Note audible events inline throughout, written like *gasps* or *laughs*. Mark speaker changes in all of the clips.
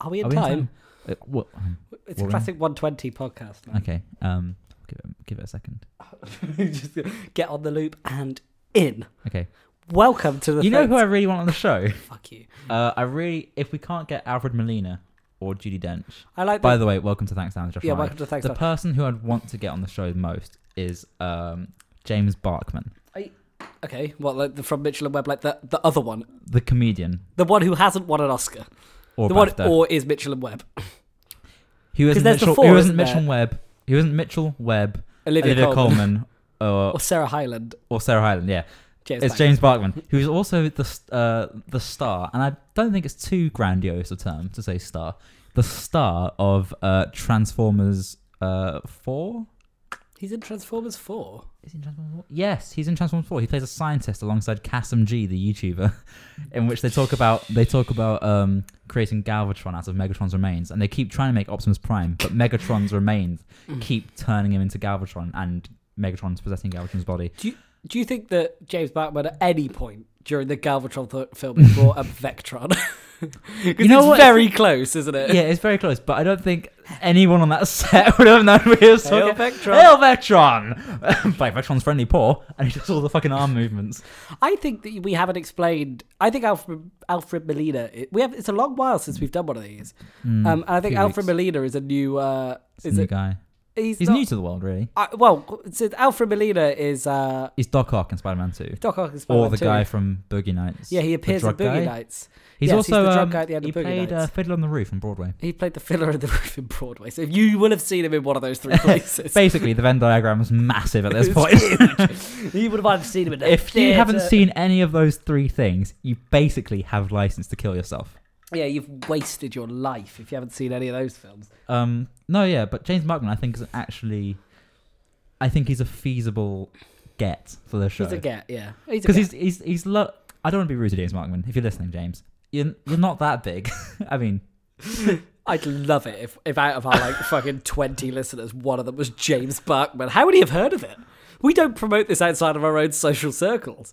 Speaker 1: Are we in
Speaker 2: Are we in
Speaker 1: time?
Speaker 2: Uh, what?
Speaker 1: It's a
Speaker 2: We're in.
Speaker 1: classic 120 podcast. Man.
Speaker 2: Okay. Um, give it, give it a second.
Speaker 1: *laughs* Just get on the loop and in.
Speaker 2: Okay.
Speaker 1: Welcome to the.
Speaker 2: You know who I
Speaker 1: Fence.
Speaker 2: really want on
Speaker 1: *laughs*
Speaker 2: the show?
Speaker 1: Fuck you.
Speaker 2: Uh, I really, if we can't get Alfred Molina or Judy Dench.
Speaker 1: I like.
Speaker 2: By
Speaker 1: By
Speaker 2: the way, welcome to Thanks Down. Josh
Speaker 1: yeah,
Speaker 2: Ryan.
Speaker 1: welcome to thanks.
Speaker 2: the person who I'd want to get on the show most is um, James Barkman,
Speaker 1: okay, what like the, from Mitchell and Webb, like the the other one,
Speaker 2: the comedian
Speaker 1: the one who hasn't won an Oscar,
Speaker 2: or
Speaker 1: the one
Speaker 2: BAFTA.
Speaker 1: or is Mitchell and Webb.
Speaker 2: who
Speaker 1: 'cause
Speaker 2: isn't
Speaker 1: there's the
Speaker 2: Mitchell,
Speaker 1: four,
Speaker 2: who
Speaker 1: isn't
Speaker 2: isn't
Speaker 1: there?
Speaker 2: Mitchell Webb, who isn't Mitchell Webb,
Speaker 1: Olivia,
Speaker 2: Olivia
Speaker 1: Colman,
Speaker 2: Colman, or,
Speaker 1: *laughs* or Sarah Hyland.
Speaker 2: or Sarah Hyland. Yeah,
Speaker 1: James. Mangold.
Speaker 2: it's James Barkman, who's also the st- uh, the star, and I don't think it's too grandiose a term to say star, the star of uh, Transformers uh, Four.
Speaker 1: He's in Transformers Four.
Speaker 2: Is he in Transformers 4? Yes, he's in Transformers 4. He plays a scientist alongside Cassim G, the YouTuber, *laughs* in which they talk about they talk about um, creating Galvatron out of Megatron's remains, and they keep trying to make Optimus Prime, but Megatron's remains keep turning him into Galvatron, and Megatron's possessing Galvatron's body.
Speaker 1: Do you think that James Batman at any point during the Galvatron th-
Speaker 2: *laughs*
Speaker 1: filming brought up Vectron? *laughs* Because
Speaker 2: You know
Speaker 1: it's
Speaker 2: what?
Speaker 1: very close, isn't it?
Speaker 2: yeah, it's very close, but I don't think anyone on that *laughs* set would have known what he was talking
Speaker 1: Hail
Speaker 2: about.
Speaker 1: Vectron.
Speaker 2: Hail Vectron! *laughs* By Vectron's friendly paw, and he does all the fucking arm movements.
Speaker 1: I think that we haven't explained. I think Alfred Alfred Molina. it- we have. It's a long while since we've done one of these.
Speaker 2: Mm,
Speaker 1: Um, and I think
Speaker 2: few
Speaker 1: Alfred
Speaker 2: weeks.
Speaker 1: Molina is a new. Uh,
Speaker 2: He's
Speaker 1: is
Speaker 2: a new
Speaker 1: it?
Speaker 2: guy.
Speaker 1: He's,
Speaker 2: He's
Speaker 1: not,
Speaker 2: new to the world, really.
Speaker 1: I, well, so Alfred Molina is uh,
Speaker 2: He's Doc Ock in Spider Man 2.
Speaker 1: Doc Ock is Spider-Man
Speaker 2: Or the
Speaker 1: too.
Speaker 2: guy from Boogie Nights.
Speaker 1: Yeah, he
Speaker 2: The
Speaker 1: appears in
Speaker 2: drug guy.
Speaker 1: Boogie Nights.
Speaker 2: He's
Speaker 1: Yes, he's
Speaker 2: also
Speaker 1: the drug
Speaker 2: um,
Speaker 1: guy at the end
Speaker 2: he
Speaker 1: of Boogie
Speaker 2: played
Speaker 1: Nights.
Speaker 2: Uh, Fiddle on the Roof on Broadway.
Speaker 1: *laughs* He played the filler in the roof in Broadway. So you will have seen him in one of those
Speaker 2: *laughs*
Speaker 1: three places.
Speaker 2: Basically, the Venn diagram is massive at this
Speaker 1: *laughs* It's
Speaker 2: point.
Speaker 1: you would have either seen him in. the
Speaker 2: if you haven't
Speaker 1: theatre-
Speaker 2: seen any of those three things, you basically have license to kill yourself.
Speaker 1: yeah, you've wasted your life if you haven't seen any of those films.
Speaker 2: Um, no, yeah, but James Markman, I think, is actually, I think he's a feasible get for the show
Speaker 1: He's a get, yeah. He's a
Speaker 2: because
Speaker 1: get.
Speaker 2: he's he's he's. Lo- I don't want to be rude to James Markman. If you're listening, James, you're you're not that big. *laughs* I mean,
Speaker 1: I'd love it if, if out of our like fucking 20 listeners, one of them was James Barkman. How would he have heard of it? We don't promote this outside of our own social circles.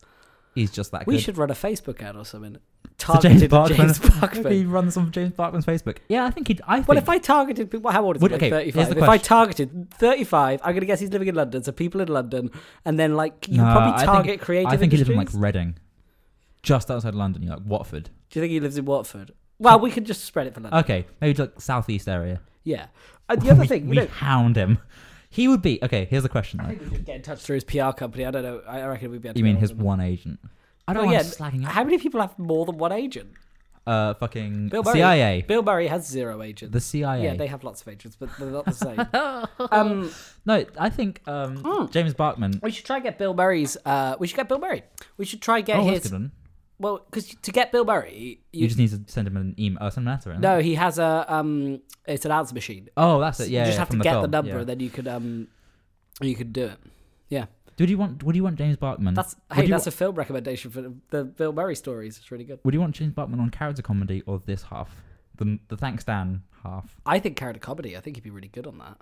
Speaker 2: he's just that.
Speaker 1: We
Speaker 2: good. *laughs*
Speaker 1: should run a Facebook ad or something.
Speaker 2: So
Speaker 1: Targeted
Speaker 2: James
Speaker 1: at
Speaker 2: Barkman-
Speaker 1: James *laughs* Barkman.
Speaker 2: Maybe *laughs* he runs on James Barkman's Facebook. Yeah, I think he'd. I think
Speaker 1: Well, if I targeted people, how old is he?
Speaker 2: Would-
Speaker 1: Like
Speaker 2: okay,
Speaker 1: 35.
Speaker 2: here's the
Speaker 1: If I
Speaker 2: question.
Speaker 1: targeted 35, I'm going to guess he's living in London, so people in London, and then like you
Speaker 2: No, I
Speaker 1: probably
Speaker 2: think-
Speaker 1: target creative
Speaker 2: I think he lives in like
Speaker 1: industries.
Speaker 2: Reading, just outside London. You're like Watford.
Speaker 1: Do you think he lives in Watford? Well, we could just spread it for London.
Speaker 2: Okay, maybe to, like southeast area.
Speaker 1: yeah. And the other
Speaker 2: Uh, we,
Speaker 1: thing,
Speaker 2: we
Speaker 1: we don't,
Speaker 2: hound him. He would be okay. Here's the question
Speaker 1: I
Speaker 2: though.
Speaker 1: think we should get in touch through his PR company. I don't know. I reckon we'd be able to
Speaker 2: You mean
Speaker 1: get
Speaker 2: his
Speaker 1: hold of him.
Speaker 2: one agent? I don't
Speaker 1: Oh,
Speaker 2: want
Speaker 1: yeah.
Speaker 2: him slagging up.
Speaker 1: How many people have more than one agent?
Speaker 2: Uh, fucking
Speaker 1: Bill Murray.
Speaker 2: CIA.
Speaker 1: Bill Murray has zero agents.
Speaker 2: The CIA.
Speaker 1: Yeah, they have lots of agents, but they're not the same.
Speaker 2: *laughs*
Speaker 1: um,
Speaker 2: No, I think um, James Barkman.
Speaker 1: we should try and get Bill Murray's. Uh, we should get Bill Murray. We should try and get
Speaker 2: Oh, that's a
Speaker 1: his.
Speaker 2: good one.
Speaker 1: Well, because to get Bill Murray,
Speaker 2: You,
Speaker 1: you,
Speaker 2: just need to send him an email. Oh, send him a letter. innit?
Speaker 1: no, he has a um, it's an answer machine.
Speaker 2: Oh, that's it. Yeah,
Speaker 1: you just
Speaker 2: yeah,
Speaker 1: have to
Speaker 2: from
Speaker 1: get the
Speaker 2: film,
Speaker 1: number,
Speaker 2: yeah.
Speaker 1: and then you could um, you could do it. Yeah,
Speaker 2: Would you want? Would you want James Barkman?
Speaker 1: that's
Speaker 2: Would
Speaker 1: hey,
Speaker 2: you
Speaker 1: that's a film recommendation for the, the Bill Murray stories. It's really good.
Speaker 2: Would you want James Barkman on character comedy or this half? The the thanks Dan half.
Speaker 1: I think character comedy. I think he'd be really good on that.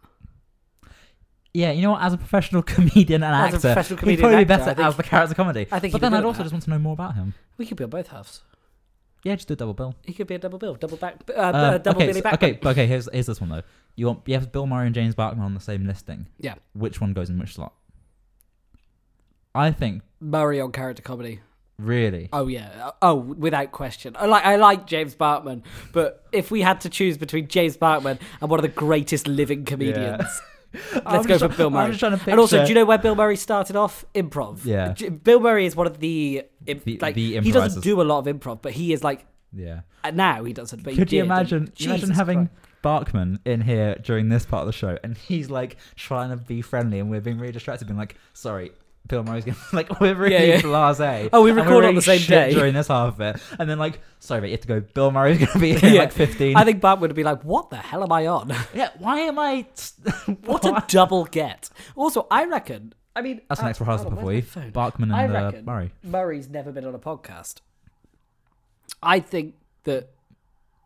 Speaker 2: Yeah, you know what? As a professional *laughs* comedian and
Speaker 1: As a
Speaker 2: actor,
Speaker 1: professional comedian
Speaker 2: he'd probably
Speaker 1: and
Speaker 2: be
Speaker 1: actor,
Speaker 2: better
Speaker 1: I think-
Speaker 2: as the character comedy.
Speaker 1: I think he'd
Speaker 2: But
Speaker 1: be
Speaker 2: then
Speaker 1: good
Speaker 2: I'd
Speaker 1: at
Speaker 2: also
Speaker 1: that.
Speaker 2: just want to know more about him.
Speaker 1: We could be on both halves.
Speaker 2: Yeah, just do a double bill.
Speaker 1: He could be a double bill, double back, uh, uh,
Speaker 2: Um,
Speaker 1: double
Speaker 2: okay,
Speaker 1: Billy
Speaker 2: so-
Speaker 1: back.
Speaker 2: okay, but okay. Here's here's this one though. You want you have Bill Murray and James Barkman on the same listing.
Speaker 1: Yeah.
Speaker 2: Which one goes in which slot? I think
Speaker 1: Murray on character comedy.
Speaker 2: really.
Speaker 1: Oh yeah. Oh, without question. I like I like James Bartman, but if we had to choose between James Bartman and one of the greatest living comedians, let's
Speaker 2: I'm
Speaker 1: go
Speaker 2: just
Speaker 1: for
Speaker 2: try-
Speaker 1: Bill
Speaker 2: I'm
Speaker 1: Murray.
Speaker 2: just trying to
Speaker 1: and also,
Speaker 2: picture-
Speaker 1: do you know where Bill Murray started off? Improv.
Speaker 2: Yeah.
Speaker 1: J- Bill Murray is one of the, im-
Speaker 2: The-
Speaker 1: like
Speaker 2: the
Speaker 1: he doesn't
Speaker 2: improvisers.
Speaker 1: do a lot of improv, but he is like
Speaker 2: Yeah.
Speaker 1: uh, now he doesn't. But he
Speaker 2: Could you
Speaker 1: did, and-
Speaker 2: imagine imagine
Speaker 1: Jesus
Speaker 2: having
Speaker 1: Christ.
Speaker 2: Barkman in here during this part of the show, and he's like trying to be friendly, and we're being really distracted, being like, "Sorry, Bill Murray's going *laughs* like we're really
Speaker 1: yeah.
Speaker 2: blasé.
Speaker 1: *laughs* Oh, we
Speaker 2: and we're
Speaker 1: record on
Speaker 2: really
Speaker 1: the same
Speaker 2: shit
Speaker 1: day."
Speaker 2: during this half of it, and then like, sorry, but you have to go. Bill Murray's going to be here in
Speaker 1: Yeah.
Speaker 2: like fifteen.
Speaker 1: I think Bartman would be like, "What the hell am I on? *laughs*
Speaker 2: yeah, why am I? *laughs*
Speaker 1: what a double get!" Also, I reckon. I mean,
Speaker 2: That's an
Speaker 1: uh,
Speaker 2: extra rehearsal
Speaker 1: hold on,
Speaker 2: for you,
Speaker 1: where's my phone?
Speaker 2: Barkman
Speaker 1: I
Speaker 2: and uh,
Speaker 1: reckon-
Speaker 2: Murray.
Speaker 1: Murray's never been on a podcast. I think that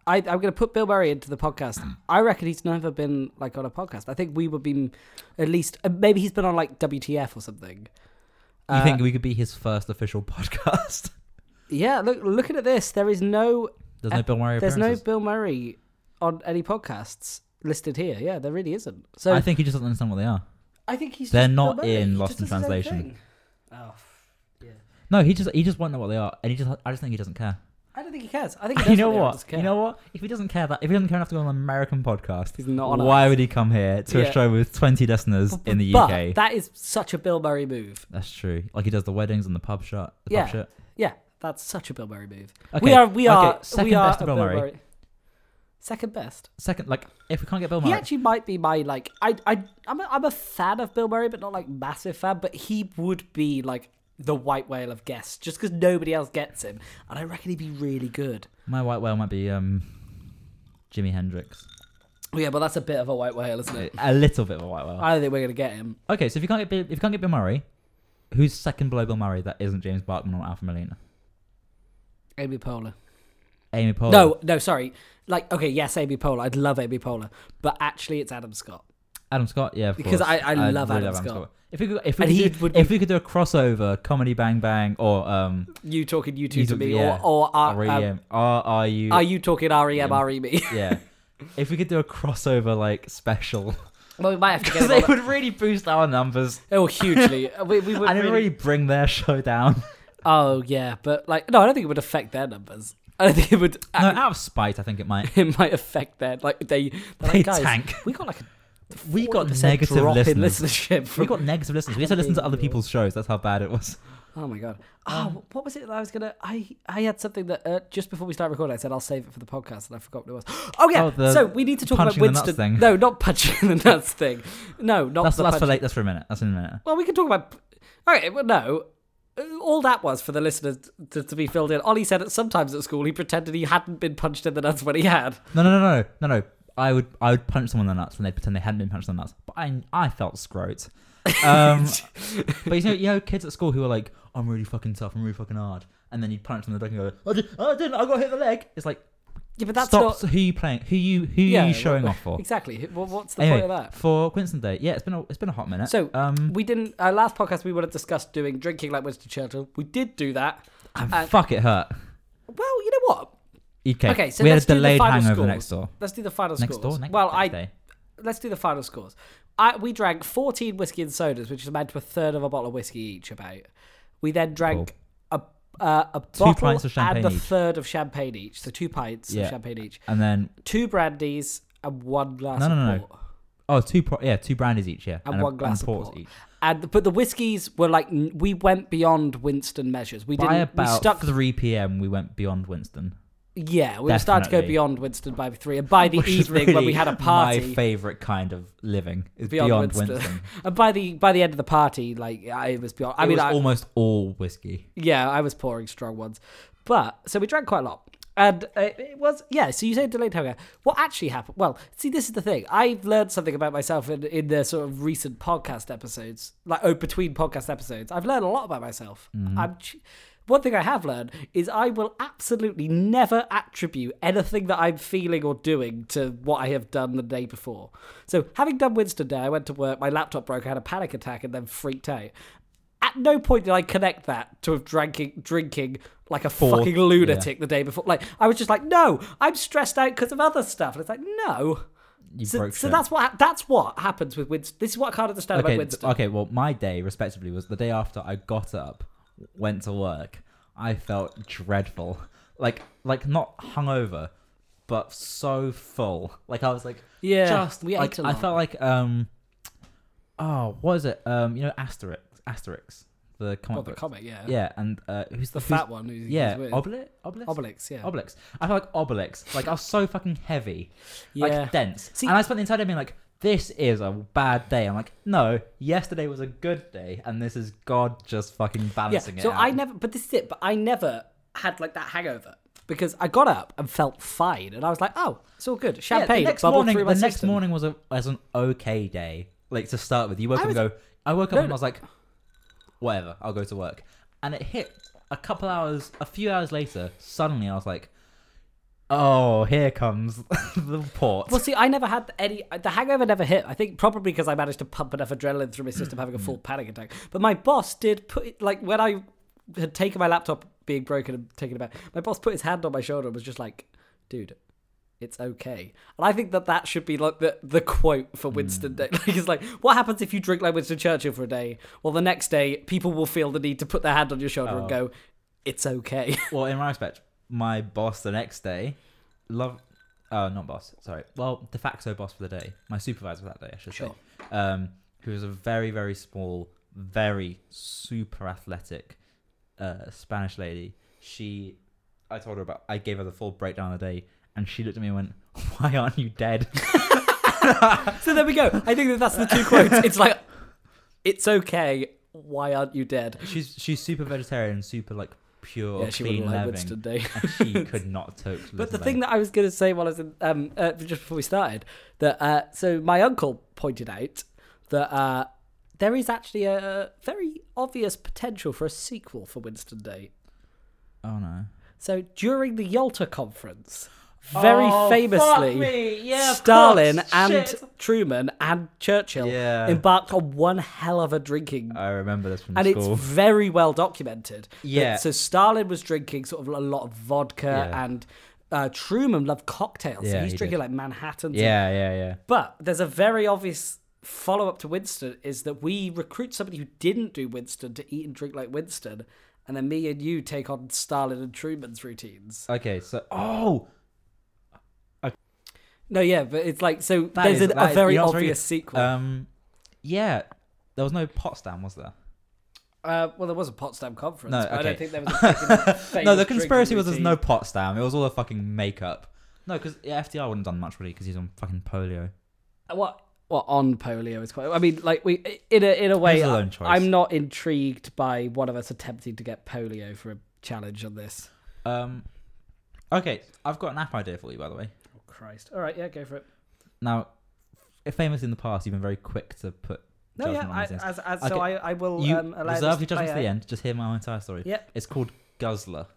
Speaker 1: I, I'm going to put Bill Murray into the podcast. I reckon he's never been like on a podcast. I think we would be at least uh, maybe he's been on like WTF or something. Uh,
Speaker 2: You think we could be his first official *laughs* podcast?
Speaker 1: Yeah, look, looking at this, there is no
Speaker 2: There's no Bill Murray
Speaker 1: Uh, there's no
Speaker 2: appearances.
Speaker 1: Bill Murray on any podcasts listed here. Yeah, there really isn't. So
Speaker 2: I think he just doesn't understand what they are.
Speaker 1: I think he's.
Speaker 2: They're
Speaker 1: just
Speaker 2: not
Speaker 1: remote.
Speaker 2: in
Speaker 1: He
Speaker 2: Lost
Speaker 1: just
Speaker 2: in
Speaker 1: does his own
Speaker 2: Translation.
Speaker 1: thing. Oh, f- yeah.
Speaker 2: No, he just he just won't know what they are, and he just I just think he doesn't care.
Speaker 1: I don't think he cares. I think he
Speaker 2: *laughs* you
Speaker 1: does
Speaker 2: know
Speaker 1: really
Speaker 2: what?
Speaker 1: doesn't
Speaker 2: You
Speaker 1: care.
Speaker 2: know what? If he doesn't care that if he doesn't care enough to go on an American podcast,
Speaker 1: He's not on
Speaker 2: why
Speaker 1: ours.
Speaker 2: would he come here to
Speaker 1: Yeah.
Speaker 2: a show with twenty listeners in the
Speaker 1: But
Speaker 2: UK?
Speaker 1: that is such a Bill Murray move.
Speaker 2: That's true. Like he does the weddings and the pub shot. The
Speaker 1: Yeah.
Speaker 2: pub shit.
Speaker 1: Yeah, that's such a Bill Murray move.
Speaker 2: Okay.
Speaker 1: We are. We
Speaker 2: okay,
Speaker 1: are.
Speaker 2: Second
Speaker 1: we are
Speaker 2: best to
Speaker 1: a
Speaker 2: Bill Murray.
Speaker 1: Second best.
Speaker 2: Second, like if we can't get Bill
Speaker 1: He
Speaker 2: Murray,
Speaker 1: actually might be my like. I I I'm a, I'm a fan of Bill Murray, but not like massive fan. But he would be like the white whale of guests, just because nobody else gets him, and I reckon he'd be really good.
Speaker 2: my white whale might be um, Jimi Hendrix.
Speaker 1: Yeah, but that's a bit of a white whale, isn't it?
Speaker 2: A little bit of a white whale.
Speaker 1: I don't think we're gonna get him.
Speaker 2: Okay, so if you can't get Bill, if you can't get Bill Murray, who's second below Bill Murray that isn't James Barkman or Alpha Molina?
Speaker 1: Amy Poehler.
Speaker 2: Amy Poehler.
Speaker 1: No, no, sorry. Like, okay, yes, Amy Poehler. I'd love Amy Poehler, but actually, it's Adam Scott.
Speaker 2: Adam Scott. Yeah, of
Speaker 1: Because
Speaker 2: course.
Speaker 1: I- I love Adam Scott.
Speaker 2: If we could, if we
Speaker 1: And
Speaker 2: could
Speaker 1: he
Speaker 2: do,
Speaker 1: would
Speaker 2: if we could do a crossover comedy Bang Bang or um E
Speaker 1: You talking you two
Speaker 2: You
Speaker 1: to
Speaker 2: talk-
Speaker 1: me,
Speaker 2: yeah.
Speaker 1: or or are,
Speaker 2: REM,
Speaker 1: um,
Speaker 2: are are you
Speaker 1: are you talking E REM
Speaker 2: Yeah.
Speaker 1: RE *laughs* me?
Speaker 2: yeah. If we could do a crossover
Speaker 1: *laughs*
Speaker 2: like special, *laughs*
Speaker 1: well, we might have to get *laughs*
Speaker 2: because
Speaker 1: him
Speaker 2: they
Speaker 1: on.
Speaker 2: would really boost our numbers
Speaker 1: Oh, *laughs* hugely. we, we would
Speaker 2: and it
Speaker 1: really,
Speaker 2: would really bring their show down.
Speaker 1: *laughs* Oh yeah, but like no, I don't think it would affect their numbers. I don't think it would.
Speaker 2: *laughs* No, out of spite, I think it
Speaker 1: *laughs*
Speaker 2: might.
Speaker 1: It might affect their like they. they're
Speaker 2: They
Speaker 1: like, Guys,
Speaker 2: tank.
Speaker 1: We got like a
Speaker 2: We got
Speaker 1: 40%
Speaker 2: negative
Speaker 1: drop in
Speaker 2: listeners.
Speaker 1: listenership. From,
Speaker 2: We got negative listeners. We had to listen to other people's shows. That's how bad it was.
Speaker 1: Oh my god.
Speaker 2: Um,
Speaker 1: Oh, what was it that I was gonna? I I had something that uh, just before we start recording, I said I'll save it for the podcast, and I forgot what it was. *gasps* Oh yeah.
Speaker 2: Oh, the
Speaker 1: so we need to talk about
Speaker 2: punching the nuts
Speaker 1: Winston.
Speaker 2: thing.
Speaker 1: No, not punching the nuts thing. No, not
Speaker 2: That's,
Speaker 1: the
Speaker 2: that's for
Speaker 1: punch-
Speaker 2: late. That's for a minute. That's in a minute.
Speaker 1: Well, we can talk about. All right. Well, no. Uh, All that was for the listeners to, to be filled in. Ollie said that sometimes at school he pretended he hadn't been punched in the nuts when he had.
Speaker 2: No, no, no, no, no, no. I would, I would punch someone in the nuts when they pretend they hadn't been punched in the nuts. But I, I felt scrote.
Speaker 1: *laughs*
Speaker 2: Um, but you know, you know, kids at school who are like, "I'm really fucking tough. I'm really fucking hard," and then you punch them in the dick and go, "I, did, I didn't. I got hit in the leg." It's like,
Speaker 1: Yeah, but that's
Speaker 2: stop.
Speaker 1: not
Speaker 2: Who you playing? Who you, who
Speaker 1: Yeah,
Speaker 2: you showing off for?
Speaker 1: *laughs* exactly. Wh- wh- What's the point
Speaker 2: Anyway,
Speaker 1: of that?
Speaker 2: for Winston Day, yeah, it's been a, it's been a hot minute.
Speaker 1: So,
Speaker 2: um,
Speaker 1: We didn't. Our last podcast, we would have discussed doing drinking like Winston Churchill. We did do that.
Speaker 2: and
Speaker 1: uh,
Speaker 2: ah, fuck, it hurt.
Speaker 1: Well, you know what?
Speaker 2: Okay,
Speaker 1: Okay, so
Speaker 2: we had a
Speaker 1: let's do the
Speaker 2: delayed
Speaker 1: final
Speaker 2: hangover
Speaker 1: scores.
Speaker 2: next door.
Speaker 1: Let's do the final
Speaker 2: Next
Speaker 1: scores.
Speaker 2: door, next,
Speaker 1: well,
Speaker 2: next
Speaker 1: I
Speaker 2: day.
Speaker 1: let's do the final scores. I we drank 14 whiskey and sodas, which is about to a third of a bottle of whiskey each. About we then drank a uh, a bottle
Speaker 2: pints of champagne
Speaker 1: and a
Speaker 2: each.
Speaker 1: third of champagne each, so two pints
Speaker 2: Yeah.
Speaker 1: of champagne each,
Speaker 2: and then
Speaker 1: two brandies and one glass
Speaker 2: No, no, no,
Speaker 1: of
Speaker 2: no.
Speaker 1: port.
Speaker 2: oh, two pro- yeah, two brandies each, yeah,
Speaker 1: And
Speaker 2: a-
Speaker 1: one glass of
Speaker 2: port
Speaker 1: port.
Speaker 2: each.
Speaker 1: And but the whiskies were like n- we went beyond Winston measures. We
Speaker 2: By
Speaker 1: didn't.
Speaker 2: about
Speaker 1: we stuck.
Speaker 2: 3 p.m., we went beyond Winston.
Speaker 1: yeah, we were starting to go
Speaker 2: Definitely.
Speaker 1: beyond Winston by three, and by *laughs* the
Speaker 2: which is
Speaker 1: evening when we
Speaker 2: really
Speaker 1: had a party,
Speaker 2: My favorite kind of living is
Speaker 1: Beyond
Speaker 2: beyond,
Speaker 1: Winston.
Speaker 2: Winston.
Speaker 1: And by the by the end of the party, like I was beyond. *laughs* I
Speaker 2: I mean,
Speaker 1: mean,
Speaker 2: was
Speaker 1: I,
Speaker 2: almost all whiskey.
Speaker 1: yeah, I was pouring strong ones, but so we drank quite a lot, and uh, it was yeah. So you say delayed hangover. What actually happened? Well, see, this is the thing. I've learned something about myself in, in the sort of recent podcast episodes, like oh, between podcast episodes, I've learned a lot about myself. I'm. ch- One thing I have learned is I will absolutely never attribute anything that I'm feeling or doing to what I have done the day before. So, having done Winston Day, I went to work, my laptop broke, I had a panic attack, and then freaked out. At no point did I connect that to have drinking, drinking like a fucking lunatic the day before. Like I was just like, no, I'm stressed out because of other stuff. And it's like, no.
Speaker 2: You
Speaker 1: So,
Speaker 2: broke
Speaker 1: so
Speaker 2: shit.
Speaker 1: that's what that's what happens with Winston. This is what I can't understand
Speaker 2: okay,
Speaker 1: about
Speaker 2: th-
Speaker 1: Winston.
Speaker 2: okay, well, my day, respectively, was the day after I got up, went to work. I felt dreadful. Like, like not hungover, but so full. Like, I was like,
Speaker 1: Yeah,
Speaker 2: just,
Speaker 1: we
Speaker 2: like,
Speaker 1: ate a
Speaker 2: I
Speaker 1: lot.
Speaker 2: felt like, um, oh, what is it? Um, you know, Asterix, Asterix, the comic
Speaker 1: Well, the
Speaker 2: book.
Speaker 1: comic, yeah.
Speaker 2: Yeah, and uh, who's
Speaker 1: The
Speaker 2: who's-
Speaker 1: fat one who's,
Speaker 2: Yeah,
Speaker 1: who's with.
Speaker 2: Obelix? Obelix.
Speaker 1: Obelix, yeah.
Speaker 2: Obelix. I felt like Obelix. Like I was so fucking heavy,
Speaker 1: Yeah.
Speaker 2: like dense.
Speaker 1: See-
Speaker 2: and I spent the entire day being like, "This is a bad day." I'm like, "No, yesterday was a good day, and this is God just fucking
Speaker 1: yeah.
Speaker 2: balancing it."
Speaker 1: So
Speaker 2: out.
Speaker 1: I never, but this is it. But I never had like that hangover because I got up and felt fine, and I was like, oh, it's all good.
Speaker 2: Yeah,
Speaker 1: Champagne
Speaker 2: the next
Speaker 1: bubbled
Speaker 2: morning,
Speaker 1: through
Speaker 2: the
Speaker 1: my
Speaker 2: next
Speaker 1: system.
Speaker 2: morning was a was an okay day. Like to start with, you woke
Speaker 1: I
Speaker 2: up
Speaker 1: was-
Speaker 2: and go. I woke up
Speaker 1: No,
Speaker 2: and
Speaker 1: no.
Speaker 2: I was like, "Whatever, I'll go to work." And it hit a couple hours, a few hours later. Suddenly, I was like, "Oh, here comes *laughs* the port."
Speaker 1: Well, see, I never had any. The hangover never hit. I think probably because I managed to pump enough adrenaline through my system, having a full panic attack. But my boss did put it like when I had taken my laptop being broken and taken it back. My boss put his hand on my shoulder and was just like, "Dude, it's okay. And I think that that should be like the the quote for Winston. Day. *laughs* Like it's like, what happens if you drink like Winston Churchill for a day? Well, the next day, people will feel the need to put their hand on your shoulder
Speaker 2: Oh.
Speaker 1: and go, "It's okay."
Speaker 2: Well, in my respect, my boss the next day, love, uh, not boss, sorry. Well, de facto boss for the day, my supervisor that day, I should
Speaker 1: Sure.
Speaker 2: say, um, who was a very, very small, very super athletic uh, Spanish lady. She, I told her about, I gave her the full breakdown of the day, and she looked at me and went, *laughs* "Why aren't you dead?" *laughs*
Speaker 1: so there we go. I think that that's the two quotes. It's like, "It's okay." Why aren't you dead?
Speaker 2: she's she's super vegetarian, super like pure,
Speaker 1: yeah, she
Speaker 2: clean
Speaker 1: wouldn't like
Speaker 2: living,
Speaker 1: Winston Day.
Speaker 2: and she could not tote.
Speaker 1: *laughs* But the thing that I was going to say while I was in, um, uh, just before we started, that uh, so my uncle pointed out that uh, there is actually a very obvious potential for a sequel for Winston Day.
Speaker 2: oh no.
Speaker 1: So during the Yalta conference, very famously,
Speaker 2: yeah,
Speaker 1: Stalin and Truman and Churchill
Speaker 2: Yeah.
Speaker 1: embarked on one hell of a drinking
Speaker 2: I remember this from
Speaker 1: and *laughs*
Speaker 2: school.
Speaker 1: it's very well documented. that-
Speaker 2: Yeah.
Speaker 1: So Stalin was drinking sort of a lot of vodka,
Speaker 2: Yeah.
Speaker 1: and uh, Truman loved cocktails. so
Speaker 2: Yeah,
Speaker 1: he's
Speaker 2: he
Speaker 1: drinking
Speaker 2: did.
Speaker 1: like Manhattans. and-
Speaker 2: yeah, yeah, yeah.
Speaker 1: But there's a very obvious follow up to Winston is that we recruit somebody who didn't do Winston to eat and drink like Winston, and then me and you take on Stalin and Truman's routines.
Speaker 2: Okay, so oh,
Speaker 1: No, yeah, but it's like so.
Speaker 2: that
Speaker 1: there's
Speaker 2: is-
Speaker 1: an,
Speaker 2: that
Speaker 1: a
Speaker 2: is-
Speaker 1: very
Speaker 2: you know, it's
Speaker 1: obvious
Speaker 2: good.
Speaker 1: sequel.
Speaker 2: Um, yeah, there was no Potsdam, was there?
Speaker 1: uh, well, there was a Potsdam conference.
Speaker 2: No,
Speaker 1: but I
Speaker 2: okay.
Speaker 1: don't think there was. A freaking
Speaker 2: *laughs* no, the
Speaker 1: famous
Speaker 2: conspiracy
Speaker 1: drinking
Speaker 2: was there's
Speaker 1: routine.
Speaker 2: no Potsdam. It was all a fucking makeup. No, because yeah, FDR wouldn't have done much really because he's on fucking polio.
Speaker 1: Uh, what what on polio is quite. I mean, like we in a in a way.
Speaker 2: It was a lone choice.
Speaker 1: I'm not intrigued by one of us attempting to get polio for a challenge on this.
Speaker 2: Um, okay, I've got an app idea for you, by the way.
Speaker 1: Oh Christ! All right, yeah, go for it.
Speaker 2: Now, famously in the past, you've been very quick to put
Speaker 1: No,
Speaker 2: judgment
Speaker 1: yeah,
Speaker 2: on
Speaker 1: I,
Speaker 2: these things.
Speaker 1: as, as,
Speaker 2: Okay,
Speaker 1: so I, I will
Speaker 2: You
Speaker 1: um, allow this
Speaker 2: reserve your
Speaker 1: to
Speaker 2: judgment to
Speaker 1: play
Speaker 2: the
Speaker 1: out.
Speaker 2: end. Just hear my entire story.
Speaker 1: Yep.
Speaker 2: It's called Guzzler.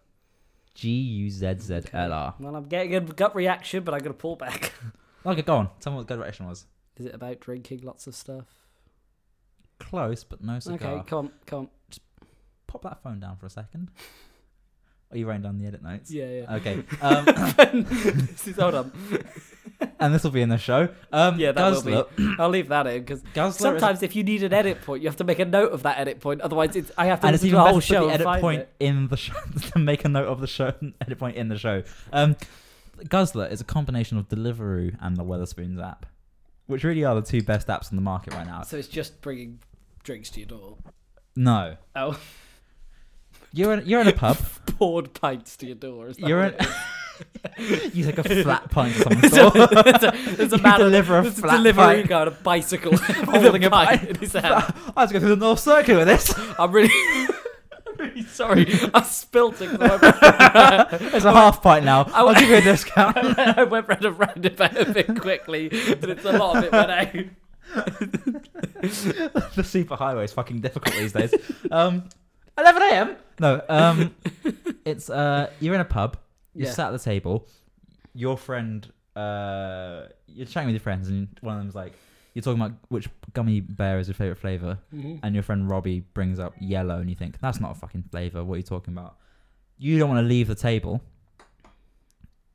Speaker 2: G U Z Z L R.
Speaker 1: Well, I'm getting a gut reaction, but I'm gonna pull back. *laughs*
Speaker 2: Okay, go on. Tell me what the direction was.
Speaker 1: is it about drinking lots of stuff?
Speaker 2: Close, but no cigar.
Speaker 1: Okay, come on, come on.
Speaker 2: Pop that phone down for
Speaker 1: *laughs*
Speaker 2: a second. Are you writing down the edit notes?
Speaker 1: Yeah, yeah.
Speaker 2: Okay. Um,
Speaker 1: *laughs*
Speaker 2: *coughs*
Speaker 1: This is- Hold
Speaker 2: *laughs*
Speaker 1: on.
Speaker 2: and this will be in the show. Um,
Speaker 1: Yeah, that will
Speaker 2: Guzzler.
Speaker 1: be. I'll leave that in because
Speaker 2: Guzzler
Speaker 1: sometimes if you need an edit point, you have to make a note of that edit point. Otherwise, it's, I have
Speaker 2: is,
Speaker 1: to
Speaker 2: and it's
Speaker 1: listen to
Speaker 2: even
Speaker 1: the
Speaker 2: better
Speaker 1: whole
Speaker 2: to
Speaker 1: show
Speaker 2: put the
Speaker 1: and
Speaker 2: edit
Speaker 1: find
Speaker 2: point
Speaker 1: it.
Speaker 2: in the show *laughs* to make a note of the show. *laughs* Edit point in the show. Um, Guzzler is a combination of Deliveroo and the Weatherspoons app, which really are the two best apps on the market right now.
Speaker 1: So it's just bringing drinks to your door.
Speaker 2: No,
Speaker 1: *laughs* Oh,
Speaker 2: you're in, you're in a
Speaker 1: *laughs*
Speaker 2: pub.
Speaker 1: poured pints to your door. Is that
Speaker 2: You're
Speaker 1: what
Speaker 2: an-
Speaker 1: it is?
Speaker 2: *laughs* you
Speaker 1: *laughs*
Speaker 2: take a flat pint to someone's
Speaker 1: It's a,
Speaker 2: door.
Speaker 1: it's
Speaker 2: *laughs*
Speaker 1: a, *laughs* it's a
Speaker 2: You
Speaker 1: man
Speaker 2: deliver a
Speaker 1: it's
Speaker 2: flat
Speaker 1: delivery
Speaker 2: pint.
Speaker 1: guy on a bicycle
Speaker 2: *laughs*
Speaker 1: holding
Speaker 2: Holding
Speaker 1: a
Speaker 2: a
Speaker 1: pint in his
Speaker 2: *laughs*
Speaker 1: hand.
Speaker 2: I have to go through the North Circuit with this.
Speaker 1: I'm really, *laughs* I'm really sorry. I spilt it. 'cause I went-
Speaker 2: It's a half pint now. I'll give you a
Speaker 1: *laughs*
Speaker 2: discount.
Speaker 1: I went round and round about a bit quickly, and it's a lot of it went out.
Speaker 2: *laughs*
Speaker 1: *laughs*
Speaker 2: the superhighway is fucking difficult these days. Um, 11 a.m. No, um, it's uh, you're in a pub. You're
Speaker 1: Yeah.
Speaker 2: sat at the table. Your friend, uh, you're chatting with your friends, and one of them's like, you're talking about which gummy bear is your favorite flavor,
Speaker 1: Mm-hmm.
Speaker 2: and your friend Robbie brings up yellow, and you think that's not a fucking flavor. What are you talking about? You don't want to leave the table,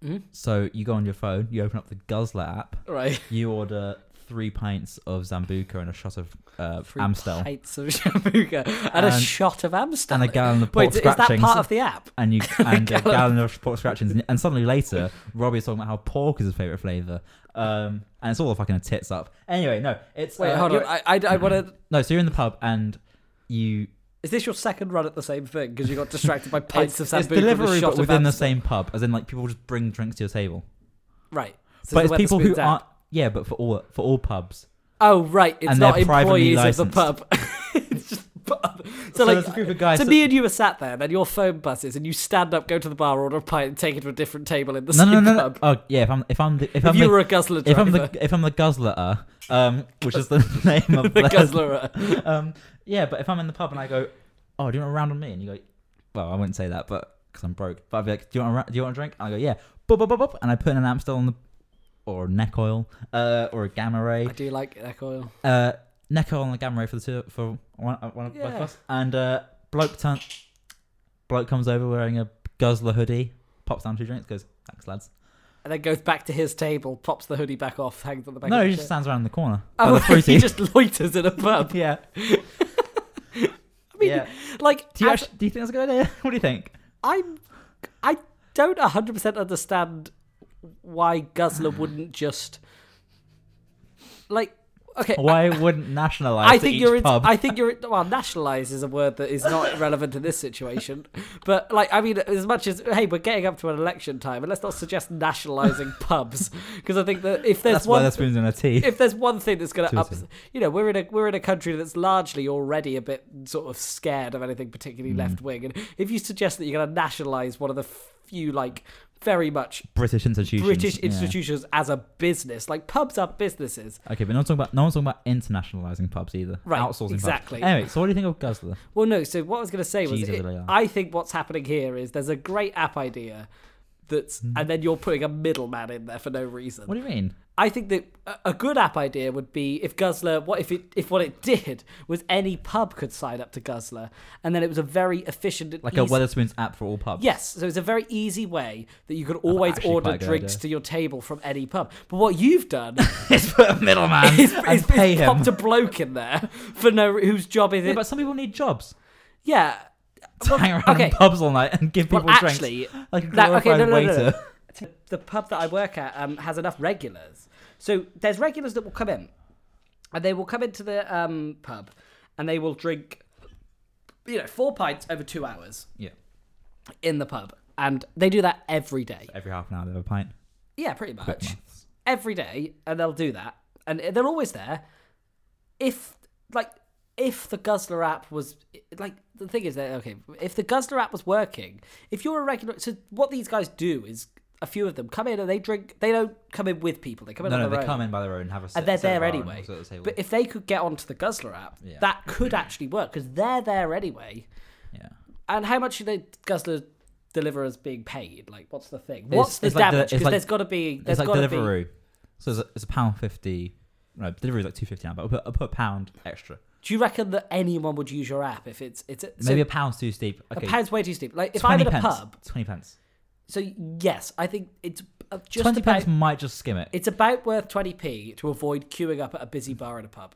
Speaker 1: Mhm.
Speaker 2: so you go on your phone. You open up the Guzzler app.
Speaker 1: Right,
Speaker 2: You order three pints of Zambuca and a shot of uh,
Speaker 1: Three
Speaker 2: Amstel
Speaker 1: pints of Shambuca and, a
Speaker 2: And-
Speaker 1: shot of Amstel.
Speaker 2: and a gallon of pork
Speaker 1: Wait, is that
Speaker 2: scratchings.
Speaker 1: part of the app?
Speaker 2: and you
Speaker 1: *laughs*
Speaker 2: and a
Speaker 1: gallon.
Speaker 2: gallon of pork scratchings, and suddenly later, Robbie's talking about how pork is his favorite flavor, um, and it's all a fucking tits up. Anyway, no, it's
Speaker 1: Wait,
Speaker 2: uh,
Speaker 1: hold on.
Speaker 2: you're-
Speaker 1: I, I, I want to.
Speaker 2: No, so you're in the pub and you
Speaker 1: Is this your second run at the same thing? Because you got distracted
Speaker 2: *laughs*
Speaker 1: by pints
Speaker 2: it's,
Speaker 1: of
Speaker 2: it's
Speaker 1: Sambuca and a
Speaker 2: delivery,
Speaker 1: shot
Speaker 2: but
Speaker 1: of
Speaker 2: within the
Speaker 1: Amstel.
Speaker 2: same pub, as in like people just bring drinks to your table,
Speaker 1: Right. So
Speaker 2: but it's
Speaker 1: the
Speaker 2: people who
Speaker 1: Wetherspoons app.
Speaker 2: aren't. Yeah, but for all for all pubs,
Speaker 1: Oh right, it's
Speaker 2: And
Speaker 1: not
Speaker 2: they're privately
Speaker 1: employees of the
Speaker 2: licensed.
Speaker 1: pub. *laughs* it's just pub. So,
Speaker 2: So
Speaker 1: like,
Speaker 2: there's a group of guys
Speaker 1: so
Speaker 2: that-
Speaker 1: me and you are sat there, then your phone buzzes, and you stand up, go to the bar, order a pint, and take it to a different table in the
Speaker 2: no,
Speaker 1: same
Speaker 2: no, no, no.
Speaker 1: pub.
Speaker 2: Oh, yeah. If I'm, if I'm, the, if, I'm,
Speaker 1: if you
Speaker 2: the,
Speaker 1: were a guzzler
Speaker 2: if
Speaker 1: driver, *laughs*
Speaker 2: I'm the, if I'm the guzzler, um, which is the *laughs* name of
Speaker 1: the uh,
Speaker 2: the
Speaker 1: guzzler,
Speaker 2: *laughs* um, yeah, but if I'm in the pub and I go, "Oh, do you want a round on me?" and you go, "Well, I wouldn't say that, but because I'm broke." But I'd be like, "Do you want a ra- do you want a drink?" And I go, "Yeah." Bop, bop, bop, bop, and I put in an Amstel on the or neck oil, uh, or a gamma ray,
Speaker 1: I do like neck oil.
Speaker 2: uh, neck oil and a gamma ray for the two for one uh, one of both of
Speaker 1: Yeah.
Speaker 2: us. And uh, bloke turn, bloke comes over wearing a guzzler hoodie, pops down two drinks, goes, "Thanks, lads."
Speaker 1: and then goes back to his table, pops the hoodie back off, hangs on the back.
Speaker 2: No,
Speaker 1: of
Speaker 2: he
Speaker 1: his
Speaker 2: just
Speaker 1: chair.
Speaker 2: stands around the corner.
Speaker 1: *laughs* Oh,
Speaker 2: By the
Speaker 1: he
Speaker 2: fruity.
Speaker 1: just loiters in a pub.
Speaker 2: yeah.
Speaker 1: I mean,
Speaker 2: Yeah.
Speaker 1: like,
Speaker 2: Do you,
Speaker 1: as-
Speaker 2: actually, do you think that's a good idea? *laughs* What do you think?
Speaker 1: I'm, I don't hundred percent understand why Guzzler wouldn't just, like, okay.
Speaker 2: Why wouldn't nationalize?
Speaker 1: I
Speaker 2: to
Speaker 1: think
Speaker 2: each
Speaker 1: you're. In,
Speaker 2: pub?
Speaker 1: I think you're. Well, nationalize is a word that is not relevant to this situation. But like, I mean, as much as hey, we're getting up to an election time, and let's not suggest nationalizing pubs because I think that if there's
Speaker 2: that's why
Speaker 1: one,
Speaker 2: there's spoons in a tea.
Speaker 1: if there's one thing that's going to
Speaker 2: Two
Speaker 1: up,
Speaker 2: things.
Speaker 1: you know, we're in a we're in a country that's largely already a bit sort of scared of anything
Speaker 2: Mm.
Speaker 1: particularly left wing, and if you suggest that you're going to nationalize one of the few like very much
Speaker 2: British institutions.
Speaker 1: British
Speaker 2: yeah.
Speaker 1: institutions as a business, like pubs are businesses.
Speaker 2: Okay, but no one's talking about no one's talking about internationalizing pubs either.
Speaker 1: Right,
Speaker 2: Outsourcing pubs.
Speaker 1: exactly.
Speaker 2: Anyway, so what do you think of Guzzler?
Speaker 1: Well, no. So what I was going to say was,
Speaker 2: Jesus,
Speaker 1: it-
Speaker 2: they are.
Speaker 1: I think what's happening here is there's a great app idea that's,
Speaker 2: Mm.
Speaker 1: and then you're putting a middleman in there for no reason.
Speaker 2: What do you mean?
Speaker 1: I think that a- a good app idea would be if Guzzler, what if it, if what it *laughs* did was any pub could sign up to Guzzler, and then it was a very efficient, and
Speaker 2: Like a
Speaker 1: easy-
Speaker 2: Weatherspoons app for all pubs.
Speaker 1: Yes, so it's a very easy way that you could always
Speaker 2: actually quite
Speaker 1: order
Speaker 2: a good
Speaker 1: drinks
Speaker 2: idea.
Speaker 1: to your table from any pub. But what you've
Speaker 2: *laughs*
Speaker 1: done
Speaker 2: it's put a middleman
Speaker 1: is,
Speaker 2: and
Speaker 1: is,
Speaker 2: pay
Speaker 1: is
Speaker 2: him.
Speaker 1: popped a bloke in there for no re- whose job is
Speaker 2: Yeah,
Speaker 1: it?
Speaker 2: but some people need *laughs* jobs.
Speaker 1: yeah.
Speaker 2: To
Speaker 1: Well,
Speaker 2: hang around
Speaker 1: okay.
Speaker 2: pubs all night and give people
Speaker 1: Well, actually,
Speaker 2: drinks. Like a
Speaker 1: that- okay,
Speaker 2: glorified
Speaker 1: no, no, no, no.
Speaker 2: waiter.
Speaker 1: the pub that I work at um, has enough regulars. So there's regulars that will come in, and they will come into the um, pub, and they will drink, you know, four pints over two hours
Speaker 2: Yeah.
Speaker 1: in the pub, and they do that every day.
Speaker 2: *laughs* Every half an hour they have a pint.
Speaker 1: Yeah, pretty
Speaker 2: Quick
Speaker 1: much
Speaker 2: maths.
Speaker 1: every day, and they'll do that, and they're always there. If like if the Guzzler app was like the thing is that okay, if the Guzzler app was working, if you're a regular, so what these guys do is a few of them come in and they drink. They don't come in with people. They come in
Speaker 2: No,
Speaker 1: on
Speaker 2: no,
Speaker 1: their
Speaker 2: they
Speaker 1: own.
Speaker 2: come in by their own, have a sit.
Speaker 1: and they're
Speaker 2: sit at the
Speaker 1: there
Speaker 2: bar and
Speaker 1: anyway.
Speaker 2: sit at the table.
Speaker 1: But if they could get onto the Guzzler app,
Speaker 2: Yeah.
Speaker 1: that could actually work because they're there anyway.
Speaker 2: yeah.
Speaker 1: And how much do the Guzzler deliver as being paid? Like, what's the thing?
Speaker 2: It's-
Speaker 1: What's the
Speaker 2: it's like the-
Speaker 1: damage?
Speaker 2: it's
Speaker 1: Because
Speaker 2: like-
Speaker 1: there's got to be. There's
Speaker 2: It's like
Speaker 1: got to
Speaker 2: Deliveroo. So it's a, it's a pound fifty. No, Deliveroo's like two fifty now, but I'll put, I'll put a pound extra.
Speaker 1: Do you reckon that anyone would use your app if it's it's a, so
Speaker 2: Maybe a pound's too steep.
Speaker 1: a
Speaker 2: Okay,
Speaker 1: pound's way too steep? Like, if
Speaker 2: 20
Speaker 1: I'm in a
Speaker 2: pence.
Speaker 1: pub,
Speaker 2: twenty pence.
Speaker 1: so yes, I think it's uh, just
Speaker 2: twenty
Speaker 1: about,
Speaker 2: pence might just skim it
Speaker 1: It's about worth twenty p to avoid queuing up at a busy bar in a pub.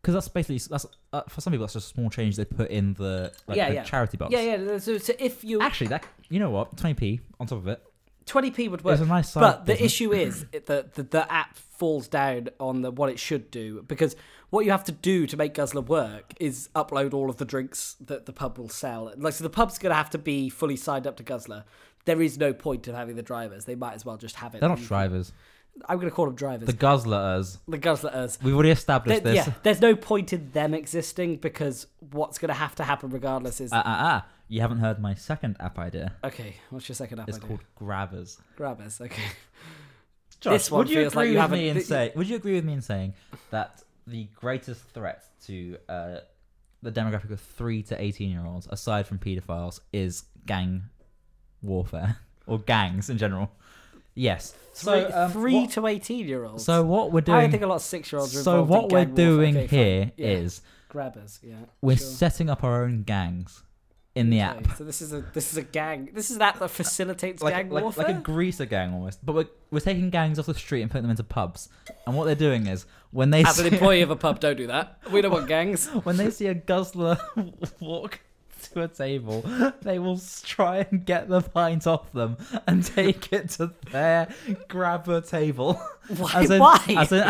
Speaker 2: because that's basically that's uh, for some people that's just a small change they put in the like
Speaker 1: Yeah,
Speaker 2: the
Speaker 1: yeah.
Speaker 2: charity box.
Speaker 1: Yeah, yeah. So, so if you
Speaker 2: Actually, that you know what, twenty p on top of it.
Speaker 1: twenty p would work.
Speaker 2: It's a nice side.
Speaker 1: But the
Speaker 2: business.
Speaker 1: issue is it- that the, the app falls down on the, what it should do because what you have to do to make Guzzler work is upload all of the drinks that the pub will sell. Like so, the pub's gonna have to be fully signed up to Guzzler. There is no point in having the drivers. They might as well just have it.
Speaker 2: they're not drivers.
Speaker 1: I'm gonna call them drivers.
Speaker 2: The
Speaker 1: The,
Speaker 2: guzzlers.
Speaker 1: Guzzlers.
Speaker 2: We've already
Speaker 1: There-
Speaker 2: established this.
Speaker 1: yeah, there's no point in them existing because what's gonna have to happen regardless is
Speaker 2: Ah ah ah! You haven't heard my second app idea.
Speaker 1: okay. What's your second app?
Speaker 2: It's
Speaker 1: idea?
Speaker 2: called grabbers.
Speaker 1: Grabbers. Okay.
Speaker 2: Josh,
Speaker 1: This one
Speaker 2: would you
Speaker 1: feels like
Speaker 2: agree
Speaker 1: you
Speaker 2: with
Speaker 1: haven't-
Speaker 2: me in
Speaker 1: th-
Speaker 2: say, Would you agree with me in saying that the greatest threat to uh, the demographic of three to eighteen year olds, aside from paedophiles, is gang warfare or gangs in general? Yes. So
Speaker 1: three,
Speaker 2: um,
Speaker 1: three
Speaker 2: what-
Speaker 1: to eighteen year olds.
Speaker 2: so what we're
Speaker 1: I don't think
Speaker 2: doing.
Speaker 1: a lot of six-year-olds. Are
Speaker 2: So
Speaker 1: involved in
Speaker 2: what we're
Speaker 1: gang warfare.
Speaker 2: doing
Speaker 1: Okay, fine.
Speaker 2: here is
Speaker 1: Yeah. grabbers. Yeah,
Speaker 2: we're
Speaker 1: sure.
Speaker 2: setting up our own gangs in the app.
Speaker 1: Okay, So this is a this is a gang. This is that that facilitates gang
Speaker 2: like, like,
Speaker 1: warfare.
Speaker 2: like a greaser gang almost. But we're, we're taking gangs off the street and putting them into pubs. And what they're doing is when they
Speaker 1: As an
Speaker 2: see,
Speaker 1: employee of a pub, don't do that. We don't want
Speaker 2: *laughs*
Speaker 1: gangs.
Speaker 2: when they see a guzzler *laughs* walk to a table, they will s- try and get the pint off them and *laughs* take it to their grabber table.
Speaker 1: Why?
Speaker 2: As in-
Speaker 1: Why?
Speaker 2: as in-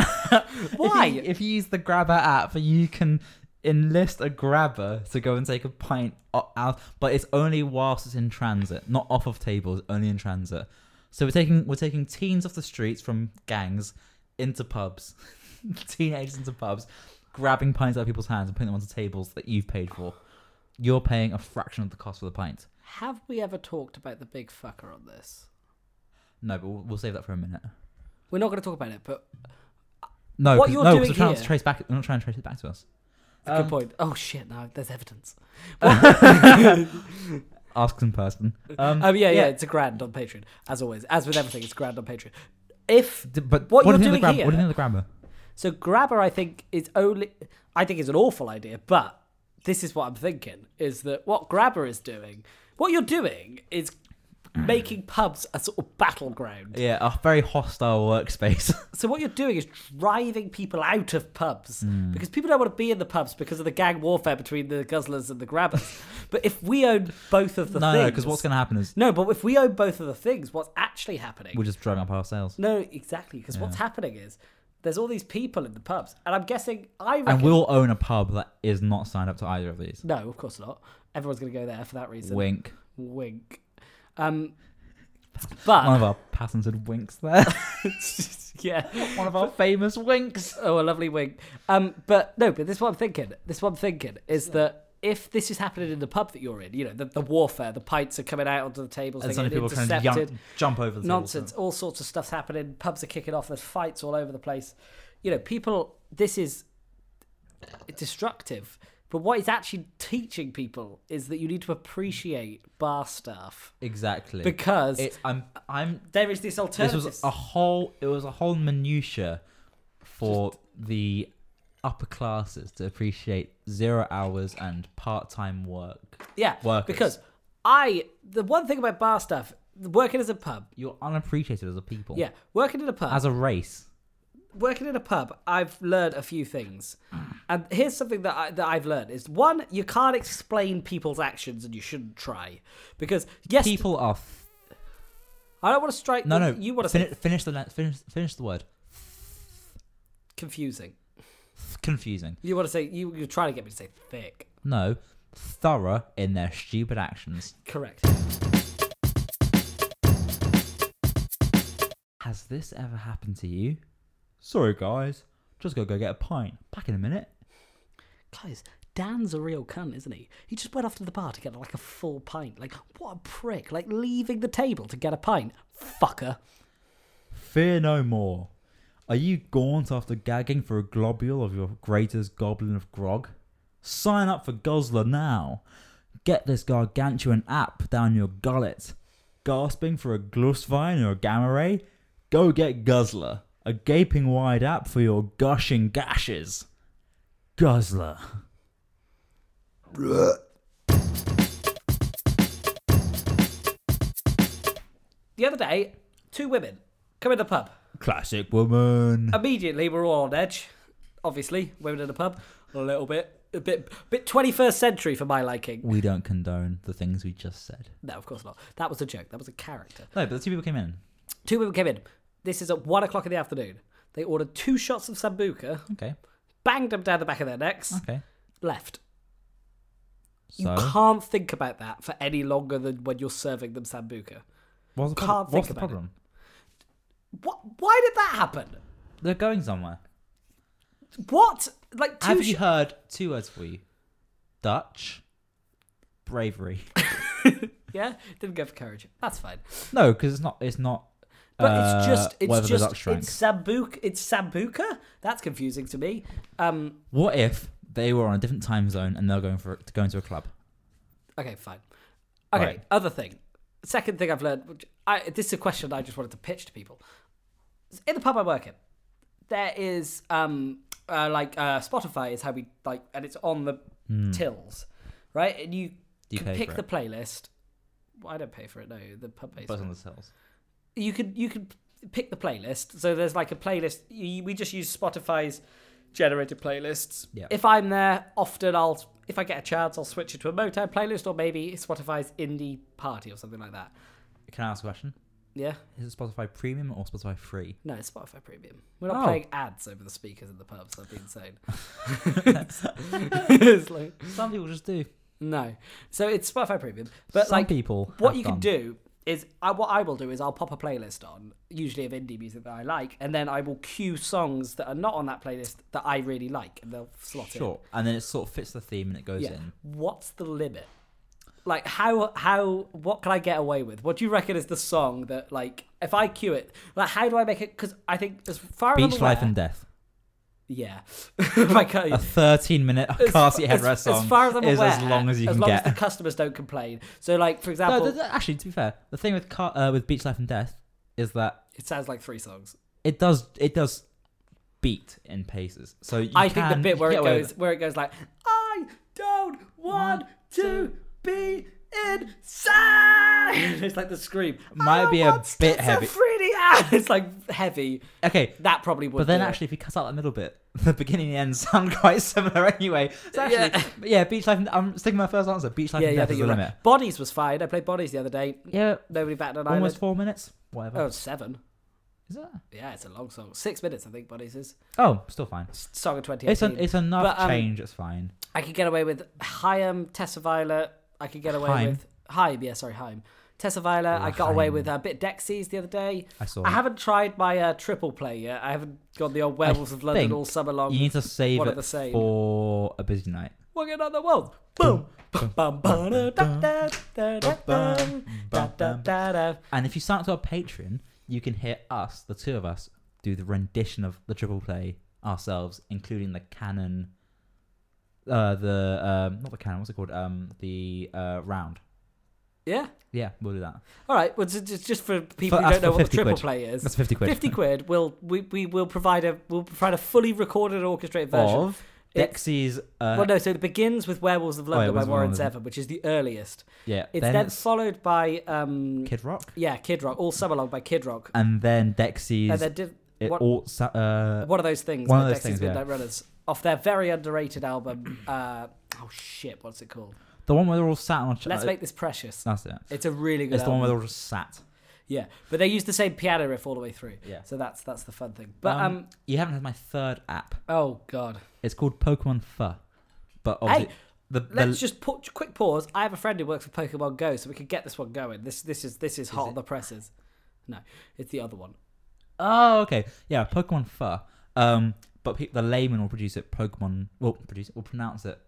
Speaker 1: Why?
Speaker 2: If you, if you use the grabber app, you can enlist a grabber to go and take a pint o- out, but it's only whilst it's in transit, not off of tables, only in transit. So we're taking we're taking teens off the streets from gangs into pubs, *laughs* teenagers into pubs, grabbing pints out of people's hands and putting them onto tables that you've paid for. You're paying a fraction of the cost for the pint.
Speaker 1: Have we ever talked about the big fucker on this?
Speaker 2: No, but we'll, we'll save that for a minute.
Speaker 1: We're not going to talk about it, but
Speaker 2: No,
Speaker 1: What
Speaker 2: 'cause-
Speaker 1: you're
Speaker 2: no, 'cause
Speaker 1: doing
Speaker 2: we're trying
Speaker 1: here-
Speaker 2: to trace back. We're not trying to trace it back to us.
Speaker 1: it's a
Speaker 2: Um,
Speaker 1: good point. Oh shit! Now there's evidence.
Speaker 2: Ask in person. Um,
Speaker 1: Um, yeah, yeah,
Speaker 2: yeah.
Speaker 1: It's a grand on Patreon, as always. As with everything, it's grand on Patreon. If
Speaker 2: d- but
Speaker 1: What
Speaker 2: what,
Speaker 1: you're
Speaker 2: do you
Speaker 1: doing
Speaker 2: think of the grab-
Speaker 1: here-
Speaker 2: What do you think of the grabber?
Speaker 1: So grabber, I think is only. I think is an awful idea, but this is what I'm thinking: is that what grabber is doing? What you're doing is making pubs a sort of battleground.
Speaker 2: Yeah, a very hostile workspace. *laughs*
Speaker 1: So what you're doing is driving people out of pubs
Speaker 2: Hmm.
Speaker 1: because people don't want to be in the pubs because of the gang warfare between the guzzlers and the grabbers. but if we own both of the
Speaker 2: no,
Speaker 1: things,
Speaker 2: no, because what's going to happen is
Speaker 1: no, but if we own both of the things, what's actually happening?
Speaker 2: we're just driving up our sales.
Speaker 1: no, exactly, because what's happening is there's all these people in the pubs, and I'm guessing I reckon,
Speaker 2: And we'll own a pub that is not signed up to either of these.
Speaker 1: no, of course not. Everyone's going to go there for that reason.
Speaker 2: Wink.
Speaker 1: Wink. Um, but
Speaker 2: One of our patented winks *laughs* there.
Speaker 1: *laughs* yeah,
Speaker 2: One of our famous winks.
Speaker 1: Oh, a lovely wink. Um, but no, but this is what I'm thinking. This is what I'm thinking is that if this is happening in the pub that you're in, you know, the, the warfare, the pints are coming out onto the tables,
Speaker 2: And
Speaker 1: they
Speaker 2: suddenly
Speaker 1: get
Speaker 2: people kind of
Speaker 1: intercepted,
Speaker 2: jump, jump over the
Speaker 1: nonsense,
Speaker 2: Tables.
Speaker 1: all sorts of stuff's happening. Pubs are kicking off. There's fights all over the place. You know, people. This is destructive. But what it's actually teaching people is that you need to appreciate bar staff
Speaker 2: Exactly.
Speaker 1: because
Speaker 2: It- I'm, I'm
Speaker 1: there is this
Speaker 2: this
Speaker 1: alternative.
Speaker 2: was a whole it was a whole minutia for the upper classes to appreciate zero hours and part-time work
Speaker 1: yeah,
Speaker 2: workers.
Speaker 1: because I the one thing about bar staff working as a pub
Speaker 2: you're unappreciated as a people
Speaker 1: Yeah, working in a pub.
Speaker 2: as a race
Speaker 1: working in a pub, I've learned a few things, and here's something that I, that I've learned is one: you can't explain people's actions, and you shouldn't try because yes,
Speaker 2: people are f-
Speaker 1: I don't want to strike.
Speaker 2: no no
Speaker 1: you want to
Speaker 2: fin-
Speaker 1: say
Speaker 2: finish the le- finish finish the word
Speaker 1: confusing.
Speaker 2: confusing
Speaker 1: You want to say you, you're trying to get me to say thick.
Speaker 2: no thorough in their stupid actions
Speaker 1: Correct.
Speaker 2: has this ever happened to you sorry guys just gotta go get a pint back in a minute
Speaker 1: Guys, Dan's a real cunt, isn't he? He just went off to the bar to get like a full pint. Like, what a prick. Like, leaving the table to get a pint. Fucker.
Speaker 2: Fear no more. Are you gaunt after gagging for a globule of your greatest goblin of grog? Sign up for Guzzler now. Get this gargantuan app down your gullet. Gasping for a Glussvine or a Gamma Ray? Go get Guzzler, a gaping wide app for your gushing gashes. Guzzler.
Speaker 1: The other day, two women come in the pub.
Speaker 2: Classic woman.
Speaker 1: immediately we're all on edge. Obviously, women in a pub, a little bit, a bit, bit twenty first century for my liking.
Speaker 2: We don't condone the things we just said.
Speaker 1: No, of course not. That was a joke. That was a character.
Speaker 2: No, but the two people came in.
Speaker 1: Two women came in. This is at one o'clock in the afternoon. They ordered two shots of sambuca,
Speaker 2: Okay,
Speaker 1: banged them down the back of their necks,
Speaker 2: okay.
Speaker 1: left. You
Speaker 2: So,
Speaker 1: can't think about that for any longer than when you're serving them sambuca.
Speaker 2: what's the, prob-
Speaker 1: can't think
Speaker 2: what's
Speaker 1: about
Speaker 2: the
Speaker 1: it.
Speaker 2: problem?
Speaker 1: What? Why did that happen?
Speaker 2: They're going somewhere.
Speaker 1: What? Like two?
Speaker 2: Have you
Speaker 1: sho-
Speaker 2: heard two words for you? Dutch. Bravery. *laughs*
Speaker 1: yeah, didn't go for courage. That's fine.
Speaker 2: no, because it's not. It's not.
Speaker 1: But
Speaker 2: uh,
Speaker 1: it's just
Speaker 2: whether
Speaker 1: it's
Speaker 2: the
Speaker 1: just
Speaker 2: Dutch drank.
Speaker 1: it's sambuca. It's sambuca. That's confusing to me. Um,
Speaker 2: What if they were on a different time zone and they're going for to go into a club?
Speaker 1: okay, fine. Okay,
Speaker 2: Right.
Speaker 1: other thing. Second thing I've learned. Which I, this is a question I just wanted to pitch to people. In the pub I work in, there is um uh, like uh, Spotify is how we like, and it's on the
Speaker 2: Hmm.
Speaker 1: tills, right? And you,
Speaker 2: Mm. You
Speaker 1: can
Speaker 2: pay
Speaker 1: pick
Speaker 2: for
Speaker 1: the
Speaker 2: it.
Speaker 1: playlist. Well, I don't pay for it. No, the pub pays.
Speaker 2: But it's
Speaker 1: for it.
Speaker 2: on the cells.
Speaker 1: you could you could pick the playlist. So there's like a playlist. You, we just use Spotify's generated playlists.
Speaker 2: Yeah.
Speaker 1: If I'm there, often I'll if I get a chance, I'll switch it to a Motown playlist or maybe Spotify's indie party or something like that.
Speaker 2: Can I ask a question?
Speaker 1: Yeah.
Speaker 2: Is it Spotify Premium or Spotify Free?
Speaker 1: No, it's Spotify Premium. We're not
Speaker 2: Oh.
Speaker 1: playing ads over the speakers in the pubs. That'd be insane. *laughs* it's like,
Speaker 2: Some people just do.
Speaker 1: no, so it's Spotify Premium. But
Speaker 2: Some
Speaker 1: like,
Speaker 2: people.
Speaker 1: what
Speaker 2: have
Speaker 1: you can
Speaker 2: done.
Speaker 1: do is I, what I will do is I'll pop a playlist on, usually of indie music that I like, and then I will cue songs that are not on that playlist that I really like, and they'll slot
Speaker 2: Sure, and then it sort of fits the theme and it goes
Speaker 1: in. Yeah.
Speaker 2: in.
Speaker 1: What's the limit? Like how how what can I get away with? What do you reckon is the song that like if I cue it? Like how do I make it? Because I think as far as I'm
Speaker 2: Beach Life
Speaker 1: aware-
Speaker 2: and Death.
Speaker 1: yeah, *laughs* I can't,
Speaker 2: A 13 minute car seat
Speaker 1: as,
Speaker 2: headrest song
Speaker 1: as far as I'm
Speaker 2: is
Speaker 1: aware,
Speaker 2: as long as you
Speaker 1: as
Speaker 2: can
Speaker 1: long
Speaker 2: get.
Speaker 1: as the customers don't complain. So like for
Speaker 2: No,
Speaker 1: example,
Speaker 2: th- th- actually, to be fair, the thing with car- uh, with Beach Life and Death is that
Speaker 1: it sounds like three songs.
Speaker 2: it does it does beat in paces. So you
Speaker 1: I
Speaker 2: can,
Speaker 1: think the
Speaker 2: you
Speaker 1: bit
Speaker 2: can
Speaker 1: where
Speaker 2: get
Speaker 1: it
Speaker 2: away with
Speaker 1: goes where it goes like I don't want
Speaker 2: Want
Speaker 1: to be
Speaker 2: *laughs*
Speaker 1: insane. it's like the scream.
Speaker 2: Might
Speaker 1: I
Speaker 2: be a
Speaker 1: want
Speaker 2: bit heavy.
Speaker 1: schizophrenia. *laughs* It's like heavy.
Speaker 2: Okay,
Speaker 1: That probably would.
Speaker 2: but then
Speaker 1: do it.
Speaker 2: actually, if you cut out that middle bit, *laughs* the beginning and the end sound quite similar anyway. So actually,
Speaker 1: Yeah.
Speaker 2: yeah, Beach Life. and- I'm sticking with my first answer. Beach Life
Speaker 1: yeah,
Speaker 2: and
Speaker 1: yeah, I
Speaker 2: Death
Speaker 1: think
Speaker 2: is the
Speaker 1: you're
Speaker 2: limit.
Speaker 1: right. Bodies was fine. I played Bodies the other day.
Speaker 2: Yeah,
Speaker 1: Nobody batted an
Speaker 2: almost
Speaker 1: eyelid.
Speaker 2: four minutes. Whatever.
Speaker 1: Oh, seven.
Speaker 2: Is that?
Speaker 1: Yeah, it's a long song. Six minutes, I think. Bodies is
Speaker 2: Oh, still fine.
Speaker 1: S- song of twenty.
Speaker 2: It's an, it's enough
Speaker 1: But, um,
Speaker 2: change. It's fine.
Speaker 1: I could get away with Chaim, Tessa Violet. I could get away
Speaker 2: Chaim.
Speaker 1: with Haim. Yeah, sorry, Haim. Tessa Violet. I got away
Speaker 2: Chaim.
Speaker 1: with a bit Dexys the other day.
Speaker 2: I saw.
Speaker 1: I
Speaker 2: it.
Speaker 1: haven't tried my uh, triple play yet. I haven't gone the old Werewolves of London
Speaker 2: think
Speaker 1: all summer long.
Speaker 2: You need to save
Speaker 1: One of
Speaker 2: it
Speaker 1: the same.
Speaker 2: for a busy night.
Speaker 1: Working on the world. Boom. Bum, bum, bum, da, da, da, da, da, bum. Da, da, da, da.
Speaker 2: And if you sign up to our Patreon, you can hear us, the two of us, do the rendition of the triple play ourselves, including the canon. Uh, the um, not the canon. What's it called? Um, the uh round.
Speaker 1: Yeah.
Speaker 2: Yeah, we'll do that.
Speaker 1: All right. Well, it's- it's just for people
Speaker 2: For
Speaker 1: who
Speaker 2: us,
Speaker 1: don't know what
Speaker 2: for
Speaker 1: the
Speaker 2: 50
Speaker 1: triple
Speaker 2: quid.
Speaker 1: play is.
Speaker 2: That's fifty quid.
Speaker 1: Fifty quid. We'll we, we will provide a we'll provide a fully recorded and orchestrated version.
Speaker 2: of
Speaker 1: It's-
Speaker 2: Dexy's. Uh,
Speaker 1: well, no. So it begins with Werewolves of
Speaker 2: yeah,
Speaker 1: London by
Speaker 2: Werewolves of
Speaker 1: Warren
Speaker 2: London.
Speaker 1: Zevon, which is the earliest.
Speaker 2: yeah.
Speaker 1: It's
Speaker 2: then,
Speaker 1: then
Speaker 2: it's
Speaker 1: followed by um
Speaker 2: Kid Rock,
Speaker 1: yeah Kid Rock, All Summer Long by Kid Rock,
Speaker 2: and then Dexy's.
Speaker 1: and then did,
Speaker 2: it
Speaker 1: what-
Speaker 2: all sa- uh,
Speaker 1: one of those things.
Speaker 2: One of
Speaker 1: that
Speaker 2: those
Speaker 1: Dexys
Speaker 2: things, yeah.
Speaker 1: Midnight Runners off their very underrated album. Uh, oh shit, what's it called?
Speaker 2: the one where they're all sat on. A ch-
Speaker 1: Let's
Speaker 2: uh,
Speaker 1: make this precious.
Speaker 2: That's it. um,
Speaker 1: It's a really good.
Speaker 2: It's the one
Speaker 1: album.
Speaker 2: where they're all just sat.
Speaker 1: yeah, but they use the same piano riff all the way through.
Speaker 2: Yeah.
Speaker 1: So that's that's the fun thing. But
Speaker 2: Um,
Speaker 1: um
Speaker 2: You haven't had my third app.
Speaker 1: oh god.
Speaker 2: It's called Pokemon Fur. But obviously, the, the-
Speaker 1: Let's just put quick pause. I have a friend who works for Pokemon Go, so we could get this one going. This this is this is hot on
Speaker 2: it?
Speaker 1: the presses. No, it's the other one.
Speaker 2: oh okay yeah Pokemon Fur. Um, but pe- the layman will produce it Pokemon will produce it will pronounce it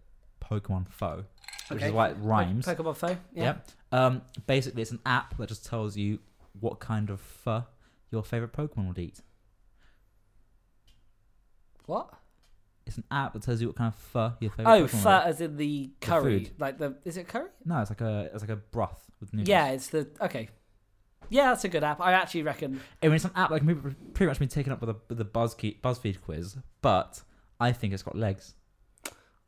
Speaker 2: Pokemon Fo, which
Speaker 1: Okay.
Speaker 2: is why it rhymes.
Speaker 1: Pokemon Phone. Yeah.
Speaker 2: Yep. Um, basically, it's an app that just tells you what kind of fur your favorite Pokemon would eat.
Speaker 1: What?
Speaker 2: It's an app that tells you what kind of fur your favorite.
Speaker 1: Oh,
Speaker 2: Pokemon would
Speaker 1: fur
Speaker 2: eat.
Speaker 1: as in the curry,
Speaker 2: food.
Speaker 1: like the is it curry?
Speaker 2: No, it's like a it's like a broth with noodles.
Speaker 1: Yeah, it's the okay. Yeah, that's a good app. I actually reckon.
Speaker 2: I mean, it's an app that can be pretty much been taken up with a with the BuzzFeed BuzzFeed quiz, but I think it's got legs.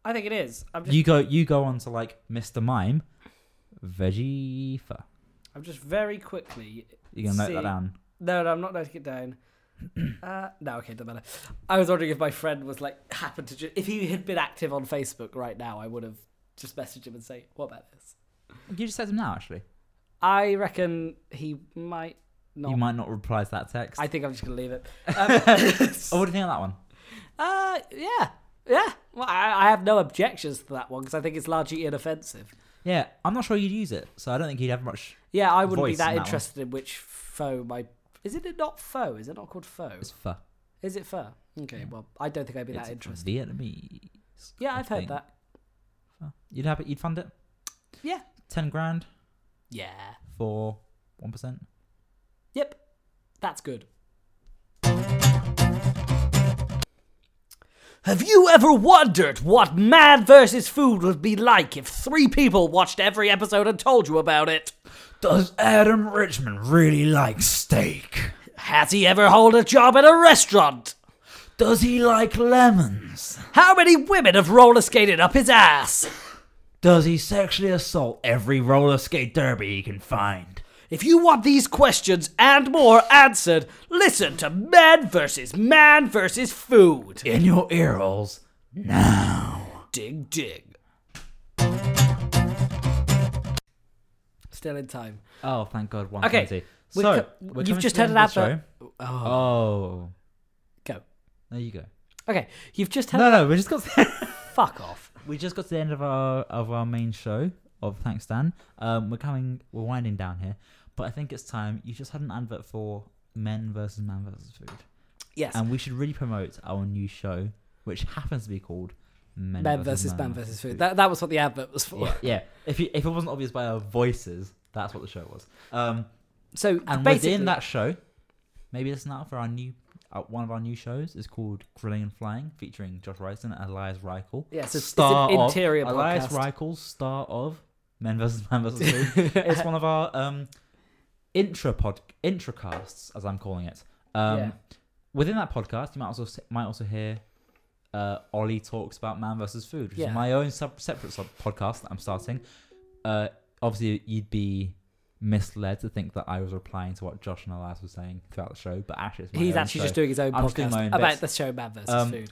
Speaker 1: I think it is. I'm just,
Speaker 2: You go you go on to like Mr Mime, veggie fur.
Speaker 1: I'm just very quickly.
Speaker 2: You can note
Speaker 1: See.
Speaker 2: that down.
Speaker 1: No, no, I'm not noting it down.
Speaker 2: *clears throat*
Speaker 1: Uh, no, okay, doesn't matter. I was wondering if my friend was like happened to ju- if he had been active on Facebook right now, I would have just messaged him and say, "What about this?"
Speaker 2: You just said them now, actually.
Speaker 1: I reckon he might not.
Speaker 2: You might not reply to that text.
Speaker 1: I think I'm just gonna leave it.
Speaker 2: *laughs*
Speaker 1: Um, *laughs*
Speaker 2: oh, what do you think of that one?
Speaker 1: uh, yeah, yeah. Well, I, I have no objections to that one because I think it's largely inoffensive.
Speaker 2: Yeah, I'm not sure you'd use it, so I don't think you'd have much.
Speaker 1: Yeah, I wouldn't be
Speaker 2: Voice in
Speaker 1: that
Speaker 2: that one.
Speaker 1: interested in which foe my. Is it not foe? Is it not called foe?
Speaker 2: It's fur.
Speaker 1: Is it fur? Okay, well, I don't think I'd be
Speaker 2: It's
Speaker 1: that interested.
Speaker 2: Vietnamese.
Speaker 1: Yeah,
Speaker 2: I
Speaker 1: I've heard
Speaker 2: think.
Speaker 1: that.
Speaker 2: Fur. You'd have it. You'd fund it.
Speaker 1: Yeah.
Speaker 2: Ten grand
Speaker 1: Yeah.
Speaker 2: for one percent.
Speaker 1: Yep. That's good. Have you ever wondered what Man vs. Food would be like if three people watched every episode and told you about it?
Speaker 2: Does Adam Richmond really like steak?
Speaker 1: Has he ever hold a job at a restaurant?
Speaker 2: Does he like lemons?
Speaker 1: How many women have roller skated up his ass?
Speaker 2: Does he sexually assault every roller skate derby he can find?
Speaker 1: If you want these questions and more answered, listen to Man vs. Man vs. Food.
Speaker 2: In your ear holes now.
Speaker 1: Dig, dig. Still in time.
Speaker 2: Oh, thank God. One
Speaker 1: Okay,
Speaker 2: twenty.
Speaker 1: we're
Speaker 2: So
Speaker 1: co-
Speaker 2: we're
Speaker 1: you've
Speaker 2: coming
Speaker 1: just
Speaker 2: to the
Speaker 1: had
Speaker 2: end
Speaker 1: an
Speaker 2: of the
Speaker 1: advert.
Speaker 2: show.
Speaker 1: Oh,
Speaker 2: Oh,
Speaker 1: go.
Speaker 2: there you go.
Speaker 1: Okay, you've just had
Speaker 2: No, no, we just got
Speaker 1: fuck off.
Speaker 2: we just got to the end of our of our main show of Thanks Dan. Um, we're coming, we're winding down here, but I think it's time. You just had an advert for men versus man versus food,
Speaker 1: Yes,
Speaker 2: and we should really promote our new show, which happens to be called Men,
Speaker 1: man versus man versus food. That that was what the advert was for.
Speaker 2: yeah, yeah. If you, if it wasn't obvious by our voices, that's what the show was. Um,
Speaker 1: So
Speaker 2: and
Speaker 1: basically,
Speaker 2: within that show, maybe listen out for our new. Uh, one of our new shows is called Grilling and Flying, featuring Josh Ryson and Elias Reichel.
Speaker 1: yes, it's, it's
Speaker 2: star
Speaker 1: an
Speaker 2: of
Speaker 1: interior
Speaker 2: Elias
Speaker 1: podcast.
Speaker 2: Reichel, star of Men vs. Man
Speaker 1: *laughs*
Speaker 2: vs. Food. it's one of our um, intra pod intracasts, as I'm calling it. Um,
Speaker 1: Yeah.
Speaker 2: Within that podcast, you might also s- might also hear uh, Ollie talks about Man vs. Food, which
Speaker 1: Yeah.
Speaker 2: is my own sub- separate sub- podcast that I'm starting. Uh, obviously you'd be misled to think that I was replying to what Josh and Elias were saying throughout the show, but actually it's my
Speaker 1: He's
Speaker 2: own
Speaker 1: actually
Speaker 2: show.
Speaker 1: just doing his own
Speaker 2: I'm just doing
Speaker 1: podcast
Speaker 2: my own
Speaker 1: about
Speaker 2: bits.
Speaker 1: the show Mad versus
Speaker 2: Um,
Speaker 1: Food.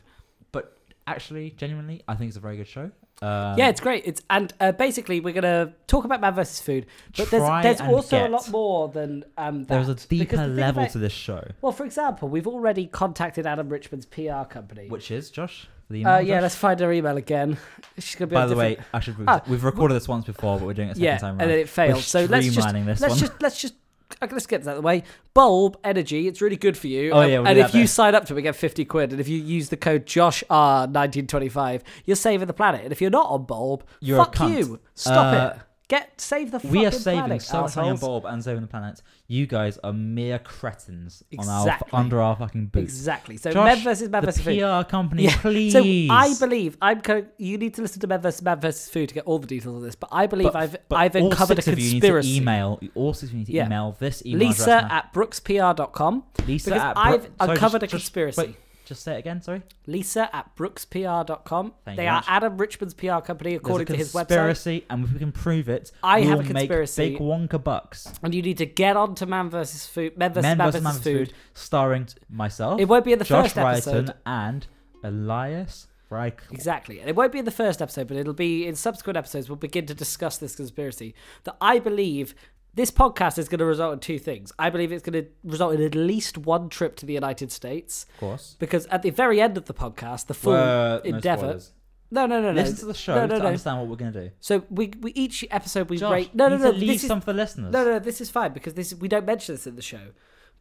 Speaker 2: actually genuinely I think it's a very good show. Um,
Speaker 1: yeah, it's great. It's and uh, basically we're gonna talk about Mad versus Food, but there's
Speaker 2: try
Speaker 1: there's
Speaker 2: and
Speaker 1: also
Speaker 2: get-
Speaker 1: a lot more than um. That.
Speaker 2: There's a
Speaker 1: Because the
Speaker 2: deeper
Speaker 1: thing
Speaker 2: level
Speaker 1: about-
Speaker 2: to this show,
Speaker 1: Well, for example, we've already contacted Adam Richmond's PR company.
Speaker 2: which is Josh. The email
Speaker 1: uh, yeah,
Speaker 2: Josh?
Speaker 1: let's find her email again. She's gonna be.
Speaker 2: By
Speaker 1: on
Speaker 2: the
Speaker 1: different-
Speaker 2: way, I should.
Speaker 1: Ah,
Speaker 2: we've recorded this once before, but we're doing it a second
Speaker 1: yeah,
Speaker 2: time
Speaker 1: and
Speaker 2: around.
Speaker 1: then it
Speaker 2: We're
Speaker 1: failed. So let's just
Speaker 2: streamlining this
Speaker 1: let's
Speaker 2: one.
Speaker 1: just let's just okay, let's get that out of the way. Bulb Energy, it's really good for you.
Speaker 2: Oh,
Speaker 1: Um,
Speaker 2: yeah, we'll
Speaker 1: and
Speaker 2: do
Speaker 1: if
Speaker 2: that
Speaker 1: you
Speaker 2: bit.
Speaker 1: sign up to it, we get fifty quid. And if you use the code Josh R 1925 you're saving the planet. And if you're not on Bulb,
Speaker 2: You're a
Speaker 1: fuck
Speaker 2: cunt.
Speaker 1: you. Stop
Speaker 2: Uh,
Speaker 1: it. Get save the.
Speaker 2: *laughs* we are
Speaker 1: fucking
Speaker 2: saving
Speaker 1: planet,
Speaker 2: so much money on
Speaker 1: assholes.
Speaker 2: Bulb and saving the planet. You guys are mere cretins on our
Speaker 1: Exactly.
Speaker 2: under our fucking boots.
Speaker 1: Exactly. So
Speaker 2: Josh,
Speaker 1: Med versus Med
Speaker 2: the
Speaker 1: versus Food.
Speaker 2: PR company,
Speaker 1: Yeah.
Speaker 2: please.
Speaker 1: So I believe I'm. Co- you need to listen to Med versus Med versus Food to get all the details of this. But I believe
Speaker 2: But-
Speaker 1: I've
Speaker 2: but
Speaker 1: I've
Speaker 2: all
Speaker 1: uncovered a
Speaker 2: six of you need to
Speaker 1: conspiracy.
Speaker 2: email. All six of you need to
Speaker 1: Yeah.
Speaker 2: email this email
Speaker 1: Lisa
Speaker 2: address now.
Speaker 1: at brookspr.com.
Speaker 2: Lisa
Speaker 1: because
Speaker 2: at Bro-
Speaker 1: I've
Speaker 2: Sorry,
Speaker 1: uncovered
Speaker 2: just-
Speaker 1: a
Speaker 2: just-
Speaker 1: conspiracy.
Speaker 2: wait, just say it again. Sorry.
Speaker 1: Lisa at brookspr.com.
Speaker 2: Thank
Speaker 1: they
Speaker 2: you
Speaker 1: are
Speaker 2: much.
Speaker 1: Adam Richmond's PR company,
Speaker 2: There's a
Speaker 1: according to his website.
Speaker 2: conspiracy, and if we can prove it,
Speaker 1: I
Speaker 2: we
Speaker 1: have a
Speaker 2: will
Speaker 1: conspiracy.
Speaker 2: Make big Wonka bucks.
Speaker 1: And you need to get on to Man versus Food. Men versus,
Speaker 2: Men
Speaker 1: Man
Speaker 2: vs. Man
Speaker 1: versus
Speaker 2: vs.
Speaker 1: Food.
Speaker 2: Food, starring myself,
Speaker 1: It won't be in the
Speaker 2: Josh
Speaker 1: first
Speaker 2: Ryton,
Speaker 1: episode.
Speaker 2: and Elias Reichel.
Speaker 1: Exactly. And it won't be in the first episode, but it'll be in subsequent episodes. We'll begin to discuss this conspiracy that I believe this podcast is going to result in two things. I believe it's going to result in at least one trip to the United States.
Speaker 2: Of course.
Speaker 1: Because at the very end of the podcast, the full
Speaker 2: Well, no
Speaker 1: endeavor.
Speaker 2: spoilers.
Speaker 1: No, no, no, no.
Speaker 2: Listen to the show
Speaker 1: No, no,
Speaker 2: to
Speaker 1: no.
Speaker 2: understand what we're going to do.
Speaker 1: So we, we each episode we
Speaker 2: Josh,
Speaker 1: rate. No, no,
Speaker 2: you
Speaker 1: no.
Speaker 2: need to leave
Speaker 1: This is
Speaker 2: some for the listeners.
Speaker 1: No, no, this is fine because this we don't mention this in the show,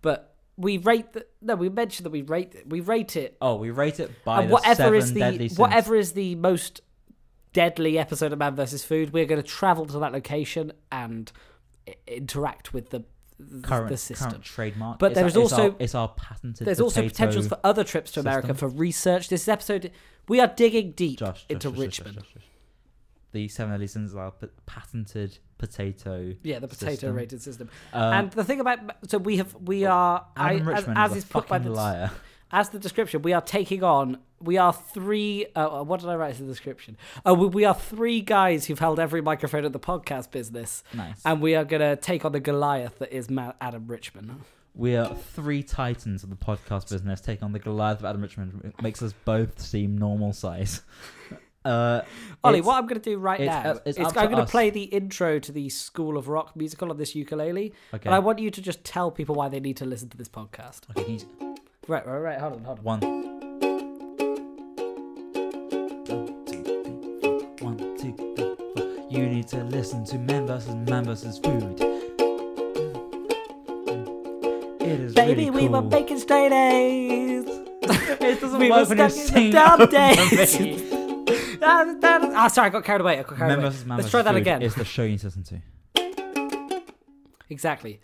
Speaker 1: but we rate the no, we mention that we rate we rate it
Speaker 2: Oh, we rate it by
Speaker 1: and
Speaker 2: the
Speaker 1: whatever
Speaker 2: seven
Speaker 1: is
Speaker 2: deadly
Speaker 1: the
Speaker 2: sins.
Speaker 1: whatever is the most deadly episode of Man vs Food. We're going to travel to that location and I- interact with the the-
Speaker 2: current,
Speaker 1: the system.
Speaker 2: current trademark.
Speaker 1: But
Speaker 2: It's
Speaker 1: there
Speaker 2: our-
Speaker 1: is
Speaker 2: it's
Speaker 1: also-
Speaker 2: our, it's our patented.
Speaker 1: There's also
Speaker 2: potato-
Speaker 1: potentials for other trips to America
Speaker 2: system.
Speaker 1: for research. This episode, we are digging deep
Speaker 2: Josh, Josh,
Speaker 1: into
Speaker 2: Josh, Josh,
Speaker 1: Richmond.
Speaker 2: Josh, Josh, Josh. The seven deadly sins is our p- patented potato.
Speaker 1: Yeah, the potato
Speaker 2: System.
Speaker 1: rated system.
Speaker 2: Um,
Speaker 1: and the thing about so we have we are I,
Speaker 2: Adam
Speaker 1: as,
Speaker 2: Richmond
Speaker 1: as
Speaker 2: is,
Speaker 1: is
Speaker 2: a
Speaker 1: put by
Speaker 2: fucking
Speaker 1: the
Speaker 2: liar.
Speaker 1: as the description, we are taking on. We are three. Uh, uh, what did I write in the description? Oh, we, we are three guys who've held every microphone at the podcast business,
Speaker 2: Nice.
Speaker 1: and we are gonna take on the Goliath that is Ma- Adam Richmond.
Speaker 2: We are three titans of the podcast business, taking on the Goliath of Adam Richmond. It makes us both seem normal size. *laughs* Uh,
Speaker 1: Ollie,
Speaker 2: it's-
Speaker 1: what I'm gonna do right
Speaker 2: it's
Speaker 1: now
Speaker 2: up- it's
Speaker 1: is
Speaker 2: up
Speaker 1: I'm
Speaker 2: to
Speaker 1: gonna
Speaker 2: us.
Speaker 1: play the intro to the School of Rock musical on this ukulele,
Speaker 2: Okay.
Speaker 1: and I want you to just tell people why they need to listen to this podcast.
Speaker 2: okay, can you-
Speaker 1: Right, right, right. Hold on, hold on.
Speaker 2: One. One, two, three, four. One, two, three, four. You need to listen to Man vs. Man vs. Food. Mm, It is
Speaker 1: Baby,
Speaker 2: really
Speaker 1: we were
Speaker 2: cool.
Speaker 1: making straight A's.
Speaker 2: *laughs* It doesn't
Speaker 1: we were
Speaker 2: work when you're
Speaker 1: stuck in the
Speaker 2: singing
Speaker 1: dumb
Speaker 2: over
Speaker 1: *laughs* days.
Speaker 2: me.
Speaker 1: Ah, sorry, I got carried away. I got carried
Speaker 2: Man
Speaker 1: away.
Speaker 2: vs. Man
Speaker 1: Let's
Speaker 2: vs.
Speaker 1: try that
Speaker 2: Food
Speaker 1: again.
Speaker 2: is the show you need to listen to.
Speaker 1: Exactly.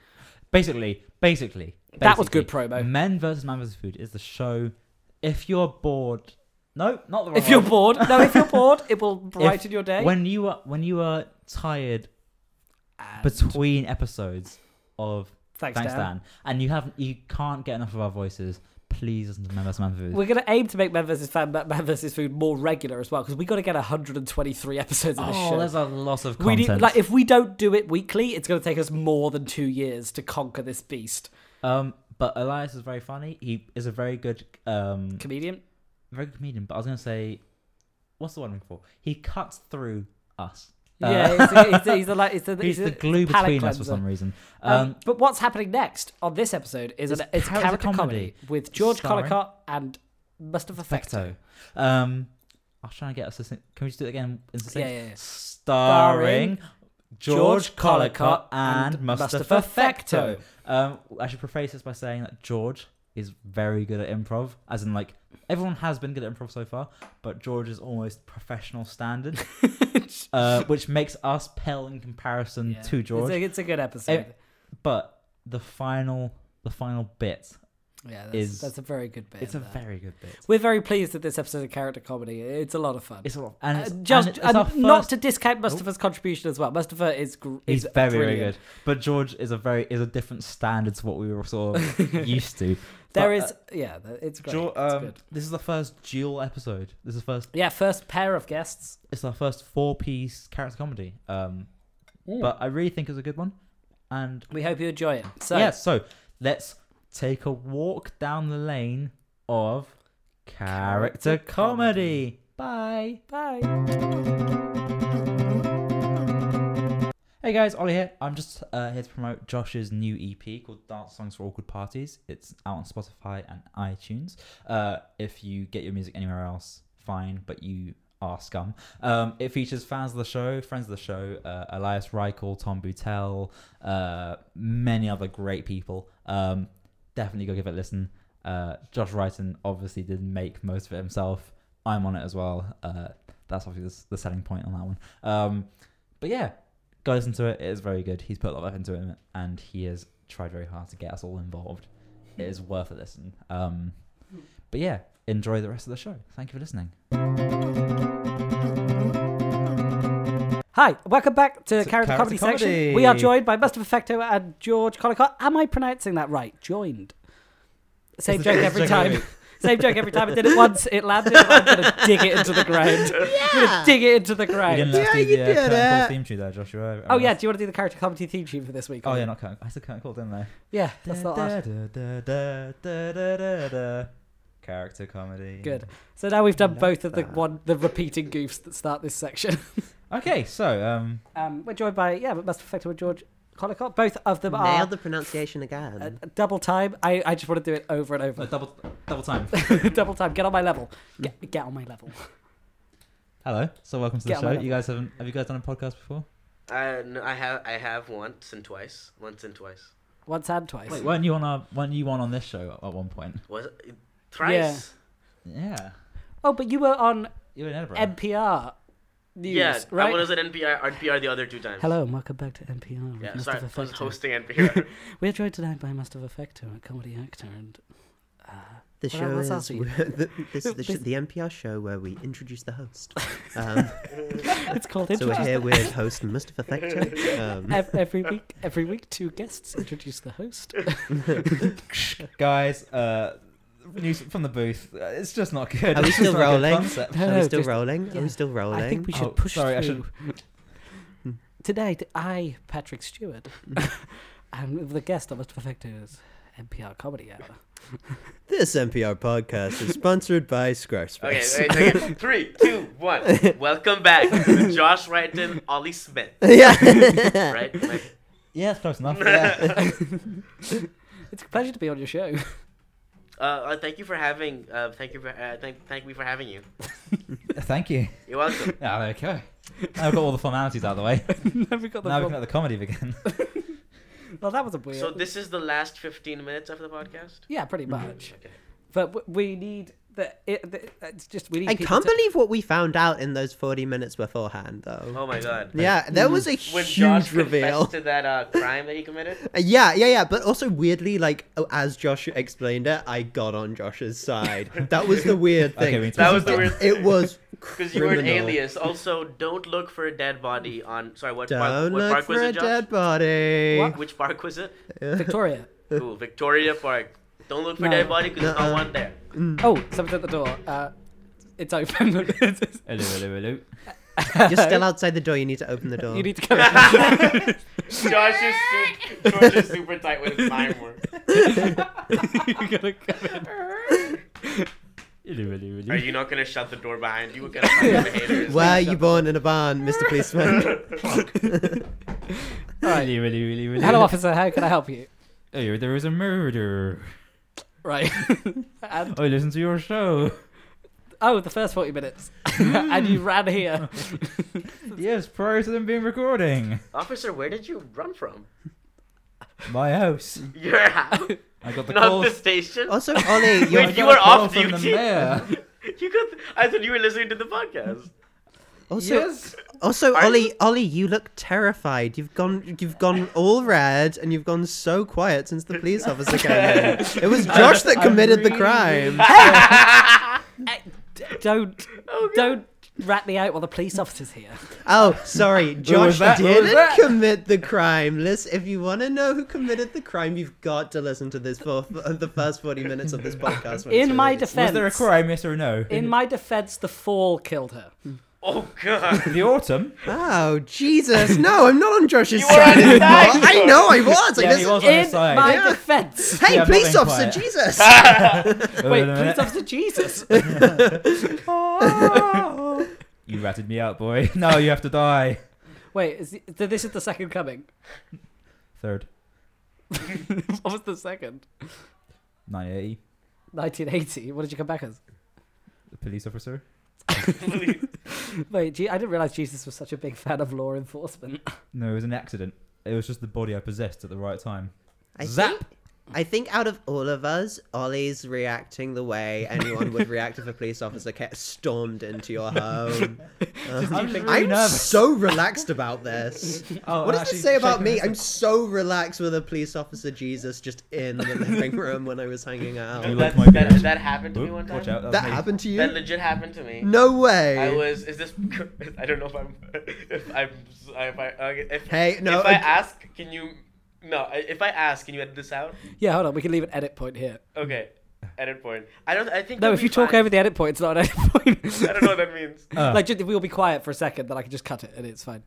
Speaker 2: Basically, basically,
Speaker 1: That was
Speaker 2: basically,
Speaker 1: good promo.
Speaker 2: Men versus Man versus Food is the show. If you're bored, no, not the wrong
Speaker 1: If you're eh?
Speaker 2: one.
Speaker 1: bored, no, if you're bored, it
Speaker 2: *laughs*
Speaker 1: will brighten your day.
Speaker 2: when you are when you are tired
Speaker 1: And-
Speaker 2: between episodes of
Speaker 1: thanks,
Speaker 2: Thanks Dan.
Speaker 1: Dan.
Speaker 2: and you have you can't get enough of our voices, please listen to Man versus Man Food.
Speaker 1: We're going to aim to make Man vs. Fan, Man vs. Food more regular as well because we got to get 123 episodes of this
Speaker 2: Oh,
Speaker 1: show.
Speaker 2: there's a lot of
Speaker 1: We
Speaker 2: content.
Speaker 1: need, like if we don't do it weekly, it's going to take us more than two years to conquer this beast.
Speaker 2: um, but Elias is very funny. He is a very good um
Speaker 1: Comedian,
Speaker 2: very good comedian. But I was gonna say, what's the one I'm looking for? He cuts through us. Uh,
Speaker 1: yeah, he's, a, he's, a, he's, a, like- he's, a,
Speaker 2: *laughs* He's
Speaker 1: he's
Speaker 2: the
Speaker 1: a
Speaker 2: glue
Speaker 1: palate
Speaker 2: between us
Speaker 1: cleanser.
Speaker 2: for some reason.
Speaker 1: Um,
Speaker 2: Um,
Speaker 1: but what's happening next on this episode is
Speaker 2: It's
Speaker 1: an, it's
Speaker 2: character
Speaker 1: character comedy,
Speaker 2: comedy
Speaker 1: with George
Speaker 2: starring-
Speaker 1: Collicott and Mustafa Fecto.
Speaker 2: Fecto. Um, I was trying to get us. to sing- Can we just do it again? In
Speaker 1: Yeah,
Speaker 2: succinct?
Speaker 1: yeah, yeah.
Speaker 2: Starring George
Speaker 1: George
Speaker 2: Collicott
Speaker 1: Collicott
Speaker 2: and
Speaker 1: and
Speaker 2: Mustafa
Speaker 1: Mustafa
Speaker 2: Fecto. Um, I should preface this by saying that George is very good at improv, as in like everyone has been good at improv so far, but George is almost professional standard,
Speaker 1: *laughs*
Speaker 2: uh, which makes us pale in comparison
Speaker 1: Yeah.
Speaker 2: to
Speaker 1: It's
Speaker 2: George.
Speaker 1: a, it's a good episode.
Speaker 2: But the final, the final bit,
Speaker 1: yeah, that's,
Speaker 2: is-
Speaker 1: that's a very good bit.
Speaker 2: it's a
Speaker 1: of that.
Speaker 2: very good bit.
Speaker 1: We're very pleased with this episode of character comedy. It's a lot of fun.
Speaker 2: It's a lot, and it's,
Speaker 1: Uh, just
Speaker 2: and it's our
Speaker 1: and not
Speaker 2: first- Oh.
Speaker 1: to discount Mustafa's contribution as well. Mustafa is gr-
Speaker 2: He's
Speaker 1: is
Speaker 2: very,
Speaker 1: brilliant.
Speaker 2: very good. But George is a very is a different standard to what we were sort
Speaker 1: *laughs*
Speaker 2: of used to.
Speaker 1: There
Speaker 2: But,
Speaker 1: is
Speaker 2: uh,
Speaker 1: yeah, th- it's great.
Speaker 2: Geor-
Speaker 1: it's
Speaker 2: um,
Speaker 1: good.
Speaker 2: this is the first dual episode. This is the first.
Speaker 1: Yeah, first pair of guests.
Speaker 2: It's our first four piece character comedy. Um,
Speaker 1: Mm.
Speaker 2: But I really think it's a good one. And
Speaker 1: we hope you enjoy it. So,
Speaker 2: yeah, so let's take a walk down the lane of character,
Speaker 1: Character
Speaker 2: comedy. Bye.
Speaker 1: bye.
Speaker 2: Hey guys, Ollie here. I'm just uh, here to promote Josh's new EP called Dance Songs for Awkward Parties. It's out on Spotify and iTunes. Uh, if you get your music anywhere else, fine, but you are scum. Um, it features fans of the show, friends of the show, uh, Elias Reichel, Tom Boutel, uh, many other great people. Um, definitely go give it a listen. Uh, Josh Wrighton obviously did make most of it himself. I'm on it as well. Uh, that's obviously the, the selling point on that one. Um, but yeah, go listen to it. It is very good. He's put a lot of effort into it, and he has tried very hard to get us all involved. It is worth a listen. Um, but yeah, enjoy the rest of the show. Thank you for listening.
Speaker 1: Hi, welcome back to Character,
Speaker 2: So, Character
Speaker 1: Comedy,
Speaker 2: Comedy.
Speaker 1: Section. We are joined by Mustafa Facto and George Collicott. Am I pronouncing that right? Joined. Same
Speaker 2: It's-
Speaker 1: joke
Speaker 2: it's
Speaker 1: every
Speaker 2: joke
Speaker 1: time.
Speaker 2: every-
Speaker 1: *laughs* Same joke every time. I did it once, it landed, and I'm going to dig it into the ground. I'm going to dig it into the
Speaker 2: You
Speaker 1: ground.
Speaker 2: didn't let us
Speaker 3: Yeah,
Speaker 2: do
Speaker 3: you
Speaker 2: the uh,
Speaker 3: did
Speaker 2: Curtain Call
Speaker 3: it.
Speaker 2: theme tune there, Joshua.
Speaker 1: Oh, yeah, do you want to do the Character Comedy theme tune for this week?
Speaker 2: Oh yeah, not Curtain. I said Curtain Call, didn't I?
Speaker 1: Yeah, that's not
Speaker 2: Da,
Speaker 1: us.
Speaker 2: da, da, da, da, da, da, da. Character comedy.
Speaker 1: Good. So now we've done
Speaker 2: Love
Speaker 1: both of the
Speaker 2: that.
Speaker 1: one the repeating goofs that start this section. *laughs*
Speaker 2: Okay, so um,
Speaker 1: Um, we're joined by, yeah, Mustafa Facto and George Collicott. Both of them are
Speaker 3: Nailed the pronunciation again.
Speaker 1: uh, double time. I, I just want to do it over and over.
Speaker 2: no, double double time.
Speaker 1: *laughs* Double time. Get on my level. Get, get on my level.
Speaker 2: Hello. So welcome to the
Speaker 1: Get on
Speaker 2: show.
Speaker 1: my level.
Speaker 2: You guys haven't have you guys done a podcast before?
Speaker 4: Uh, no, I have I have once and twice, once and twice.
Speaker 1: Once and twice.
Speaker 2: Wait, weren't you on our weren't you on on this show at, at one point?
Speaker 4: Was it thrice?
Speaker 2: Yeah.
Speaker 1: oh, but you were on
Speaker 2: You were in Edinburgh.
Speaker 1: NPR news,
Speaker 4: Yeah,
Speaker 1: right?
Speaker 4: I uh, was at NPR, NPR the other two times.
Speaker 1: Hello and welcome back to NPR. with
Speaker 4: Yeah,
Speaker 1: Mustafa
Speaker 4: sorry, I was
Speaker 1: Fekto.
Speaker 4: hosting NPR.
Speaker 1: We're joined tonight by Mustafa Fekto, a comedy actor, and uh, *laughs*
Speaker 3: the
Speaker 1: what
Speaker 3: show
Speaker 1: else
Speaker 3: is
Speaker 1: else are you-
Speaker 3: *laughs* the, this, is the, sh-
Speaker 1: This-
Speaker 3: the NPR show where we introduce
Speaker 1: *laughs*
Speaker 3: the host. Um,
Speaker 1: it's called
Speaker 3: so we're
Speaker 1: Introduce.
Speaker 3: here with host Mustafa
Speaker 1: *laughs*
Speaker 3: Thector. Um, *laughs*
Speaker 1: Ev- every week, every week, two guests introduce the host.
Speaker 2: guys, uh, news from the booth. Uh, It's just not good.
Speaker 3: Are we
Speaker 2: It's just
Speaker 3: still
Speaker 2: not a good
Speaker 3: rolling?
Speaker 2: concept.
Speaker 1: No,
Speaker 3: are
Speaker 1: no,
Speaker 3: we still
Speaker 1: just-
Speaker 3: rolling? Are
Speaker 1: yeah.
Speaker 3: we still rolling?
Speaker 1: I think we should
Speaker 2: Oh,
Speaker 1: push
Speaker 2: sorry, I
Speaker 1: through.
Speaker 3: Hmm.
Speaker 1: Today, th- I, Patrick Stewart, *laughs* am the guest on Mustafa Fekto is NPR Comedy Hour. *laughs*
Speaker 3: This NPR podcast is sponsored by *laughs*
Speaker 4: okay,
Speaker 3: Squarespace.
Speaker 4: wait, a second. three, two, one. Welcome back, with Josh Wrighton, Ollie Smith.
Speaker 3: *laughs* yeah. *laughs*
Speaker 1: *laughs*
Speaker 4: Right? Like,
Speaker 2: Yeah, it's close *laughs* enough. Yeah.
Speaker 1: It's a pleasure to be on your show. *laughs*
Speaker 4: uh, uh, thank you for having. Uh, thank you for uh, thank thank me for having you.
Speaker 2: Thank you.
Speaker 4: You're welcome.
Speaker 2: Yeah, okay. Now I've got all the formalities out of
Speaker 1: *laughs*
Speaker 2: the way.
Speaker 1: now we got the
Speaker 2: now we
Speaker 1: full-
Speaker 2: can let the comedy *laughs* begin.
Speaker 1: Well, that was a weird.
Speaker 4: So this is the last 15 minutes of the podcast.
Speaker 1: yeah, pretty much.
Speaker 4: Okay.
Speaker 1: But w- we need the, it, the it's just we need.
Speaker 3: I
Speaker 1: people
Speaker 3: can't
Speaker 1: to-
Speaker 3: believe what we found out in those 40 minutes beforehand, though.
Speaker 4: Oh my God.
Speaker 3: Yeah, there
Speaker 1: Mm.
Speaker 3: was a
Speaker 4: When
Speaker 3: huge
Speaker 4: Josh
Speaker 3: reveal.
Speaker 4: confessed to that uh, crime that he
Speaker 3: *laughs*
Speaker 4: committed.
Speaker 3: Uh, Yeah, yeah, yeah. But also weirdly, like oh, as Josh explained it, I got on Josh's side. that was the weird
Speaker 2: *laughs* Okay,
Speaker 3: thing.
Speaker 2: we need to
Speaker 4: That was the
Speaker 2: talk
Speaker 4: weird
Speaker 2: about-
Speaker 4: thing.
Speaker 3: it was
Speaker 4: Because you were an
Speaker 3: criminal.
Speaker 4: alias. Also, don't look for a dead body on. Sorry, what, park,
Speaker 3: Don't
Speaker 4: what
Speaker 3: look
Speaker 4: park was
Speaker 3: for a
Speaker 4: it, Josh?
Speaker 3: dead body.
Speaker 1: What?
Speaker 4: Which park was it?
Speaker 1: *laughs* Victoria.
Speaker 4: Ooh, Victoria Park. Don't look for
Speaker 1: No.
Speaker 4: dead body because there's
Speaker 3: Nuh-uh.
Speaker 4: no one there.
Speaker 3: Mm.
Speaker 1: Oh, someone's at the door. Uh, it's open. *laughs*
Speaker 2: hello, hello, hello.
Speaker 3: *laughs* You're still outside the door. You need to open the
Speaker 1: *laughs*
Speaker 3: door.
Speaker 1: you need to come. in.
Speaker 2: *laughs*
Speaker 4: Josh is super, Josh is super tight with his time work.
Speaker 1: you gotta *laughs*
Speaker 3: *laughs*
Speaker 1: come
Speaker 2: Hello, hello,
Speaker 4: Are
Speaker 2: hello.
Speaker 4: you not gonna shut the door behind you? What kind of fucking haters?
Speaker 3: Were you born in a barn, Mr.
Speaker 4: *laughs*
Speaker 3: Policeman? *laughs*
Speaker 1: in. All right.
Speaker 2: Hello, hello, hello, hello.
Speaker 1: Hello, officer. How can I help you?
Speaker 2: Oh, there is a murder.
Speaker 1: Right. *laughs* and,
Speaker 2: I listen to your show.
Speaker 1: oh, the first forty minutes, *laughs* and you ran here. *laughs*
Speaker 2: yes, prior to them being recording.
Speaker 4: Officer, where did you run from? *laughs*
Speaker 2: My house.
Speaker 4: Your house,
Speaker 2: I got the
Speaker 4: not
Speaker 2: call.
Speaker 4: the station.
Speaker 3: also, Ollie, you're
Speaker 4: Wait,
Speaker 2: I
Speaker 4: you
Speaker 2: got
Speaker 4: were
Speaker 2: a call
Speaker 4: off
Speaker 2: from the
Speaker 4: duty?
Speaker 2: mayor.
Speaker 4: *laughs* You got. I thought you were listening to the podcast.
Speaker 3: also
Speaker 2: Yes.
Speaker 3: also
Speaker 4: Are
Speaker 3: Ollie
Speaker 4: you-
Speaker 3: Ollie. You look terrified. You've gone you've gone all red, and you've gone so quiet since
Speaker 2: *laughs*
Speaker 3: the police officer came in. It was Josh that
Speaker 2: I'm
Speaker 3: committed the
Speaker 2: really,
Speaker 3: crime.
Speaker 2: *laughs*
Speaker 1: Hey, d- don't
Speaker 4: Oh,
Speaker 1: don't rat me out while the police officer's here.
Speaker 3: Oh, sorry. Josh
Speaker 2: that? Who was
Speaker 3: didn't
Speaker 2: that?
Speaker 3: commit the crime. Listen, if you want to know who committed the crime, you've got to listen to this for uh, the first 40 minutes of this podcast. when it's
Speaker 1: In my
Speaker 3: released.
Speaker 1: defense,
Speaker 2: Was there a crime, yes or no?
Speaker 1: In my defense, the fall killed her.
Speaker 4: Oh god. *laughs*
Speaker 2: The autumn.
Speaker 3: Oh Jesus! No, I'm not on Josh's
Speaker 4: You were
Speaker 3: side.
Speaker 4: on his
Speaker 3: anymore.
Speaker 4: side.
Speaker 3: I know I was. I
Speaker 2: Yeah, he
Speaker 3: just-
Speaker 2: was on the
Speaker 1: In
Speaker 2: side.
Speaker 1: my
Speaker 3: Yeah. *laughs*
Speaker 1: defense.
Speaker 2: Yeah,
Speaker 3: Hey,
Speaker 2: I'm not
Speaker 3: police
Speaker 2: being
Speaker 3: officer,
Speaker 2: quiet.
Speaker 3: Jesus!
Speaker 2: *laughs*
Speaker 1: Wait,
Speaker 2: a
Speaker 1: police
Speaker 2: minute.
Speaker 1: officer
Speaker 2: *laughs*
Speaker 1: Jesus.
Speaker 2: Oh. You ratted me out, boy. *laughs* No, you have to die.
Speaker 1: Wait, is the, so this is the second coming.
Speaker 2: Third,
Speaker 1: What was the second?
Speaker 2: 980,
Speaker 1: 1980. What did you come back as?
Speaker 2: the police officer.
Speaker 1: Wait, gee, I didn't realize Jesus was such a big fan of law enforcement.
Speaker 2: No, it was an accident. It was just the body I possessed at the right time.
Speaker 3: I
Speaker 2: Zap.
Speaker 3: Think, I think out of all of us, Ollie's reacting the way anyone would react if a police officer ca- stormed into your home.
Speaker 2: *laughs*
Speaker 3: Uh-huh.
Speaker 2: I'm just really
Speaker 3: I'm
Speaker 2: nervous.
Speaker 3: so relaxed about this.
Speaker 2: *laughs* Oh,
Speaker 3: what
Speaker 2: and
Speaker 3: does it
Speaker 2: actually
Speaker 3: say about
Speaker 2: shaking
Speaker 3: me?
Speaker 2: my
Speaker 3: I'm so relaxed with a police officer Jesus just in the living *laughs* room when I was hanging
Speaker 2: You
Speaker 3: out.
Speaker 2: like
Speaker 4: that,
Speaker 2: my
Speaker 4: that,
Speaker 2: beard?
Speaker 4: that happened to me one
Speaker 2: Oop, Watch
Speaker 4: time.
Speaker 2: out.
Speaker 3: That
Speaker 2: me.
Speaker 3: happened to
Speaker 4: That
Speaker 3: you?
Speaker 4: legit happened to me.
Speaker 3: No way.
Speaker 4: I was. Is this? *laughs* I don't know if I'm. If I'm. If I. okay, If,
Speaker 3: Hey, no,
Speaker 4: If I
Speaker 3: okay.
Speaker 4: ask, can you? No. I- If I ask, can you edit this out?
Speaker 1: Yeah, hold on. We can leave an edit point here.
Speaker 4: Okay. Edit point. I don't. I think.
Speaker 1: No,
Speaker 4: that'd
Speaker 1: if
Speaker 4: be
Speaker 1: you talk
Speaker 4: fine.
Speaker 1: over the edit point, it's not an edit point.
Speaker 4: *laughs* I don't know what that means.
Speaker 2: *laughs* Uh,
Speaker 1: like, just, if we'll be quiet for a second, then I can just cut it and it's fine.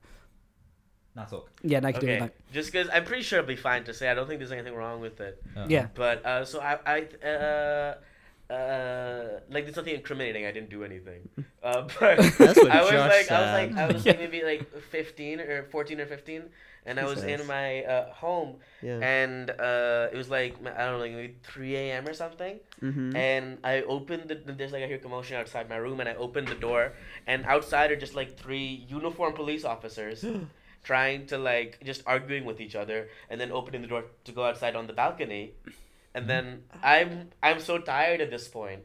Speaker 2: nah, talk.
Speaker 1: Yeah, now *laughs* I can do it
Speaker 4: Okay.
Speaker 1: like.
Speaker 4: Just because I'm pretty sure it'll be fine to say. I don't think there's anything wrong with it.
Speaker 2: Uh,
Speaker 1: Yeah.
Speaker 4: But uh, so I, I, uh, uh, like there's nothing incriminating. I didn't do anything. Uh, *laughs* but
Speaker 3: That's what
Speaker 4: I was
Speaker 3: Josh
Speaker 4: like, I was like,
Speaker 1: *laughs*
Speaker 4: I
Speaker 3: said.
Speaker 4: was like maybe like 15 or 14 or 15, and I was in
Speaker 3: Jesus.
Speaker 4: my uh, home,
Speaker 3: Yeah.
Speaker 4: and uh, it was like I don't know, like maybe 3 a.m. or something,
Speaker 2: *laughs*
Speaker 3: Mhm.
Speaker 4: and I opened the there's like I hear commotion outside my room, and I opened the door, and outside are just like three uniformed police officers. Trying to like just arguing with each other, and then opening the door to go outside on the balcony, and then I'm I'm so tired at this point,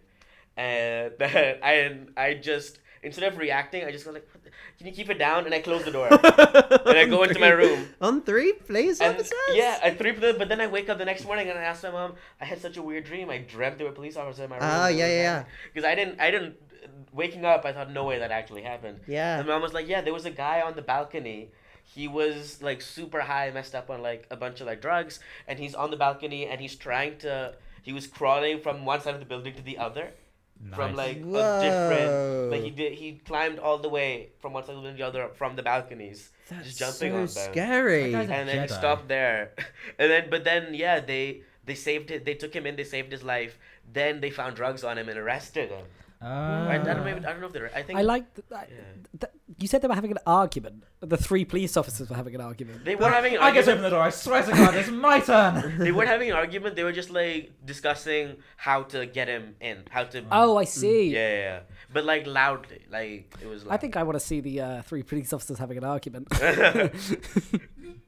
Speaker 4: and *laughs* that I I just instead of reacting, I just go like, "What the- "Can you keep it down?" And I close the
Speaker 3: *laughs*
Speaker 4: door. I go into my room.
Speaker 3: On three police
Speaker 4: And
Speaker 3: officers?
Speaker 4: yeah, I three. But then I wake up the next morning and I ask my mom. I had such a weird dream. I dreamt there were police officers in my room.
Speaker 3: Ah, yeah, yeah, yeah.
Speaker 4: Because I didn't, I didn't. Waking up, I thought, no way that actually happened.
Speaker 3: Yeah.
Speaker 4: And mom was like, yeah, there was a guy on the balcony. He was like super high, messed up on like a bunch of like drugs, and he's on the balcony and he's trying to. He was crawling from one side of the building to the other, from
Speaker 2: Nice.
Speaker 4: like a different.
Speaker 3: Whoa.
Speaker 4: Like he did, he climbed all the way from one side of the building to the other from the balconies,
Speaker 3: That's
Speaker 4: just jumping
Speaker 3: so
Speaker 4: on them
Speaker 3: scary.
Speaker 2: That guy's a
Speaker 4: and then he
Speaker 2: Jedi.
Speaker 4: stopped there *laughs* and then but then yeah they they saved it they took him in they saved his life then they found drugs on him and arrested him I, I
Speaker 2: Uh,
Speaker 4: don't know if- I don't know if they're I think
Speaker 1: I like th- I-
Speaker 4: Yeah.
Speaker 1: th- you said they were having an argument. The three police officers were having an argument.
Speaker 4: they weren't having an
Speaker 2: *laughs* I get to open
Speaker 4: argument
Speaker 2: the door. I swear to God, it's my turn.
Speaker 4: they weren't having an argument they were just like discussing how to get him in how to
Speaker 1: Oh, I
Speaker 4: yeah,
Speaker 1: see.
Speaker 4: yeah, yeah. but like loudly like it was loud.
Speaker 1: I think I want to see the uh, three police officers having an
Speaker 3: *laughs*
Speaker 1: argument. *laughs*
Speaker 4: oh we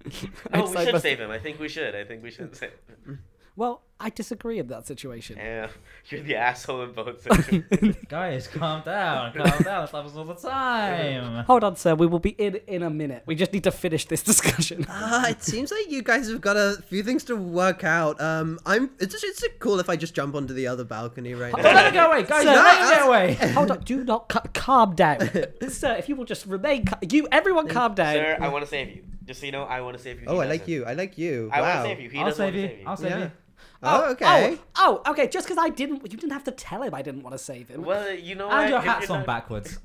Speaker 1: Outside
Speaker 4: should
Speaker 1: my-
Speaker 4: save him I think Oh, we should I think we should save him
Speaker 1: Well, I disagree in that situation.
Speaker 4: yeah you're the asshole in both situations
Speaker 2: *laughs* Guys, calm down. *laughs* Calm down. This happens all the time.
Speaker 1: Hold on, sir. We will be in in a minute. We just need to finish this *laughs* discussion.
Speaker 3: Ah, it seems like you guys have got a few things to work out. Um, I'm. It's just, it's cool if I just jump onto the other balcony right
Speaker 2: *laughs*
Speaker 4: Oh,
Speaker 2: Don't
Speaker 3: now.
Speaker 2: let it go away, guys.
Speaker 1: Sir,
Speaker 2: Don't let it
Speaker 3: I-
Speaker 2: get
Speaker 1: *laughs*
Speaker 2: away.
Speaker 1: Hold on. Do not ca- calm
Speaker 3: *laughs*
Speaker 1: down, sir. If you will just remain, ca- you everyone, calm down.
Speaker 4: sir I want to save you just so you know I want to save you
Speaker 3: Oh,
Speaker 4: He
Speaker 3: I like
Speaker 4: doesn't.
Speaker 3: you. I like you.
Speaker 4: I want
Speaker 3: wow.
Speaker 4: to save you. He
Speaker 2: I'll
Speaker 4: doesn't
Speaker 2: save
Speaker 4: want to
Speaker 2: you.
Speaker 4: save you.
Speaker 2: I'll save
Speaker 3: Yeah.
Speaker 2: you.
Speaker 3: Oh, okay.
Speaker 1: Oh, oh, okay. Just because I didn't, you didn't have to tell him I didn't want to save him.
Speaker 4: Well, you know what?
Speaker 2: And your
Speaker 4: If
Speaker 2: hat's
Speaker 4: you're
Speaker 2: on
Speaker 4: not-
Speaker 2: backwards.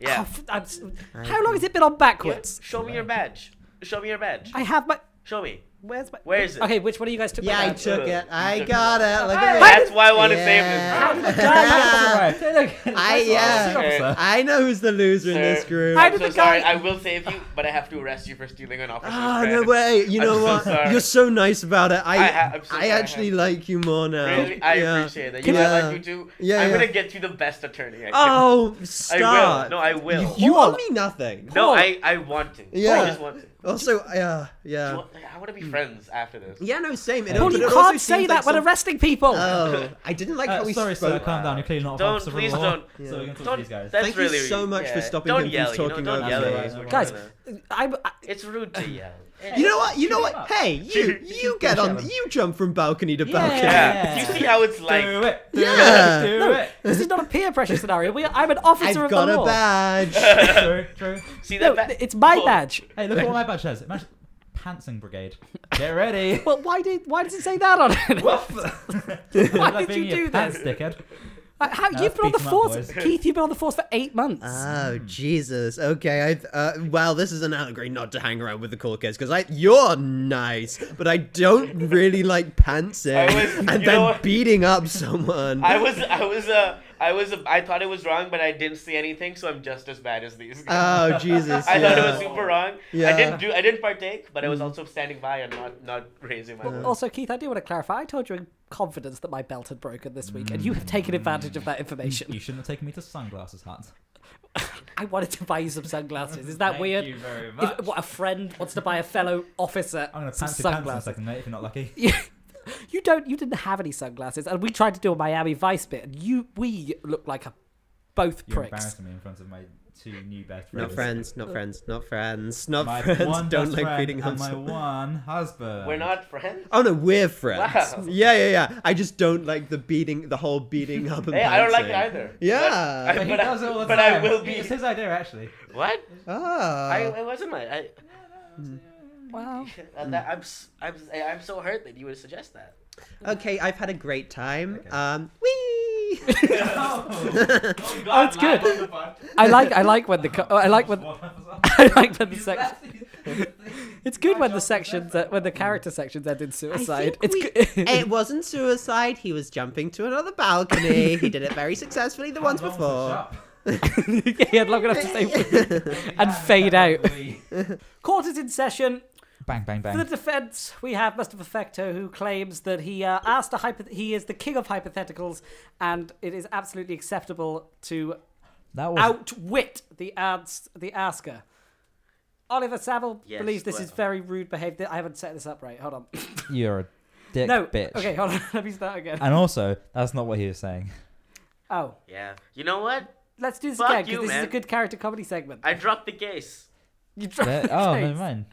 Speaker 4: Yeah.
Speaker 1: Oh, f- I'm s- how long has it been on backwards?
Speaker 4: Yeah, Show me your badge. Show me your badge.
Speaker 1: I have my.
Speaker 4: Show me.
Speaker 1: Where's my?
Speaker 4: Where is it?
Speaker 1: Okay, which one of you guys took?
Speaker 3: Yeah,
Speaker 1: my
Speaker 3: I
Speaker 1: badge?
Speaker 3: took it.
Speaker 4: You
Speaker 3: I
Speaker 4: took it.
Speaker 3: got it. Look
Speaker 1: Hey,
Speaker 3: at
Speaker 4: That's
Speaker 3: it.
Speaker 4: why I want to
Speaker 3: Yeah.
Speaker 4: save him.
Speaker 2: Guys, it's all right. Look, it's
Speaker 3: I
Speaker 2: all right.
Speaker 4: yeah.
Speaker 2: Officer.
Speaker 3: I know who's the loser in this
Speaker 4: Sir,
Speaker 3: group.
Speaker 1: I
Speaker 4: I'm
Speaker 1: did
Speaker 4: so
Speaker 1: the
Speaker 4: sorry.
Speaker 1: guy-
Speaker 4: I will save you, but I have to arrest you for stealing an officer's
Speaker 3: Ah,
Speaker 4: badge.
Speaker 3: no way. You
Speaker 4: I'm
Speaker 3: know
Speaker 4: so
Speaker 3: what?
Speaker 4: sorry.
Speaker 3: You're so nice about it. I
Speaker 4: I
Speaker 3: I,
Speaker 4: ha- I'm so sorry, I
Speaker 3: actually
Speaker 4: have-
Speaker 3: like you more now.
Speaker 4: Really, I
Speaker 3: Yeah.
Speaker 4: appreciate that. You know, I
Speaker 3: Yeah.
Speaker 4: like you too.
Speaker 3: Yeah,
Speaker 4: I'm
Speaker 3: yeah.
Speaker 4: gonna get you the best attorney. I can.
Speaker 3: *laughs* Oh,
Speaker 4: I
Speaker 3: stop.
Speaker 4: will. No, I will.
Speaker 3: You,
Speaker 1: You
Speaker 3: owe
Speaker 1: are-
Speaker 3: me nothing.
Speaker 4: no, I, I want to. I
Speaker 3: Yeah.
Speaker 4: just want to.
Speaker 3: Also, yeah,
Speaker 4: I
Speaker 3: yeah.
Speaker 4: want- I want to be friends after this.
Speaker 3: Yeah, no, same. It,
Speaker 1: Paul,
Speaker 3: but
Speaker 1: you
Speaker 3: it also
Speaker 1: can't say
Speaker 3: seems
Speaker 1: that
Speaker 3: like
Speaker 1: when
Speaker 3: some-
Speaker 1: arresting people.
Speaker 2: *laughs*
Speaker 3: Oh, I didn't like how
Speaker 2: Uh,
Speaker 3: we
Speaker 2: sorry, sir.
Speaker 3: spoke.
Speaker 2: Calm down. You're clearly not a
Speaker 4: Don't,
Speaker 2: officer of the
Speaker 4: please
Speaker 2: law.
Speaker 4: don't.
Speaker 2: So we can talk
Speaker 4: Don't,
Speaker 2: to these guys.
Speaker 4: That's
Speaker 3: Thank you
Speaker 4: really
Speaker 3: so much for
Speaker 4: yeah.
Speaker 3: stopping
Speaker 4: don't
Speaker 3: him from
Speaker 4: yell, you know,
Speaker 3: talking
Speaker 4: don't
Speaker 3: over
Speaker 4: yell
Speaker 2: me.
Speaker 4: at us, we're
Speaker 1: Guys,
Speaker 4: gonna-
Speaker 1: I'm. I,
Speaker 4: It's rude *coughs* to yell.
Speaker 3: You know what? You know what?
Speaker 2: *laughs*
Speaker 3: Hey, you
Speaker 4: Shoot.
Speaker 3: you get on. You jump from balcony to balcony.
Speaker 4: Yeah.
Speaker 2: Yeah.
Speaker 4: You see how it's like.
Speaker 2: Do it. Do
Speaker 3: Yeah.
Speaker 2: it. Do
Speaker 1: no, *laughs*
Speaker 2: it.
Speaker 1: this is not a peer pressure scenario. We are, I'm an officer
Speaker 3: I've
Speaker 1: of
Speaker 3: got
Speaker 1: the
Speaker 3: a
Speaker 1: law.
Speaker 2: *laughs*
Speaker 3: badge.
Speaker 2: True, true.
Speaker 4: See
Speaker 1: No,
Speaker 4: that? ba-
Speaker 1: it's my
Speaker 4: Oh.
Speaker 1: badge.
Speaker 2: Hey, look at what my badge says. Imagine pantsing brigade. Get ready.
Speaker 1: *laughs*
Speaker 2: *laughs*
Speaker 1: Well, why did why does it say that on it?
Speaker 2: Why
Speaker 1: did you do
Speaker 2: pants,
Speaker 1: this?
Speaker 2: dickhead?
Speaker 1: Like, how,
Speaker 2: No,
Speaker 1: you've
Speaker 2: that's
Speaker 1: been on the
Speaker 2: beating up,
Speaker 1: force,
Speaker 2: boys.
Speaker 1: *laughs* Keith. You've been on the force for eight months.
Speaker 2: Ah.
Speaker 3: Oh Jesus! Okay, I uh, well, this is another great not to hang around with the cool kids because I you're nice, but I
Speaker 2: *laughs*
Speaker 3: don't really like pantsing
Speaker 4: I was-
Speaker 3: and
Speaker 4: you know
Speaker 3: then
Speaker 4: what?
Speaker 3: beating up someone.
Speaker 4: I was, I was, uh, I was, I thought it was wrong, but I didn't see anything, so I'm just as bad as these. guys.
Speaker 3: *laughs* Oh Jesus!
Speaker 4: I thought it
Speaker 3: yeah.
Speaker 4: was super wrong. I
Speaker 3: Yeah. Mm-hmm.
Speaker 4: didn't do, I didn't partake, but I was also standing by and not, not raising my voice.
Speaker 1: Also, Keith, I do want to clarify. I told you in confidence that my belt had broken this week, and you have taken advantage of that
Speaker 2: Mm. You
Speaker 1: information.
Speaker 2: shouldn't have taken me to sunglasses hut.
Speaker 1: I wanted to buy you some sunglasses. Is that
Speaker 2: Thank
Speaker 1: weird?
Speaker 2: you very
Speaker 1: If-
Speaker 2: much.
Speaker 1: what a friend wants to buy a fellow officer
Speaker 2: I'm gonna
Speaker 1: some
Speaker 2: pants your pants in a
Speaker 1: sunglasses.
Speaker 2: second, mate. If you're
Speaker 1: *laughs*
Speaker 2: not lucky.
Speaker 1: you you don't. You didn't have any sunglasses, and we tried to do a Miami Vice bit, and you we looked like a both
Speaker 2: You're
Speaker 1: pricks.
Speaker 2: embarrassing me in front of my two new best friends.
Speaker 3: Not friends, not friends, not friends, not
Speaker 2: My one
Speaker 3: friends. Don't
Speaker 2: best
Speaker 3: like
Speaker 2: friend
Speaker 3: beating up.
Speaker 2: and my
Speaker 3: someone.
Speaker 2: one husband.
Speaker 4: We're not friends.
Speaker 3: Oh no, we're friends.
Speaker 4: Wow.
Speaker 2: *laughs*
Speaker 3: Yeah, yeah, yeah. I just don't like the beating, the whole beating up and
Speaker 4: Hey, I don't like it
Speaker 3: pantsing.
Speaker 4: either.
Speaker 3: Yeah.
Speaker 4: But,
Speaker 2: But he
Speaker 4: but I-
Speaker 2: does it all the
Speaker 4: but I
Speaker 2: time.
Speaker 4: will be-
Speaker 2: It's his idea,
Speaker 4: *laughs*
Speaker 2: actually. *laughs*
Speaker 4: What?
Speaker 3: Ah.
Speaker 4: I, I wasn't my. I,
Speaker 1: Wow.
Speaker 4: uh, that, I'm, s- I'm, s- I'm so hurt that you would suggest that.
Speaker 3: Okay, I've had a great time.
Speaker 2: Okay.
Speaker 3: Um,
Speaker 2: *laughs*
Speaker 3: wee.
Speaker 4: Oh,
Speaker 1: it's good. I like I like when the co- Oh, I like
Speaker 2: *laughs*
Speaker 1: when *laughs* I like when the section. *laughs*
Speaker 2: *laughs*
Speaker 1: It's good when the sections that when the character sections end in suicide.
Speaker 3: think
Speaker 1: It's
Speaker 3: we-
Speaker 1: good.
Speaker 3: it wasn't suicide. He was jumping to another balcony. he did it very
Speaker 2: *laughs*
Speaker 3: successfully the ones before.
Speaker 1: *laughs* yeah, he had long enough to say And fade out. *laughs* court is in session.
Speaker 2: *laughs* Bang, bang,
Speaker 1: For the
Speaker 2: bang.
Speaker 1: *laughs* defense, we have Mustafa Fecto, who claims that he uh, asked a hypo- he is the king of hypotheticals, and it is absolutely acceptable to
Speaker 2: That was
Speaker 1: outwit the ads- the asker. Oliver Saville
Speaker 4: Yes,
Speaker 1: believes this
Speaker 4: well-
Speaker 1: is very rude behavior. I haven't set this up right. Hold on.
Speaker 2: you're a dick
Speaker 1: no.
Speaker 2: bitch.
Speaker 1: Okay, hold on. *laughs* Let me start again.
Speaker 2: And also, that's not what he was *laughs* saying.
Speaker 1: Oh,
Speaker 4: Yeah. You know what?
Speaker 1: let's do this
Speaker 4: Fuck
Speaker 1: again because
Speaker 4: you,
Speaker 1: this is a
Speaker 4: man.
Speaker 1: good character comedy segment.
Speaker 4: I dropped the case.
Speaker 1: You
Speaker 2: There-
Speaker 1: dropped
Speaker 2: oh,
Speaker 1: the
Speaker 2: never
Speaker 1: case.
Speaker 2: mind.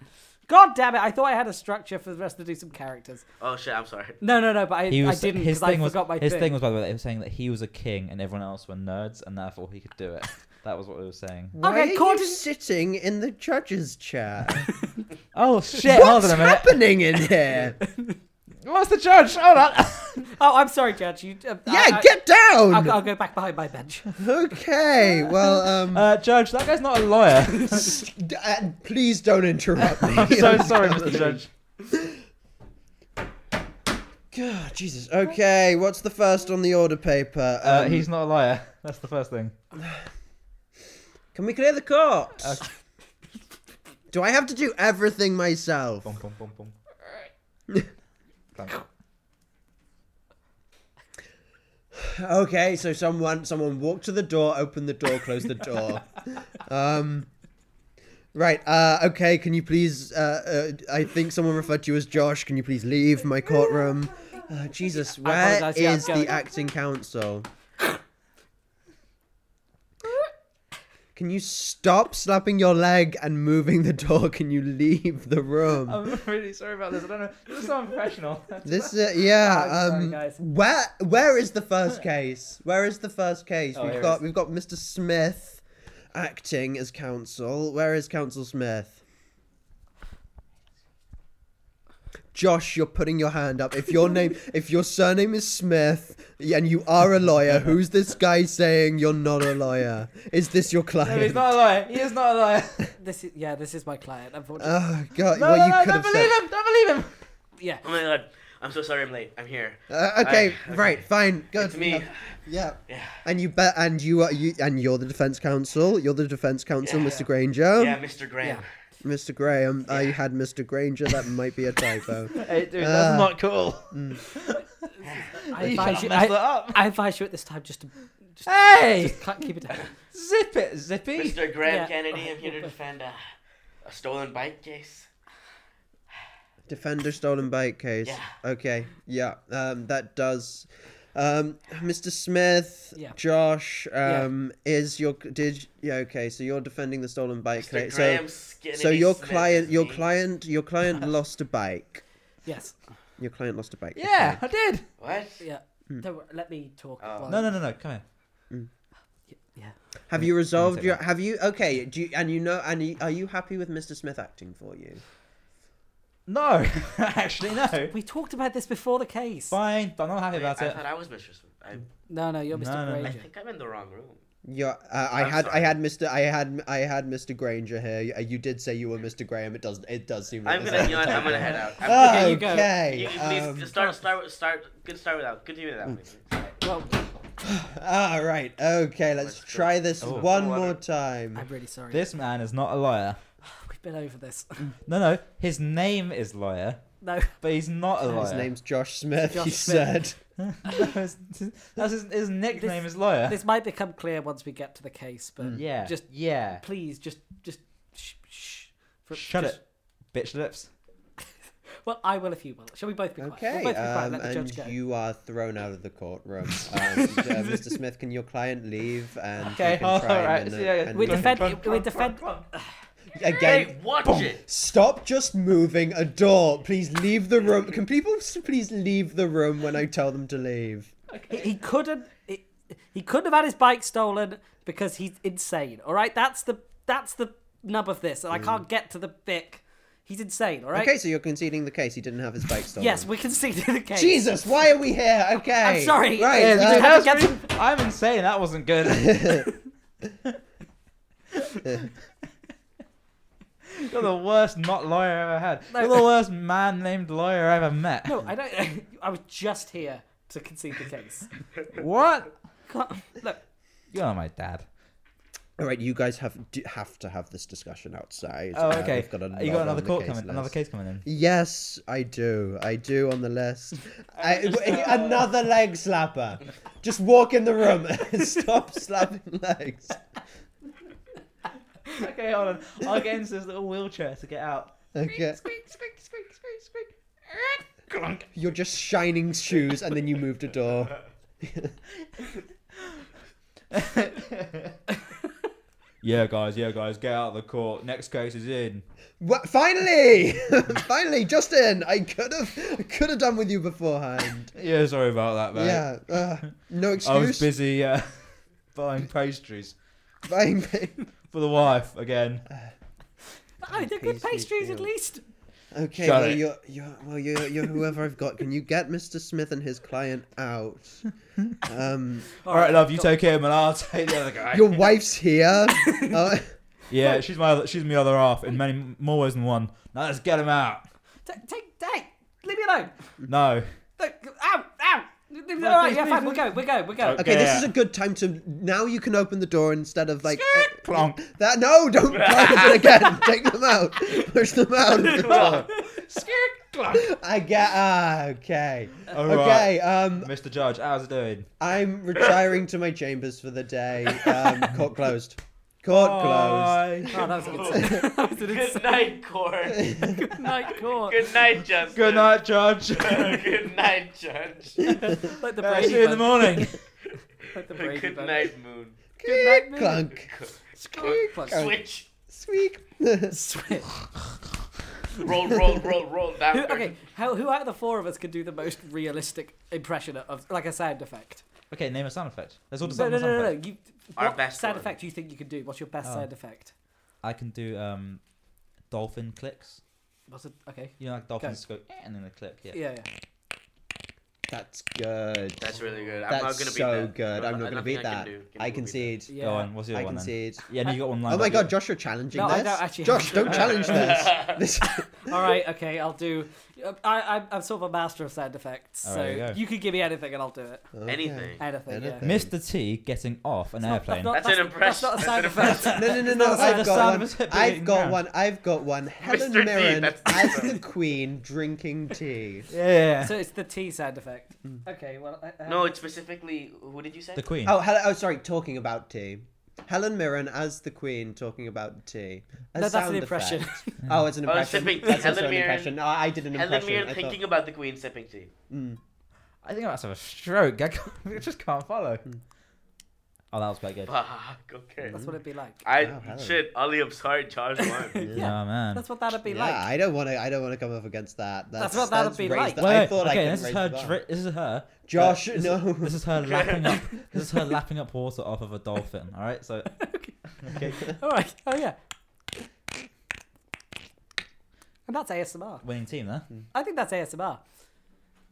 Speaker 1: God damn it! I thought I had a structure for the rest to do some characters.
Speaker 4: Oh shit! I'm
Speaker 2: *laughs*
Speaker 4: sorry.
Speaker 1: No, no, no. But I,
Speaker 2: He
Speaker 1: I
Speaker 2: was
Speaker 1: didn't
Speaker 2: his
Speaker 1: because I
Speaker 2: thing was
Speaker 1: forgot my
Speaker 2: his
Speaker 1: thing.
Speaker 2: thing. was by the way that he was saying that he was a king and everyone else were nerds and therefore he could do *laughs* it. That was what he was saying.
Speaker 3: Why
Speaker 1: Okay,
Speaker 3: are you
Speaker 1: Corden-
Speaker 3: sitting in the
Speaker 2: *laughs*
Speaker 3: judge's chair?
Speaker 2: Oh shit! hold
Speaker 3: What's
Speaker 2: on a minute. *laughs*
Speaker 3: happening in here?
Speaker 2: What's the judge? Hold *laughs* on.
Speaker 1: Oh, I'm sorry, Judge. You, uh, I,
Speaker 3: yeah,
Speaker 1: I,
Speaker 3: get
Speaker 2: *laughs*
Speaker 1: I'll,
Speaker 3: down.
Speaker 1: I'll go back behind my bench.
Speaker 3: Okay. Well, um,
Speaker 2: *laughs* Uh, judge, that guy's not a *laughs* lawyer.
Speaker 3: s- d- uh, please
Speaker 2: *laughs*
Speaker 3: don't interrupt me.
Speaker 2: I'm so sorry, Mr. Judge.
Speaker 3: God, Jesus. Okay, what's the first on the order paper?
Speaker 2: Uh,
Speaker 3: Um,
Speaker 2: he's not a liar. That's the first thing.
Speaker 3: Can we clear the court?
Speaker 2: Okay.
Speaker 3: *laughs* Do I have to do everything myself?
Speaker 2: Boom, boom, boom, boom. Thank you.
Speaker 3: Okay, so someone someone walked to the door, opened the door, closed the
Speaker 1: *laughs*
Speaker 3: door. um, right. Uh, okay, can you please? Uh, uh, I think someone referred to you as Josh. Can you please leave my courtroom? Uh, Jesus, where
Speaker 1: apologize, yeah, I'm
Speaker 3: is the
Speaker 1: going.
Speaker 3: acting council? Can you stop slapping your leg and moving the door? Can you leave the room?
Speaker 2: *laughs*
Speaker 1: Oh,
Speaker 2: I'm really sorry about this. I don't know. This is so *laughs* unprofessional.
Speaker 3: This uh,
Speaker 2: *laughs*
Speaker 3: yeah.
Speaker 1: I'm sorry,
Speaker 3: um,
Speaker 1: guys.
Speaker 3: where where is the first case? Where is the first case?
Speaker 2: Oh, here
Speaker 3: we've
Speaker 2: it
Speaker 3: got
Speaker 2: is.
Speaker 3: we've got Mr. Smith acting as counsel. Where is counsel Smith? Josh, you're putting your hand up. If
Speaker 2: *laughs*
Speaker 3: your name, if your surname is Smith and you are a lawyer, who's this guy saying you're not a lawyer? Is this your
Speaker 2: No,
Speaker 3: client?
Speaker 2: he's not a liar. He is not a *laughs* liar.
Speaker 1: This is yeah. This is my client.
Speaker 4: Uh,
Speaker 1: Unfortunately,
Speaker 3: Oh God!
Speaker 2: No,
Speaker 3: well,
Speaker 2: no,
Speaker 3: you
Speaker 2: no,
Speaker 3: could
Speaker 2: don't
Speaker 3: have
Speaker 2: believe
Speaker 3: said.
Speaker 2: him. Don't believe him.
Speaker 1: yeah.
Speaker 4: Oh my god. I'm so sorry. I'm late. I'm here.
Speaker 3: Uh, okay,
Speaker 4: I- okay.
Speaker 3: right, fine, good.
Speaker 4: It's me.
Speaker 3: Yeah.
Speaker 4: Yeah.
Speaker 3: And you bet, and you are you, and you're the defense counsel. You're the defense counsel,
Speaker 4: Yeah.
Speaker 3: Mr. Granger.
Speaker 4: yeah, Mr. Graham.
Speaker 3: Mr. Graham. I had Mr. Granger. That might be a
Speaker 4: *laughs*
Speaker 3: typo.
Speaker 2: Hey, dude,
Speaker 3: Uh,
Speaker 2: that's not cool.
Speaker 1: I
Speaker 2: You
Speaker 1: advise
Speaker 2: can't
Speaker 1: you.
Speaker 2: mess
Speaker 1: I,
Speaker 2: that up.
Speaker 1: I advise you at this time just to just,
Speaker 2: Hey!
Speaker 1: just cut- keep it down.
Speaker 2: Zip
Speaker 1: *laughs*
Speaker 2: it, Zippy.
Speaker 4: Mr. Graham
Speaker 1: Yeah.
Speaker 4: Kennedy. I'm here to defend a, a stolen bike case.
Speaker 3: Defender stolen bike case.
Speaker 4: Yeah.
Speaker 3: Okay. Yeah. Um. That does. Um. Mr. Smith.
Speaker 1: Yeah.
Speaker 3: Josh.
Speaker 1: Yeah.
Speaker 3: Um. Is your did yeah? Okay. So you're defending the stolen bike
Speaker 4: Mr.
Speaker 3: case.
Speaker 4: Graham
Speaker 3: So.
Speaker 4: Kennedy.
Speaker 3: So your
Speaker 4: Smith
Speaker 3: client,
Speaker 4: is
Speaker 3: your
Speaker 4: me.
Speaker 3: client, your
Speaker 4: *laughs*
Speaker 3: client lost a bike.
Speaker 1: Yes.
Speaker 3: Your client lost a bike.
Speaker 2: Yeah, I did.
Speaker 4: What?
Speaker 1: Yeah. Don't worry, let me talk.
Speaker 3: Ah.
Speaker 4: Oh.
Speaker 1: while-
Speaker 2: Hmm. No, no, no, no. Come here.
Speaker 1: Yeah.
Speaker 3: Have you resolved
Speaker 2: take
Speaker 3: your? Have you okay? Do you, and you know? And you, are you happy with Mr. Smith acting for you?
Speaker 2: No, *laughs* actually, no.
Speaker 1: We talked about this before the case.
Speaker 2: Fine, but I'm not happy
Speaker 4: Wait,
Speaker 2: about
Speaker 4: I
Speaker 2: it.
Speaker 4: thought I was Mr. Smith. I,
Speaker 1: No, no, you're Mr.
Speaker 5: No, no, no.
Speaker 4: I
Speaker 1: Granger.
Speaker 4: think I'm in the wrong room.
Speaker 3: Yeah, uh, I
Speaker 4: I'm
Speaker 3: had I
Speaker 4: sorry.
Speaker 3: had Mr. I had I had Mr. Granger here. You- You did say you were Mr. Graham. It does it does seem. Like
Speaker 4: I'm
Speaker 3: the
Speaker 4: gonna
Speaker 3: same
Speaker 4: yawn. I'm
Speaker 3: topic.
Speaker 4: gonna head out. I'm
Speaker 1: There
Speaker 3: Oh, Okay,
Speaker 1: you go.
Speaker 4: You, please
Speaker 3: um,
Speaker 4: start, start, start. Good start without. Continue without. me, please.
Speaker 1: Well,
Speaker 2: Mm.
Speaker 3: all right. Okay, let's
Speaker 4: Let's go.
Speaker 3: try this
Speaker 2: Oh.
Speaker 3: one
Speaker 4: Water.
Speaker 3: more time.
Speaker 1: I'm really sorry.
Speaker 2: This Mm. man is not a lawyer.
Speaker 1: We've been over this.
Speaker 2: No, no, his name is lawyer,
Speaker 1: *laughs* no,
Speaker 2: but he's not a lawyer.
Speaker 3: Oh, His
Speaker 2: *laughs*
Speaker 3: name's Josh Smith.
Speaker 1: Josh
Speaker 3: he
Speaker 1: Smith.
Speaker 3: said.
Speaker 2: That's his, his nickname
Speaker 1: This-
Speaker 2: is Mm. lawyer.
Speaker 1: this might become clear once we get to the case, but
Speaker 2: yeah.
Speaker 1: just
Speaker 2: yeah.
Speaker 1: please, just, just, shh, shh. For-
Speaker 2: Shut
Speaker 1: just-
Speaker 2: it, bitch lips.
Speaker 1: Well, I will if you will. Shall we both be quiet?
Speaker 3: Okay,
Speaker 1: We'll both be quiet.
Speaker 3: um,
Speaker 1: Let the
Speaker 3: and
Speaker 1: judge go.
Speaker 3: you are thrown out of the courtroom. Um, and, uh, Mr. Smith, can your client leave? And you
Speaker 2: Okay,
Speaker 3: can
Speaker 2: all
Speaker 3: try and-
Speaker 2: right,
Speaker 3: and-
Speaker 2: see ya.
Speaker 3: and-
Speaker 1: We
Speaker 2: Drunk,
Speaker 1: defend.
Speaker 2: drunk,
Speaker 1: we
Speaker 2: drunk,
Speaker 1: defend.
Speaker 3: again.
Speaker 4: Hey, watch it.
Speaker 3: Stop just moving a door. Please leave the room. Can people s- please leave the room when I tell them to leave?
Speaker 1: He, he couldn't. He, he couldn't have had his bike stolen because he's insane. All right, that's the that's the nub of this, and I can't get to the bic. He's insane. All right.
Speaker 3: Okay, so you're conceding the case. He didn't have his bike stolen.
Speaker 1: Yes, we can see the case.
Speaker 3: Jesus, why are we here? Okay.
Speaker 1: I'm sorry.
Speaker 3: Right.
Speaker 1: Yeah,
Speaker 2: Yeah,
Speaker 1: you
Speaker 3: uh,
Speaker 1: did
Speaker 2: that
Speaker 1: have
Speaker 2: was
Speaker 1: to
Speaker 2: pretty- I'm insane. That wasn't good.
Speaker 3: *laughs*
Speaker 2: You're the worst not lawyer I ever had.
Speaker 1: No.
Speaker 2: You're the worst man named lawyer I ever met.
Speaker 1: No, I don't. *laughs* I was just here to concede the case.
Speaker 2: What?
Speaker 1: Can't, look,
Speaker 2: You're my dad.
Speaker 3: All right, you guys have do, have to have this discussion outside.
Speaker 2: Oh,
Speaker 3: Uh,
Speaker 2: okay.
Speaker 3: we've got a
Speaker 2: you
Speaker 3: lot
Speaker 2: got another
Speaker 3: on the
Speaker 2: court
Speaker 3: case
Speaker 2: coming. Another
Speaker 3: list.
Speaker 2: case coming in.
Speaker 3: Yes, I do. I do on the list. I,
Speaker 4: just,
Speaker 3: w-
Speaker 4: uh,
Speaker 3: another leg slapper. Just walk in the room. *laughs* Stop slapping legs.
Speaker 2: *laughs* okay, hold on. I'll get into this little wheelchair to get out.
Speaker 3: Okay.
Speaker 2: Squeak, squeak, squeak, squeak, squeak. Clunk.
Speaker 3: You're just shining shoes, and then you moved a
Speaker 2: *laughs*
Speaker 3: door.
Speaker 2: yeah, guys. Yeah, guys. Get out of the court. Next case is in.
Speaker 3: Wha finally, *laughs* finally, Justin. I could have, I could have done with you beforehand.
Speaker 2: Yeah, sorry about that, mate.
Speaker 3: Yeah. Uh, no
Speaker 2: I was
Speaker 3: excuse.
Speaker 2: busy uh, *laughs* buying pastries
Speaker 3: Buying pa-
Speaker 2: for the wife again.
Speaker 3: Uh,
Speaker 1: oh, they're good
Speaker 3: Paisley
Speaker 1: pastries at
Speaker 3: Field.
Speaker 1: least.
Speaker 3: Okay.
Speaker 2: Shut
Speaker 3: well,
Speaker 2: it.
Speaker 3: you're, you're, well, you're, you're whoever I've got. Can you get Mr. Smith and his client out?
Speaker 2: *laughs*
Speaker 3: Um,
Speaker 2: All right, love. You take him, and I'll *laughs* take the other guy.
Speaker 3: your
Speaker 2: *laughs*
Speaker 3: wife's here. Uh,
Speaker 2: Yeah, she's my other, she's my other half in many more ways than one. Now let's get him out.
Speaker 1: Take, take, take. Leave me alone.
Speaker 2: No.
Speaker 1: Look, ow, ow. All right,
Speaker 2: please,
Speaker 1: yeah, fine.
Speaker 2: please,
Speaker 1: We'll go. We'll go. We'll go.
Speaker 2: Okay.
Speaker 3: Okay, this is a good time to. Now you can open the door instead of like. eh,
Speaker 2: Clonk.
Speaker 3: That no,
Speaker 2: *laughs*
Speaker 3: don't clog it again. Take them out. Push them out. *laughs* of the
Speaker 4: *laughs*
Speaker 2: *laughs*
Speaker 3: door. I get. Ah, okay.
Speaker 2: All right.
Speaker 3: Okay. Um,
Speaker 2: Mr. Judge, how's it doing?
Speaker 3: I'm retiring to my chambers for the day. Um, court closed. Court closed.
Speaker 1: Oh, that was an insane. that was an
Speaker 4: Good
Speaker 1: insane.
Speaker 4: night, Court.
Speaker 3: *laughs*
Speaker 1: Good night, court.
Speaker 4: Good night,
Speaker 2: *laughs*
Speaker 4: Justin.
Speaker 2: Good night, *laughs* Judge.
Speaker 4: *laughs* Good night, Judge.
Speaker 3: *laughs*
Speaker 1: Like the
Speaker 2: Uh,
Speaker 1: Brady
Speaker 2: see you in the
Speaker 1: Bunch.
Speaker 2: morning.
Speaker 1: Like the Brady
Speaker 4: Good
Speaker 1: Bunch.
Speaker 4: night, Moon.
Speaker 1: Good night,
Speaker 3: Click,
Speaker 1: Moon.
Speaker 3: clunk.
Speaker 1: Plug.
Speaker 4: Switch.
Speaker 3: *laughs* Squeak.
Speaker 1: Switch.
Speaker 4: Roll, roll, roll,
Speaker 3: *laughs*
Speaker 4: roll down.
Speaker 1: Who, okay, how, who out of the four of us can do the most realistic impression of, like a sound effect?
Speaker 2: okay, name a sound effect. Let's all
Speaker 1: No,
Speaker 2: decide
Speaker 1: no,
Speaker 2: on sound
Speaker 1: no, no.
Speaker 2: effect.
Speaker 1: no. You,
Speaker 4: Our
Speaker 1: what
Speaker 4: best
Speaker 1: sound
Speaker 4: one.
Speaker 1: effect do you think you can do? What's your best
Speaker 2: Oh.
Speaker 1: sound effect?
Speaker 2: I can do um, dolphin clicks.
Speaker 1: What's it? Okay.
Speaker 2: You know, like dolphins go eh, and then they click. Yeah.
Speaker 1: Yeah, yeah.
Speaker 3: That's good.
Speaker 4: That's really good. I'm
Speaker 3: That's
Speaker 4: not gonna beat
Speaker 3: so
Speaker 4: that.
Speaker 3: good.
Speaker 4: No,
Speaker 3: I'm not gonna
Speaker 4: nothing
Speaker 3: beat that.
Speaker 4: Can do. Can
Speaker 3: I
Speaker 4: do beat
Speaker 3: concede.
Speaker 1: yeah.
Speaker 2: Go on. What's the
Speaker 3: I
Speaker 2: other one then?
Speaker 3: concede.
Speaker 2: Yeah, no, you got one line.
Speaker 3: Oh my god, Josh, you're challenging
Speaker 1: No, I
Speaker 3: this.
Speaker 1: don't actually
Speaker 3: Josh,
Speaker 1: have *laughs*
Speaker 3: don't
Speaker 4: *laughs*
Speaker 3: challenge this. this.
Speaker 1: All right, okay, I'll do. I, I'm, I'm sort of a master of sound effects,
Speaker 2: All
Speaker 1: so
Speaker 2: right, you go.
Speaker 1: you could give me anything and I'll do it.
Speaker 3: Oh,
Speaker 4: that. Anything.
Speaker 1: Anything,
Speaker 3: Anything.
Speaker 1: yeah.
Speaker 2: Mr. T getting off an airplane. *laughs*
Speaker 1: not-
Speaker 4: That's
Speaker 1: That's
Speaker 4: an
Speaker 1: not- that's
Speaker 4: impression.
Speaker 1: not a
Speaker 4: That's
Speaker 1: sound
Speaker 4: an
Speaker 1: effect.
Speaker 3: *laughs*
Speaker 4: impression.
Speaker 3: No, no, no,
Speaker 1: not
Speaker 3: no.
Speaker 1: the
Speaker 2: sound
Speaker 3: I've got,
Speaker 2: of
Speaker 3: one.
Speaker 2: his hip
Speaker 3: I've
Speaker 2: beating
Speaker 3: got
Speaker 2: ground.
Speaker 3: one. I've got one. Helen
Speaker 4: Mr. D,
Speaker 3: Mirren
Speaker 4: that's-
Speaker 3: as the Queen
Speaker 4: *laughs*
Speaker 3: drinking tea.
Speaker 2: Yeah.
Speaker 1: So it's the T sound effect. Okay, well. uh, I, I
Speaker 4: No, it's specifically. Who did you say?
Speaker 2: the Queen.
Speaker 3: Oh, Hel- oh, sorry, talking about tea. Helen Mirren as the Queen talking about tea. A
Speaker 1: No, that's an
Speaker 3: sound
Speaker 1: impression.
Speaker 3: effect. oh, it's an
Speaker 4: Oh,
Speaker 3: impression.
Speaker 4: sipping tea.
Speaker 3: That's
Speaker 4: Helen
Speaker 3: also an
Speaker 4: Mirren-
Speaker 3: impression. No, I did an
Speaker 4: Helen
Speaker 3: impression.
Speaker 4: Mirren
Speaker 3: I
Speaker 4: thinking
Speaker 3: thought-
Speaker 4: about the Queen sipping tea.
Speaker 3: Mm.
Speaker 2: I think I must have a stroke. *laughs* I, can't, I just can't follow.
Speaker 3: Hmm.
Speaker 2: Oh, that was quite good.
Speaker 4: *laughs* Fuck. Okay.
Speaker 1: *laughs* That's what it'd be like.
Speaker 4: I
Speaker 3: Wow, Helen.
Speaker 4: shit. Ollie, I'm sorry.
Speaker 3: *laughs*
Speaker 4: Charles won.
Speaker 1: *laughs* Yeah,
Speaker 2: Yeah, Oh, man.
Speaker 1: that's what that'd be
Speaker 3: Yeah,
Speaker 1: like.
Speaker 3: I don't want to. I don't want to come up against that. That's,
Speaker 1: what that'd
Speaker 3: that's
Speaker 1: be like.
Speaker 3: raised the-
Speaker 2: Wait,
Speaker 3: I thought
Speaker 2: okay,
Speaker 3: I could
Speaker 2: this is
Speaker 3: raise
Speaker 2: her.
Speaker 3: the bar.
Speaker 2: Dri- this is her.
Speaker 3: Josh,
Speaker 2: uh, this
Speaker 3: no.
Speaker 2: Is, this is
Speaker 3: *laughs*
Speaker 2: her lapping up. This is her lapping up water off of a dolphin. All right, so
Speaker 1: *laughs*
Speaker 2: okay.
Speaker 3: *laughs*
Speaker 1: All right. Oh yeah. And that's ASMR.
Speaker 2: winning team there.
Speaker 1: *laughs* I think that's ASMR.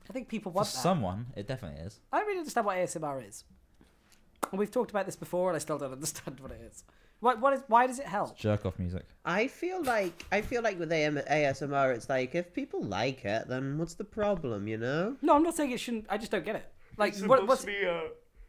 Speaker 1: I think people
Speaker 2: For
Speaker 1: want that.
Speaker 2: someone, it definitely is.
Speaker 1: I don't really understand what ASMR is. And we've talked about this before, and I still don't understand what it is. What, what is why does it help?
Speaker 2: Jerk off music.
Speaker 3: I feel like I feel like with AM- ASMR, it's like if people like it, then what's the problem? You know?
Speaker 1: No, I'm not saying it shouldn't. I just don't get it. Like,
Speaker 4: It's
Speaker 1: what,
Speaker 4: supposed
Speaker 1: what's
Speaker 4: to be uh,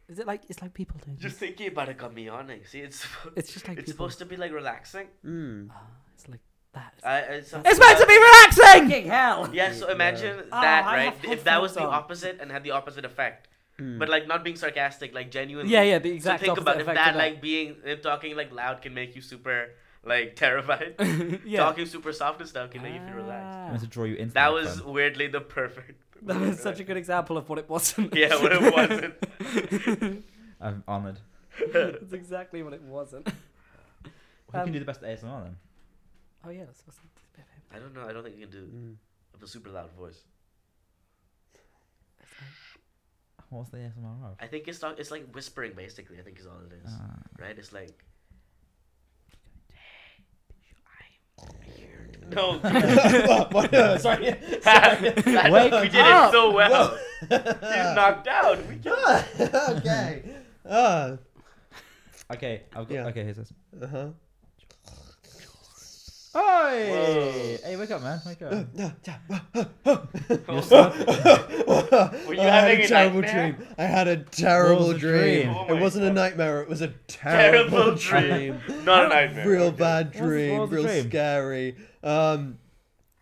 Speaker 1: is it like? It's like people do.
Speaker 4: just thinking about it got me yawning. See, it's *laughs*
Speaker 1: It's just like
Speaker 4: it's
Speaker 1: people-
Speaker 4: supposed to be like relaxing.
Speaker 3: Mm.
Speaker 1: It's like that.
Speaker 4: I, it's something
Speaker 1: It's meant to
Speaker 4: about-
Speaker 1: be
Speaker 4: uh,
Speaker 1: relaxing. Fucking *laughs* hell.
Speaker 4: Yeah, so imagine
Speaker 1: Ah,
Speaker 4: that,
Speaker 1: I
Speaker 4: right?
Speaker 1: have
Speaker 4: If that was the
Speaker 1: headphones on.
Speaker 4: opposite and had the opposite effect. But like not being sarcastic, like genuinely.
Speaker 1: Yeah, yeah, the exact
Speaker 4: So think about
Speaker 1: opposite
Speaker 4: if
Speaker 1: effect
Speaker 4: that,
Speaker 1: of that.
Speaker 4: like being if talking like loud can make you super like terrified.
Speaker 1: *laughs* Yeah. Ah.
Speaker 4: Talking super soft and stuff can make you feel relaxed.
Speaker 2: I meant to draw you into
Speaker 4: That
Speaker 2: the
Speaker 4: was
Speaker 2: microphone.
Speaker 4: weirdly the perfect.
Speaker 1: *laughs* That was such a good example of what it wasn't.
Speaker 4: *laughs* Yeah, what it wasn't.
Speaker 2: I'm honoured.
Speaker 1: *laughs* That's exactly what it wasn't.
Speaker 2: Who
Speaker 1: Um,
Speaker 2: can do the best ASMR then?
Speaker 1: Oh yeah, that's what's it's a bit of-
Speaker 4: I don't know. I don't think you can do with a super loud voice.
Speaker 2: What's the ASMR of?
Speaker 4: I think it's not, it's like whispering basically. I think is all it is.
Speaker 2: Ah.
Speaker 4: right? It's like. *laughs* No,
Speaker 3: What- what- uh, *laughs* sorry.
Speaker 2: Wake
Speaker 4: we did it
Speaker 1: up.
Speaker 4: so well. He's
Speaker 3: *laughs*
Speaker 4: knocked out. We killed him.
Speaker 3: okay. *laughs* Uh
Speaker 2: Okay, I've got.
Speaker 3: Yeah.
Speaker 2: Okay, here's this.
Speaker 3: huh.
Speaker 2: Hey, hey, wake up, man! Wake up.
Speaker 3: Ah,
Speaker 4: Oh, Were you
Speaker 3: I had
Speaker 4: having
Speaker 3: a
Speaker 4: a
Speaker 3: terrible
Speaker 4: nightmare?
Speaker 3: dream. I had a terrible
Speaker 2: was the
Speaker 3: dream.
Speaker 2: dream?
Speaker 4: Oh
Speaker 3: it
Speaker 4: my
Speaker 3: wasn't a
Speaker 4: God.
Speaker 3: nightmare. It was a terrible,
Speaker 4: Terrible dream. Not a nightmare.
Speaker 3: *laughs* Real bad
Speaker 2: What was- what
Speaker 3: dream.
Speaker 2: was the
Speaker 3: Real
Speaker 2: dream?
Speaker 3: scary. Um.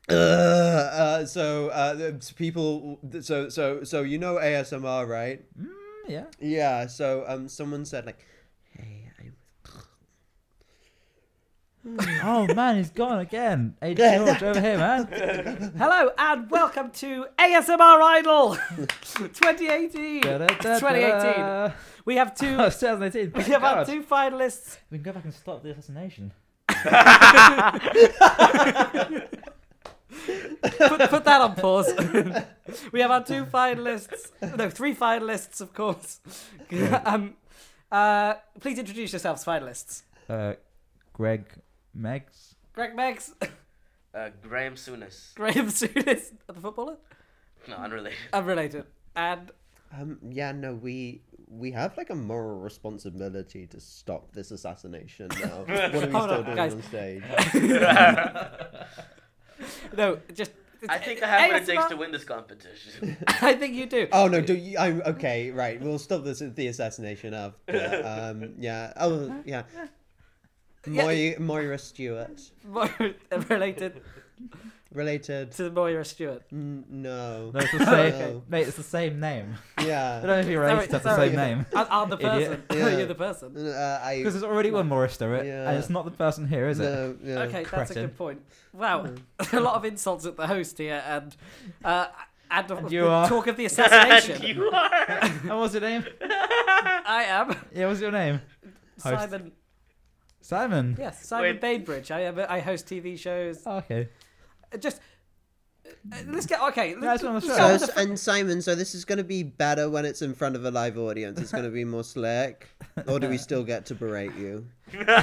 Speaker 3: uh, uh, so, uh, the- so people, so so so you know ASMR, right?
Speaker 2: Mm, yeah.
Speaker 3: Yeah. So um, someone said like, "Hey, I'm
Speaker 2: Oh man, he's gone again. Hey
Speaker 3: Yeah.
Speaker 2: George, over
Speaker 1: *laughs*
Speaker 2: here, man.
Speaker 1: Hello and welcome to ASMR
Speaker 3: *laughs*
Speaker 1: Idol 2018. It's 2018. We have
Speaker 3: *laughs*
Speaker 1: two.
Speaker 2: *laughs* Oh, it's 2018.
Speaker 1: *laughs* We have our
Speaker 2: God.
Speaker 1: two finalists.
Speaker 2: We can go back and stop the assassination.
Speaker 1: Put, put that on pause. *laughs* we have our two finalists. No, three finalists, of course. *laughs* um, uh, please introduce yourselves, finalists.
Speaker 2: Uh, Greg Meggs.
Speaker 1: Greg Meggs, *laughs*
Speaker 4: Uh, Graham Soonis.
Speaker 1: Graham Soudis, the footballer,
Speaker 4: No, *laughs* unrelated.
Speaker 1: unrelated,
Speaker 4: *laughs*
Speaker 1: and *laughs*
Speaker 3: Um, yeah, no, we we have like a moral responsibility to stop this assassination now. what are we still
Speaker 1: Hold on,
Speaker 3: doing
Speaker 1: guys.
Speaker 3: on stage?
Speaker 1: no, just.
Speaker 4: I think I have what it takes
Speaker 1: ASMR
Speaker 4: to win this competition.
Speaker 1: *laughs* I think you do.
Speaker 3: Oh no, do you, I'm okay, right. We'll stop this the assassination after.
Speaker 2: *laughs*
Speaker 3: Um, yeah. Oh yeah. Moira, Moira Stewart
Speaker 1: Moira- *laughs* related
Speaker 3: related.
Speaker 1: to Moira Stewart.
Speaker 3: N- no.
Speaker 2: No,
Speaker 1: *laughs*
Speaker 2: it's
Speaker 3: *laughs*
Speaker 2: the same.
Speaker 3: Okay.
Speaker 2: Mate, it's the same name. I don't
Speaker 3: Yeah.
Speaker 2: know if you're racist. That's the
Speaker 1: sorry. *laughs*
Speaker 2: same name.
Speaker 1: And I'm the person. *laughs*
Speaker 2: Idiot.
Speaker 3: Yeah.
Speaker 1: You're the person.
Speaker 3: N- Uh, I.
Speaker 2: Because there's already one Morris Stewart,
Speaker 3: Yeah.
Speaker 2: and it's not the person here, is it?
Speaker 3: No, no.
Speaker 1: Okay, that's a
Speaker 2: Cretin.
Speaker 1: good point. Wow,
Speaker 2: Hmm.
Speaker 1: *laughs* a lot of insults at the host here, and uh, and, of
Speaker 2: you
Speaker 1: the
Speaker 2: are-
Speaker 1: talk
Speaker 2: *laughs*
Speaker 1: of the *laughs*
Speaker 4: and
Speaker 1: assassination.
Speaker 4: *laughs* you are.
Speaker 2: And what's your name?
Speaker 1: I am
Speaker 2: Yeah, what's your name? Host.
Speaker 1: Simon.
Speaker 2: Simon.
Speaker 1: Yes, Simon
Speaker 4: Wait.
Speaker 1: Bainbridge. I am. I host TV shows.
Speaker 2: Oh, okay.
Speaker 1: Uh, Just uh, let's get okay. Let's,
Speaker 2: That's what I'm
Speaker 1: let's
Speaker 2: saying.
Speaker 1: start
Speaker 3: So,
Speaker 1: with
Speaker 3: s- and Simon, so this is going to be better when it's in front of a live audience. It's going to be more slick. Or do we still get to berate you?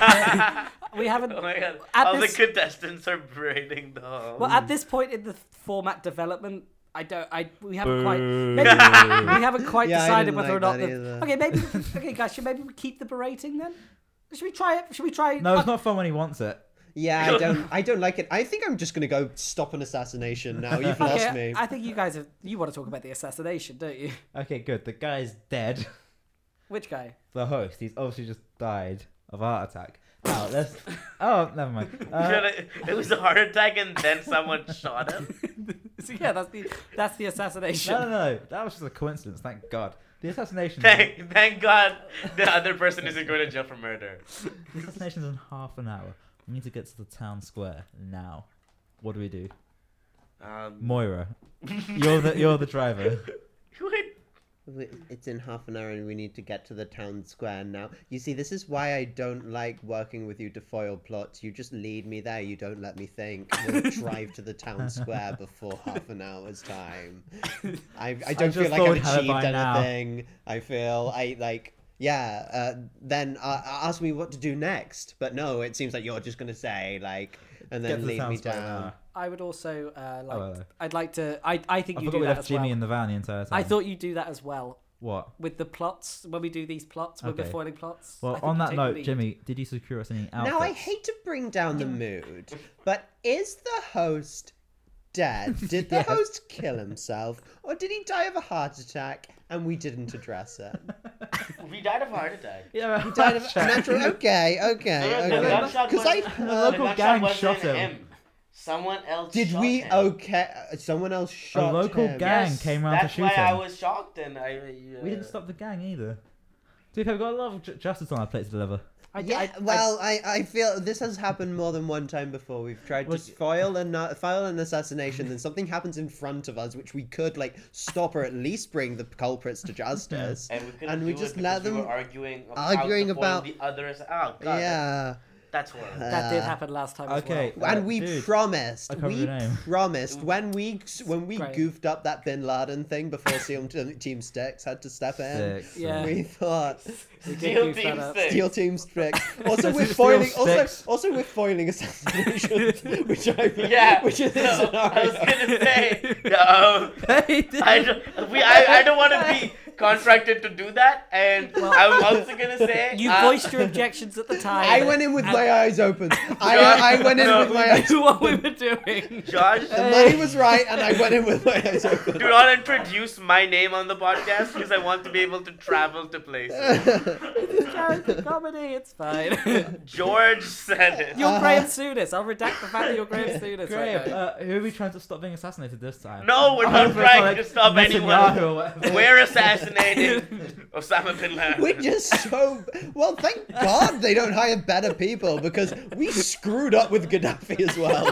Speaker 1: the- we haven't.
Speaker 4: Oh my god.
Speaker 1: At
Speaker 4: All
Speaker 1: this-
Speaker 4: the contestants are braiding the whole. *laughs*
Speaker 1: Well,
Speaker 2: Mm.
Speaker 1: at this point in the format development, I don't. I we haven't quite.
Speaker 2: Boo.
Speaker 1: Maybe,
Speaker 2: *laughs*
Speaker 1: we haven't quite
Speaker 3: Yeah, I
Speaker 1: decided
Speaker 3: didn't
Speaker 1: whether or
Speaker 3: like
Speaker 1: not.
Speaker 3: that
Speaker 1: The,
Speaker 3: either.
Speaker 1: okay, maybe. Okay, guys, should maybe we keep the berating then? Should we try it? Should we try?
Speaker 2: No, it's not fun when he wants it.
Speaker 3: Yeah, I don't. I don't like it. I think I'm just going to go stop an assassination now.
Speaker 1: *laughs*
Speaker 3: You've
Speaker 1: okay,
Speaker 3: lost me.
Speaker 1: I think you guys have. You want to talk about the assassination, don't you? *laughs*
Speaker 2: Okay, good. The guy's dead. *laughs*
Speaker 1: Which guy?
Speaker 2: The host. He's obviously just died of a heart attack. Now let's. Oh, never mind. Uh,
Speaker 4: it was a heart attack and then someone shot him.
Speaker 1: So yeah, that's the that's the assassination.
Speaker 2: no, no, no. That was just a coincidence. Thank God. The assassination. the
Speaker 4: Thank, thank God the other person isn't going to jail for murder.
Speaker 2: assassination's in half an hour. We need to get to the town square now. What do we do?
Speaker 4: Um,
Speaker 2: Moira, you're the you're the driver.
Speaker 4: wait.
Speaker 3: We- It's in half an hour, and we need to get to the town square now. You see, this is why I don't like working with you to foil plots. You just lead me there. You don't let me
Speaker 2: *laughs*
Speaker 3: think. We'll drive to the town square before half an hour's time.
Speaker 2: *laughs*
Speaker 3: I, I don't
Speaker 2: just
Speaker 3: feel like
Speaker 2: thought
Speaker 3: I've
Speaker 2: we'd have it
Speaker 3: achieved
Speaker 2: by now.
Speaker 3: anything. I feel I like. Yeah, uh, then uh, ask me what to do next. But no, it seems like you're just gonna say like, and
Speaker 2: Get
Speaker 3: then
Speaker 2: to the
Speaker 3: laid me
Speaker 2: sounds by
Speaker 3: down.
Speaker 2: now.
Speaker 1: I would also uh, like.
Speaker 2: well.
Speaker 1: I'd like to. I I think
Speaker 2: Oh, I
Speaker 1: you
Speaker 2: forgot
Speaker 1: do
Speaker 2: we
Speaker 1: that
Speaker 2: left
Speaker 1: as
Speaker 2: Jimmy
Speaker 1: well.
Speaker 2: in the van the entire time.
Speaker 1: I thought you do that as well
Speaker 2: What?
Speaker 1: with the plots when we do these plots when
Speaker 2: Okay.
Speaker 1: we're foiling plots. I
Speaker 2: Well,
Speaker 1: think
Speaker 2: on
Speaker 1: you
Speaker 2: that
Speaker 1: take the
Speaker 2: note,
Speaker 1: lead.
Speaker 2: Jimmy, did you secure us any outfits?
Speaker 3: Now I hate to bring down the mood, but is the host
Speaker 2: *laughs*
Speaker 3: dead? Did the host kill himself, or did he die of a heart attack and we didn't
Speaker 2: *laughs*
Speaker 3: address it?
Speaker 4: We died of a heart attack.
Speaker 2: Yeah, he
Speaker 3: Died of a *laughs* natural. Okay, okay,
Speaker 4: The- the
Speaker 3: okay.
Speaker 4: gunshot
Speaker 3: Because
Speaker 2: *laughs*
Speaker 4: was-
Speaker 3: I
Speaker 4: the
Speaker 2: local
Speaker 4: gunshot
Speaker 2: gang
Speaker 4: wasn't
Speaker 2: shot him.
Speaker 4: Someone else.
Speaker 3: did
Speaker 4: shot
Speaker 3: we
Speaker 4: him.
Speaker 3: okay? uh, Someone else shot
Speaker 2: local
Speaker 3: him.
Speaker 2: gang- came round to
Speaker 4: that's
Speaker 2: shoot
Speaker 4: why I
Speaker 2: him.
Speaker 4: was shocked, and I. Uh,
Speaker 2: We didn't stop the gang either. Dude, we've got a lot of ju- justice on our plate to deliver.
Speaker 1: I,
Speaker 3: Yeah,
Speaker 1: I- I-
Speaker 3: well, I, I feel this has happened more than one time before. We've tried to
Speaker 2: Well,
Speaker 3: *laughs* foil an file an assassination, then something happens in front of us, which we could like stop or at least bring
Speaker 2: *laughs*
Speaker 3: the culprits to justice,
Speaker 4: And we couldn't
Speaker 3: and we
Speaker 4: do
Speaker 3: just
Speaker 4: it
Speaker 3: let
Speaker 4: because
Speaker 3: them.
Speaker 4: We were arguing about
Speaker 3: arguing
Speaker 4: the foil
Speaker 3: about-
Speaker 4: the others out. God,
Speaker 3: yeah,
Speaker 4: that's horrible.
Speaker 1: that did
Speaker 3: uh,
Speaker 1: happen last time.
Speaker 2: okay.
Speaker 1: As well.
Speaker 2: Uh,
Speaker 3: and we
Speaker 2: dude,
Speaker 3: promised,
Speaker 2: I can't
Speaker 3: we
Speaker 2: remember the name.
Speaker 3: promised when we when we
Speaker 1: Great.
Speaker 3: goofed up that Bin Laden thing before Seal Team *laughs* Team Sticks had to step in.
Speaker 2: Six,
Speaker 1: Yeah.
Speaker 3: We thought
Speaker 1: We did
Speaker 4: Steel
Speaker 1: goof that
Speaker 4: Team
Speaker 1: up.
Speaker 4: Six.
Speaker 3: Steel Team
Speaker 4: *laughs*
Speaker 3: Sticks. Also,
Speaker 2: Steel *laughs*
Speaker 3: we're foiling.
Speaker 2: Sticks.
Speaker 3: Also, also we're foiling
Speaker 2: *laughs*
Speaker 3: assassinations, *laughs* which I
Speaker 4: Yeah,
Speaker 3: which is
Speaker 4: *laughs* no,
Speaker 3: *laughs*
Speaker 4: I was
Speaker 3: scenario.
Speaker 4: gonna say,
Speaker 3: *laughs*
Speaker 4: um, no,
Speaker 2: Hey, dude.
Speaker 1: *laughs*
Speaker 4: I don't, we, I, I don't want to be contracted to do that, and I was also gonna say,
Speaker 1: You
Speaker 4: uh,
Speaker 1: voiced your objections at the time.
Speaker 3: *laughs* I went in
Speaker 1: *laughs*
Speaker 3: with my *laughs* eyes
Speaker 4: *laughs*
Speaker 3: open. I, I went in
Speaker 4: No.
Speaker 3: with my eyes. *laughs*
Speaker 1: to what we were doing.
Speaker 4: Josh,
Speaker 3: The *laughs* money was right, and I went in with my
Speaker 4: *laughs*
Speaker 3: eyes open. *laughs*
Speaker 4: do not introduce my name on the podcast because I want to be able to travel to places.
Speaker 1: Character comedy, it's fine.
Speaker 3: *laughs*
Speaker 4: George said it.
Speaker 1: You're
Speaker 3: Uh-huh.
Speaker 1: Graham Souness. I'll redact the fact that you're
Speaker 3: *laughs*
Speaker 1: Graham Souness. right
Speaker 2: Graham,
Speaker 1: now.
Speaker 2: uh, who are we trying to stop being assassinated this time?
Speaker 4: No, we're
Speaker 2: I
Speaker 4: not
Speaker 2: hope it's
Speaker 4: trying
Speaker 2: like
Speaker 4: to stop anyone.
Speaker 2: Netanyahu or whatever.
Speaker 4: We're assassinating Osama bin Laden.
Speaker 3: We're just so well. Thank God they don't hire better people because we screwed up with Gaddafi as
Speaker 4: *laughs*
Speaker 3: well.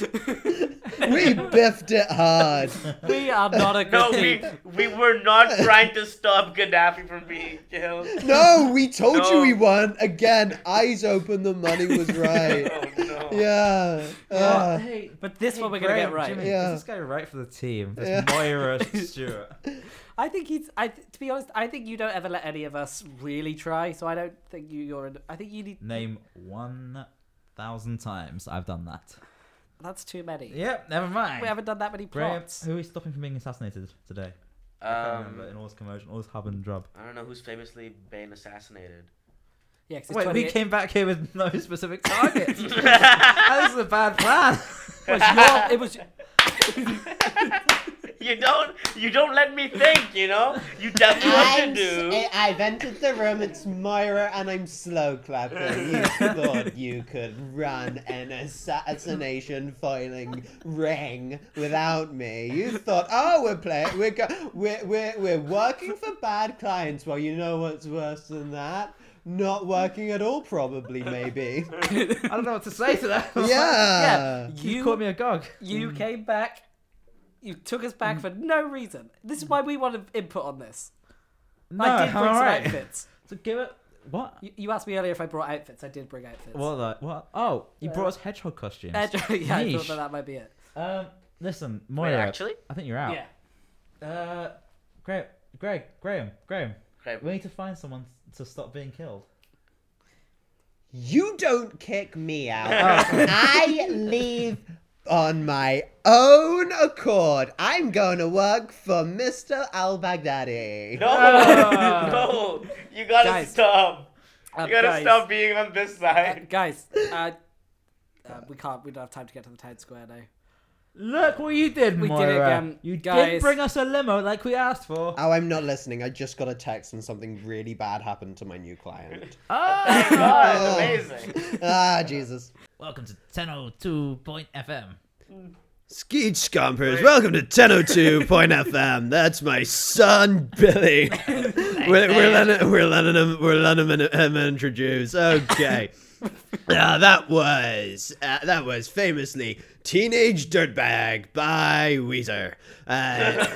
Speaker 3: we biffed it hard.
Speaker 1: we are not a good
Speaker 4: *laughs* no,
Speaker 1: *laughs*
Speaker 4: we
Speaker 1: team.
Speaker 4: we were not trying to stop Gaddafi from being killed.
Speaker 3: No, we told you
Speaker 4: No.
Speaker 3: we won again. Eyes open. The money was right.
Speaker 4: *laughs* Oh no.
Speaker 3: Yeah.
Speaker 2: Oh,
Speaker 3: Uh,
Speaker 2: hey,
Speaker 1: But this
Speaker 2: hey,
Speaker 1: one we're gonna
Speaker 2: Graham,
Speaker 1: get right.
Speaker 2: Jimmy,
Speaker 3: Yeah.
Speaker 2: Is this guy right for the team? This
Speaker 3: Yeah.
Speaker 4: *laughs*
Speaker 2: Moira Stewart.
Speaker 1: I think he's. I to be honest, I think you don't ever let any of us really try. So I don't think you, you're. I think you need.
Speaker 2: Name one thousand times I've done that.
Speaker 1: That's too many.
Speaker 2: Yep, never mind.
Speaker 1: We haven't done that many
Speaker 2: Graham,
Speaker 1: plots.
Speaker 2: who are we stopping from being assassinated today? I can't remember,
Speaker 4: Um,
Speaker 2: in all this commotion, all this hub and drub.
Speaker 4: I don't know who's famously been assassinated.
Speaker 1: Yeah, 'cause it's
Speaker 2: Wait, we
Speaker 1: 28
Speaker 2: came back here with no specific target. that is a bad plan.
Speaker 1: It was your. It was.
Speaker 4: *laughs*
Speaker 1: *laughs*
Speaker 4: You don't you don't let me think, you know? You tell me what to
Speaker 3: I'm
Speaker 4: do.
Speaker 3: s- I- I've entered the room. It's Moira, and I'm slow clapping.
Speaker 4: *laughs*
Speaker 3: You thought you could run an assassination filing ring without me. You thought, oh, we're playing, we're, go- we're we're we're working for bad clients. Well, you know what's worse than that? Not working at all, probably,
Speaker 4: *laughs*
Speaker 3: maybe.
Speaker 1: *laughs*
Speaker 2: I don't know what to say to *laughs* that.
Speaker 1: Yeah,
Speaker 3: Yeah.
Speaker 2: you,
Speaker 1: you
Speaker 2: caught me agog.
Speaker 3: Mm.
Speaker 1: You came back. You took us back for no reason. This is why we wanted input on this.
Speaker 3: Oh,
Speaker 2: No,
Speaker 1: I did bring
Speaker 2: all
Speaker 1: some
Speaker 2: right.
Speaker 1: outfits.
Speaker 2: So give it. What?
Speaker 1: You, you asked me earlier if I brought outfits. I did bring outfits.
Speaker 2: What? The, what? Oh, you brought us hedgehog costumes.
Speaker 1: Edge- *laughs* yeah, I
Speaker 2: Yeesh.
Speaker 1: thought that, that might be it.
Speaker 2: Um, listen, Moira.
Speaker 4: actually?
Speaker 2: I think you're
Speaker 3: Oh.
Speaker 2: out. Uh, Graham, Greg, Graham, Graham.
Speaker 4: Graham.
Speaker 2: We need to find someone to stop being killed.
Speaker 3: You don't kick me out. I leave on my own accord. I'm going to work for Mr. Al Baghdadi.
Speaker 4: No,
Speaker 2: Ah.
Speaker 4: *laughs* no, you gotta
Speaker 1: Guys.
Speaker 4: stop.
Speaker 1: Um,
Speaker 4: You gotta
Speaker 1: guys,
Speaker 4: stop being on this
Speaker 1: uh, *laughs*
Speaker 4: side.
Speaker 1: guys,
Speaker 4: *laughs*
Speaker 1: uh, uh, we can't. We don't have time to get to the town square now.
Speaker 2: Look what you did,
Speaker 1: We did it
Speaker 2: Moira.
Speaker 1: again,
Speaker 2: You did
Speaker 1: guys.
Speaker 2: bring us a limo like we asked
Speaker 1: *laughs*
Speaker 2: for.
Speaker 3: Oh, I'm not listening. I just got a text and something really bad happened to my new client.
Speaker 2: Oh,
Speaker 4: God, amazing.
Speaker 3: ah, Jesus.
Speaker 2: Welcome to 1002.fm. FM.
Speaker 3: Skeet Scompers, welcome to 1002.fm. That's my son, Billy. we're, we're, letting, we're, letting him, we're letting him, him introduce. Okay. Now that was uh, that was famously "Teenage Dirtbag" by Weezer. Uh,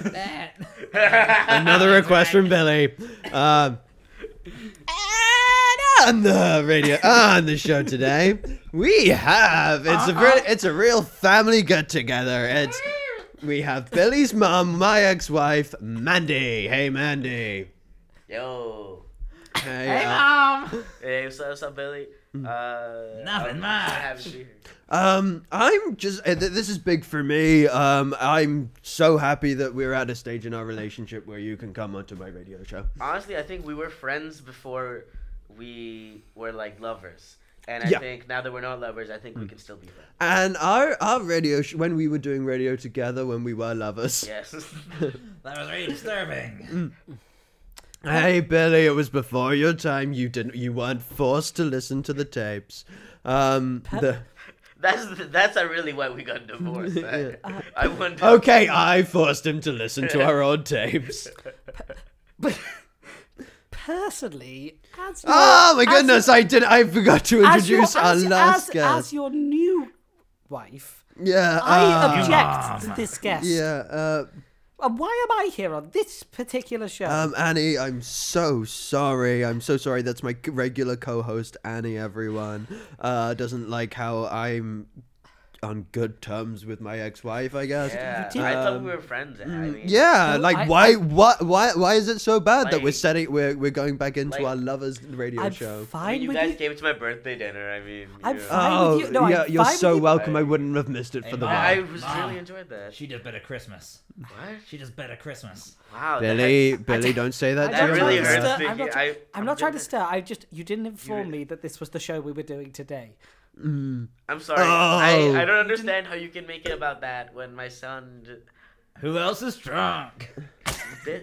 Speaker 3: another request from Billy. Um, and on the radio, on the show today, we have it's a re- it's a real family get together. It's we have Billy's mom, my ex-wife, Mandy. Hey, Mandy.
Speaker 4: Yo.
Speaker 3: Hey,
Speaker 2: Hey,
Speaker 3: uh,
Speaker 2: mom.
Speaker 4: Hey, what's up, what's up, Billy? Uh,
Speaker 2: Nothing
Speaker 4: I'm
Speaker 2: much.
Speaker 4: happy to be here.
Speaker 3: Um, I'm just. uh, th- This is big for me. Um, I'm so happy that we're at a stage in our relationship where you can come onto my radio show.
Speaker 4: Honestly, I think we were friends before we were like lovers. And I
Speaker 3: Yeah.
Speaker 4: think now that we're not lovers, I think we can still be friends.
Speaker 3: And our our radio sh- when we were doing radio together when we were lovers.
Speaker 4: Yes. *laughs*
Speaker 2: That was really disturbing.
Speaker 3: Hey Billy, it was before your time. You didn't. You weren't forced to listen to the tapes. Um, the,
Speaker 4: that's that's uh, really why we got divorced. I, I wonder.
Speaker 3: okay, I forced him to listen to our
Speaker 1: *laughs*
Speaker 3: old tapes.
Speaker 1: Personally, as your,
Speaker 3: Oh my
Speaker 1: as
Speaker 3: goodness, I did. I forgot to
Speaker 1: your- as your-
Speaker 3: introduce
Speaker 1: as-
Speaker 3: our last
Speaker 1: as,
Speaker 3: guest.
Speaker 1: as your new wife,
Speaker 3: Yeah. uh,
Speaker 1: I object to this guest.
Speaker 3: yeah. Uh,
Speaker 1: And why am I here on this particular show?
Speaker 3: Um, Annie, I'm so sorry. I'm so sorry. That's my c- regular co-host, Annie. Everyone uh, doesn't like how I'm on good terms with my ex-wife. I guess.
Speaker 4: Yeah,
Speaker 1: You did- um, mm,
Speaker 4: I thought we were friends. eh? I mean,
Speaker 3: Yeah,
Speaker 1: No,
Speaker 3: like
Speaker 1: I-
Speaker 3: why, why, why, why is it so bad that we're
Speaker 4: Like-
Speaker 3: setting, we're, we're going back into
Speaker 4: like-
Speaker 3: our lovers radio
Speaker 1: I'm
Speaker 3: show?
Speaker 4: I mean,
Speaker 1: fine
Speaker 4: you
Speaker 1: with
Speaker 4: guys
Speaker 1: you.
Speaker 4: came to my birthday dinner. I mean,
Speaker 1: I'm
Speaker 4: you know.
Speaker 1: fine.
Speaker 3: Oh,
Speaker 1: with you. No, I'm
Speaker 3: yeah, you're
Speaker 1: fine with
Speaker 3: so
Speaker 1: you.
Speaker 3: welcome. I wouldn't have missed it for the
Speaker 4: I
Speaker 3: vibe.
Speaker 4: was
Speaker 2: Mom.
Speaker 4: really enjoyed that.
Speaker 2: did better Christmas.
Speaker 4: What?
Speaker 2: She does better Christmas.
Speaker 4: Wow. that-
Speaker 3: Billy, Billy, don't say that.
Speaker 1: I'm
Speaker 4: That
Speaker 3: to
Speaker 1: not
Speaker 3: your
Speaker 4: really
Speaker 1: trying to
Speaker 3: mother.
Speaker 4: hurts.
Speaker 1: stir- I'm not,
Speaker 4: Vicky. I-
Speaker 1: I'm
Speaker 4: I'm
Speaker 1: not trying to
Speaker 4: doing-
Speaker 1: stir. I just you didn't inform me that this was the show we were doing today.
Speaker 4: I'm sorry.
Speaker 3: Oh.
Speaker 4: I, I don't understand how you can make it about that when my son. j-
Speaker 2: Who else is drunk?
Speaker 1: *laughs*
Speaker 4: Bi-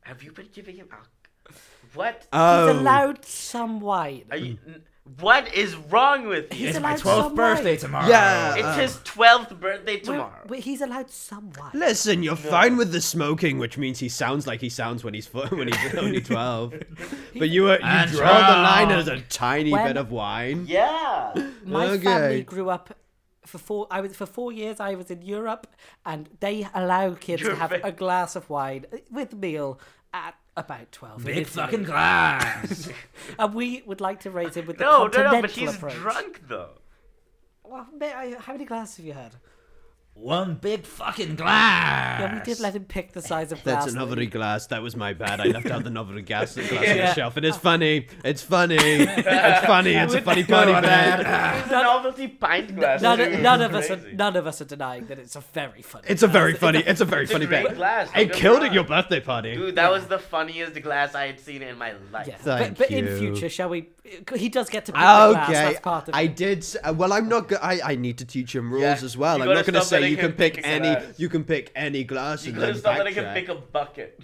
Speaker 4: Have you been giving him alcohol? What?
Speaker 1: He's
Speaker 3: Oh,
Speaker 1: allowed some wine.
Speaker 4: Are you? n- What is wrong with
Speaker 1: He's
Speaker 4: you? It's, *laughs*
Speaker 1: allowed some wine.
Speaker 2: tomorrow.
Speaker 3: Yeah. Uh,
Speaker 4: his twelfth birthday
Speaker 1: We're-
Speaker 4: tomorrow.
Speaker 1: we- he's allowed some wine.
Speaker 3: listen, you're fine with the smoking, which means he sounds like he sounds when he's fo- when
Speaker 1: *laughs*
Speaker 3: he's only twelve. But you were, you
Speaker 2: And
Speaker 3: draw the line
Speaker 2: drunk.
Speaker 3: as a tiny
Speaker 1: When-
Speaker 3: bit of wine.
Speaker 1: *laughs*
Speaker 4: yeah.
Speaker 1: My
Speaker 3: Okay.
Speaker 1: family grew up for four. I was for four years. I was in Europe, and they allow kids
Speaker 4: You're
Speaker 1: to have
Speaker 4: ve-
Speaker 1: a glass of wine with meal at about twelve. in Italy.
Speaker 2: glass.
Speaker 1: And we would like to raise him with the
Speaker 4: No, no,
Speaker 1: continental
Speaker 4: no. But he's
Speaker 1: approach.
Speaker 4: drunk
Speaker 1: *laughs*
Speaker 4: though.
Speaker 1: Well, may I- how many glasses have you had?
Speaker 2: One big fucking glass.
Speaker 1: Yeah, we did let him pick the size of glass.
Speaker 3: That's
Speaker 1: that
Speaker 3: another
Speaker 1: he-
Speaker 3: glass. That was my bad. I left out the novelty glass, glass on
Speaker 1: Yeah.
Speaker 3: the shelf. It is funny. It's funny. It's funny. It's a funny party bad.
Speaker 4: It's a novelty pint glass.
Speaker 1: *laughs* None,
Speaker 4: dude.
Speaker 1: none of us, are,
Speaker 4: Crazy.
Speaker 1: none of us are denying that it's a very funny.
Speaker 3: It's a very funny. It's a very
Speaker 4: a
Speaker 3: funny
Speaker 4: great
Speaker 3: bit.
Speaker 4: glass,
Speaker 3: I
Speaker 4: don't
Speaker 3: killed
Speaker 4: get
Speaker 3: at
Speaker 4: me
Speaker 3: your
Speaker 4: wrong.
Speaker 3: birthday party.
Speaker 4: Dude, that was the funniest glass I had seen in my life.
Speaker 1: Yeah,
Speaker 3: Thank
Speaker 1: but, but in
Speaker 3: you.
Speaker 1: future, shall we? He does get to pick the glass.
Speaker 3: Okay,
Speaker 1: That's part of
Speaker 3: I
Speaker 1: it.
Speaker 3: did. s- uh, Well, I'm not. Go- I I need to teach him rules
Speaker 4: Yeah,
Speaker 3: as well.
Speaker 4: you
Speaker 3: I'm
Speaker 4: gotta
Speaker 3: not going to
Speaker 4: stop
Speaker 3: say
Speaker 4: letting
Speaker 3: you can
Speaker 4: him
Speaker 3: pick
Speaker 4: pick
Speaker 3: any.
Speaker 4: glass.
Speaker 3: You can pick any glass
Speaker 4: You
Speaker 3: and
Speaker 4: could
Speaker 3: then
Speaker 4: have stopped letting him
Speaker 3: backtrack.
Speaker 4: pick a bucket.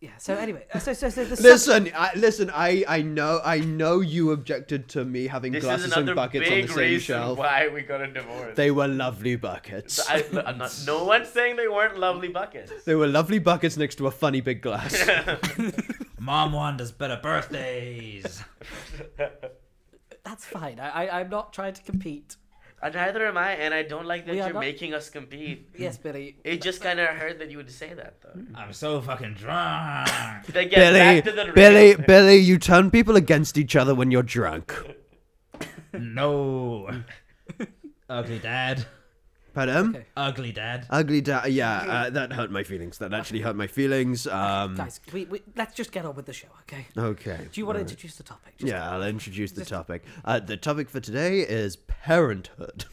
Speaker 1: Yeah. So anyway, uh, so so, so the
Speaker 3: Listen, I, listen. I I know. I know you objected to me having
Speaker 4: This is
Speaker 3: glasses and
Speaker 4: another
Speaker 3: buckets on the
Speaker 4: big
Speaker 3: same
Speaker 4: reason
Speaker 3: shelf.
Speaker 4: why we got a divorce.
Speaker 3: They were lovely buckets.
Speaker 4: I, am not, no one's saying they weren't lovely buckets.
Speaker 3: There were lovely buckets next to a funny big
Speaker 4: *laughs*
Speaker 3: glass.
Speaker 2: Mom one does better birthdays.
Speaker 1: That's fine. I, I I'm not trying to compete.
Speaker 4: And neither am I, and I don't like that
Speaker 1: We are
Speaker 4: you're
Speaker 1: not-
Speaker 4: making us compete.
Speaker 1: Yes, Billy.
Speaker 4: It just kind of hurt that you would say that, though.
Speaker 2: I'm so fucking drunk.
Speaker 4: They
Speaker 3: Mm.
Speaker 4: get
Speaker 3: Billy,
Speaker 4: back to the
Speaker 3: Billy, Billy, you turn people against each other when you're drunk.
Speaker 2: No. Ugly dad.
Speaker 3: Pardon?
Speaker 1: Okay.
Speaker 2: Ugly dad.
Speaker 3: Ugly da- yeah, uh, that hurt my feelings. That actually hurt my feelings. Um,
Speaker 1: Guys, we, we let's just get on with the show, okay?
Speaker 3: okay.
Speaker 1: Do you want to introduce the topic? Just-
Speaker 3: Yeah, I'll introduce the topic. Uh, the topic for today is
Speaker 1: *laughs*
Speaker 3: parenthood.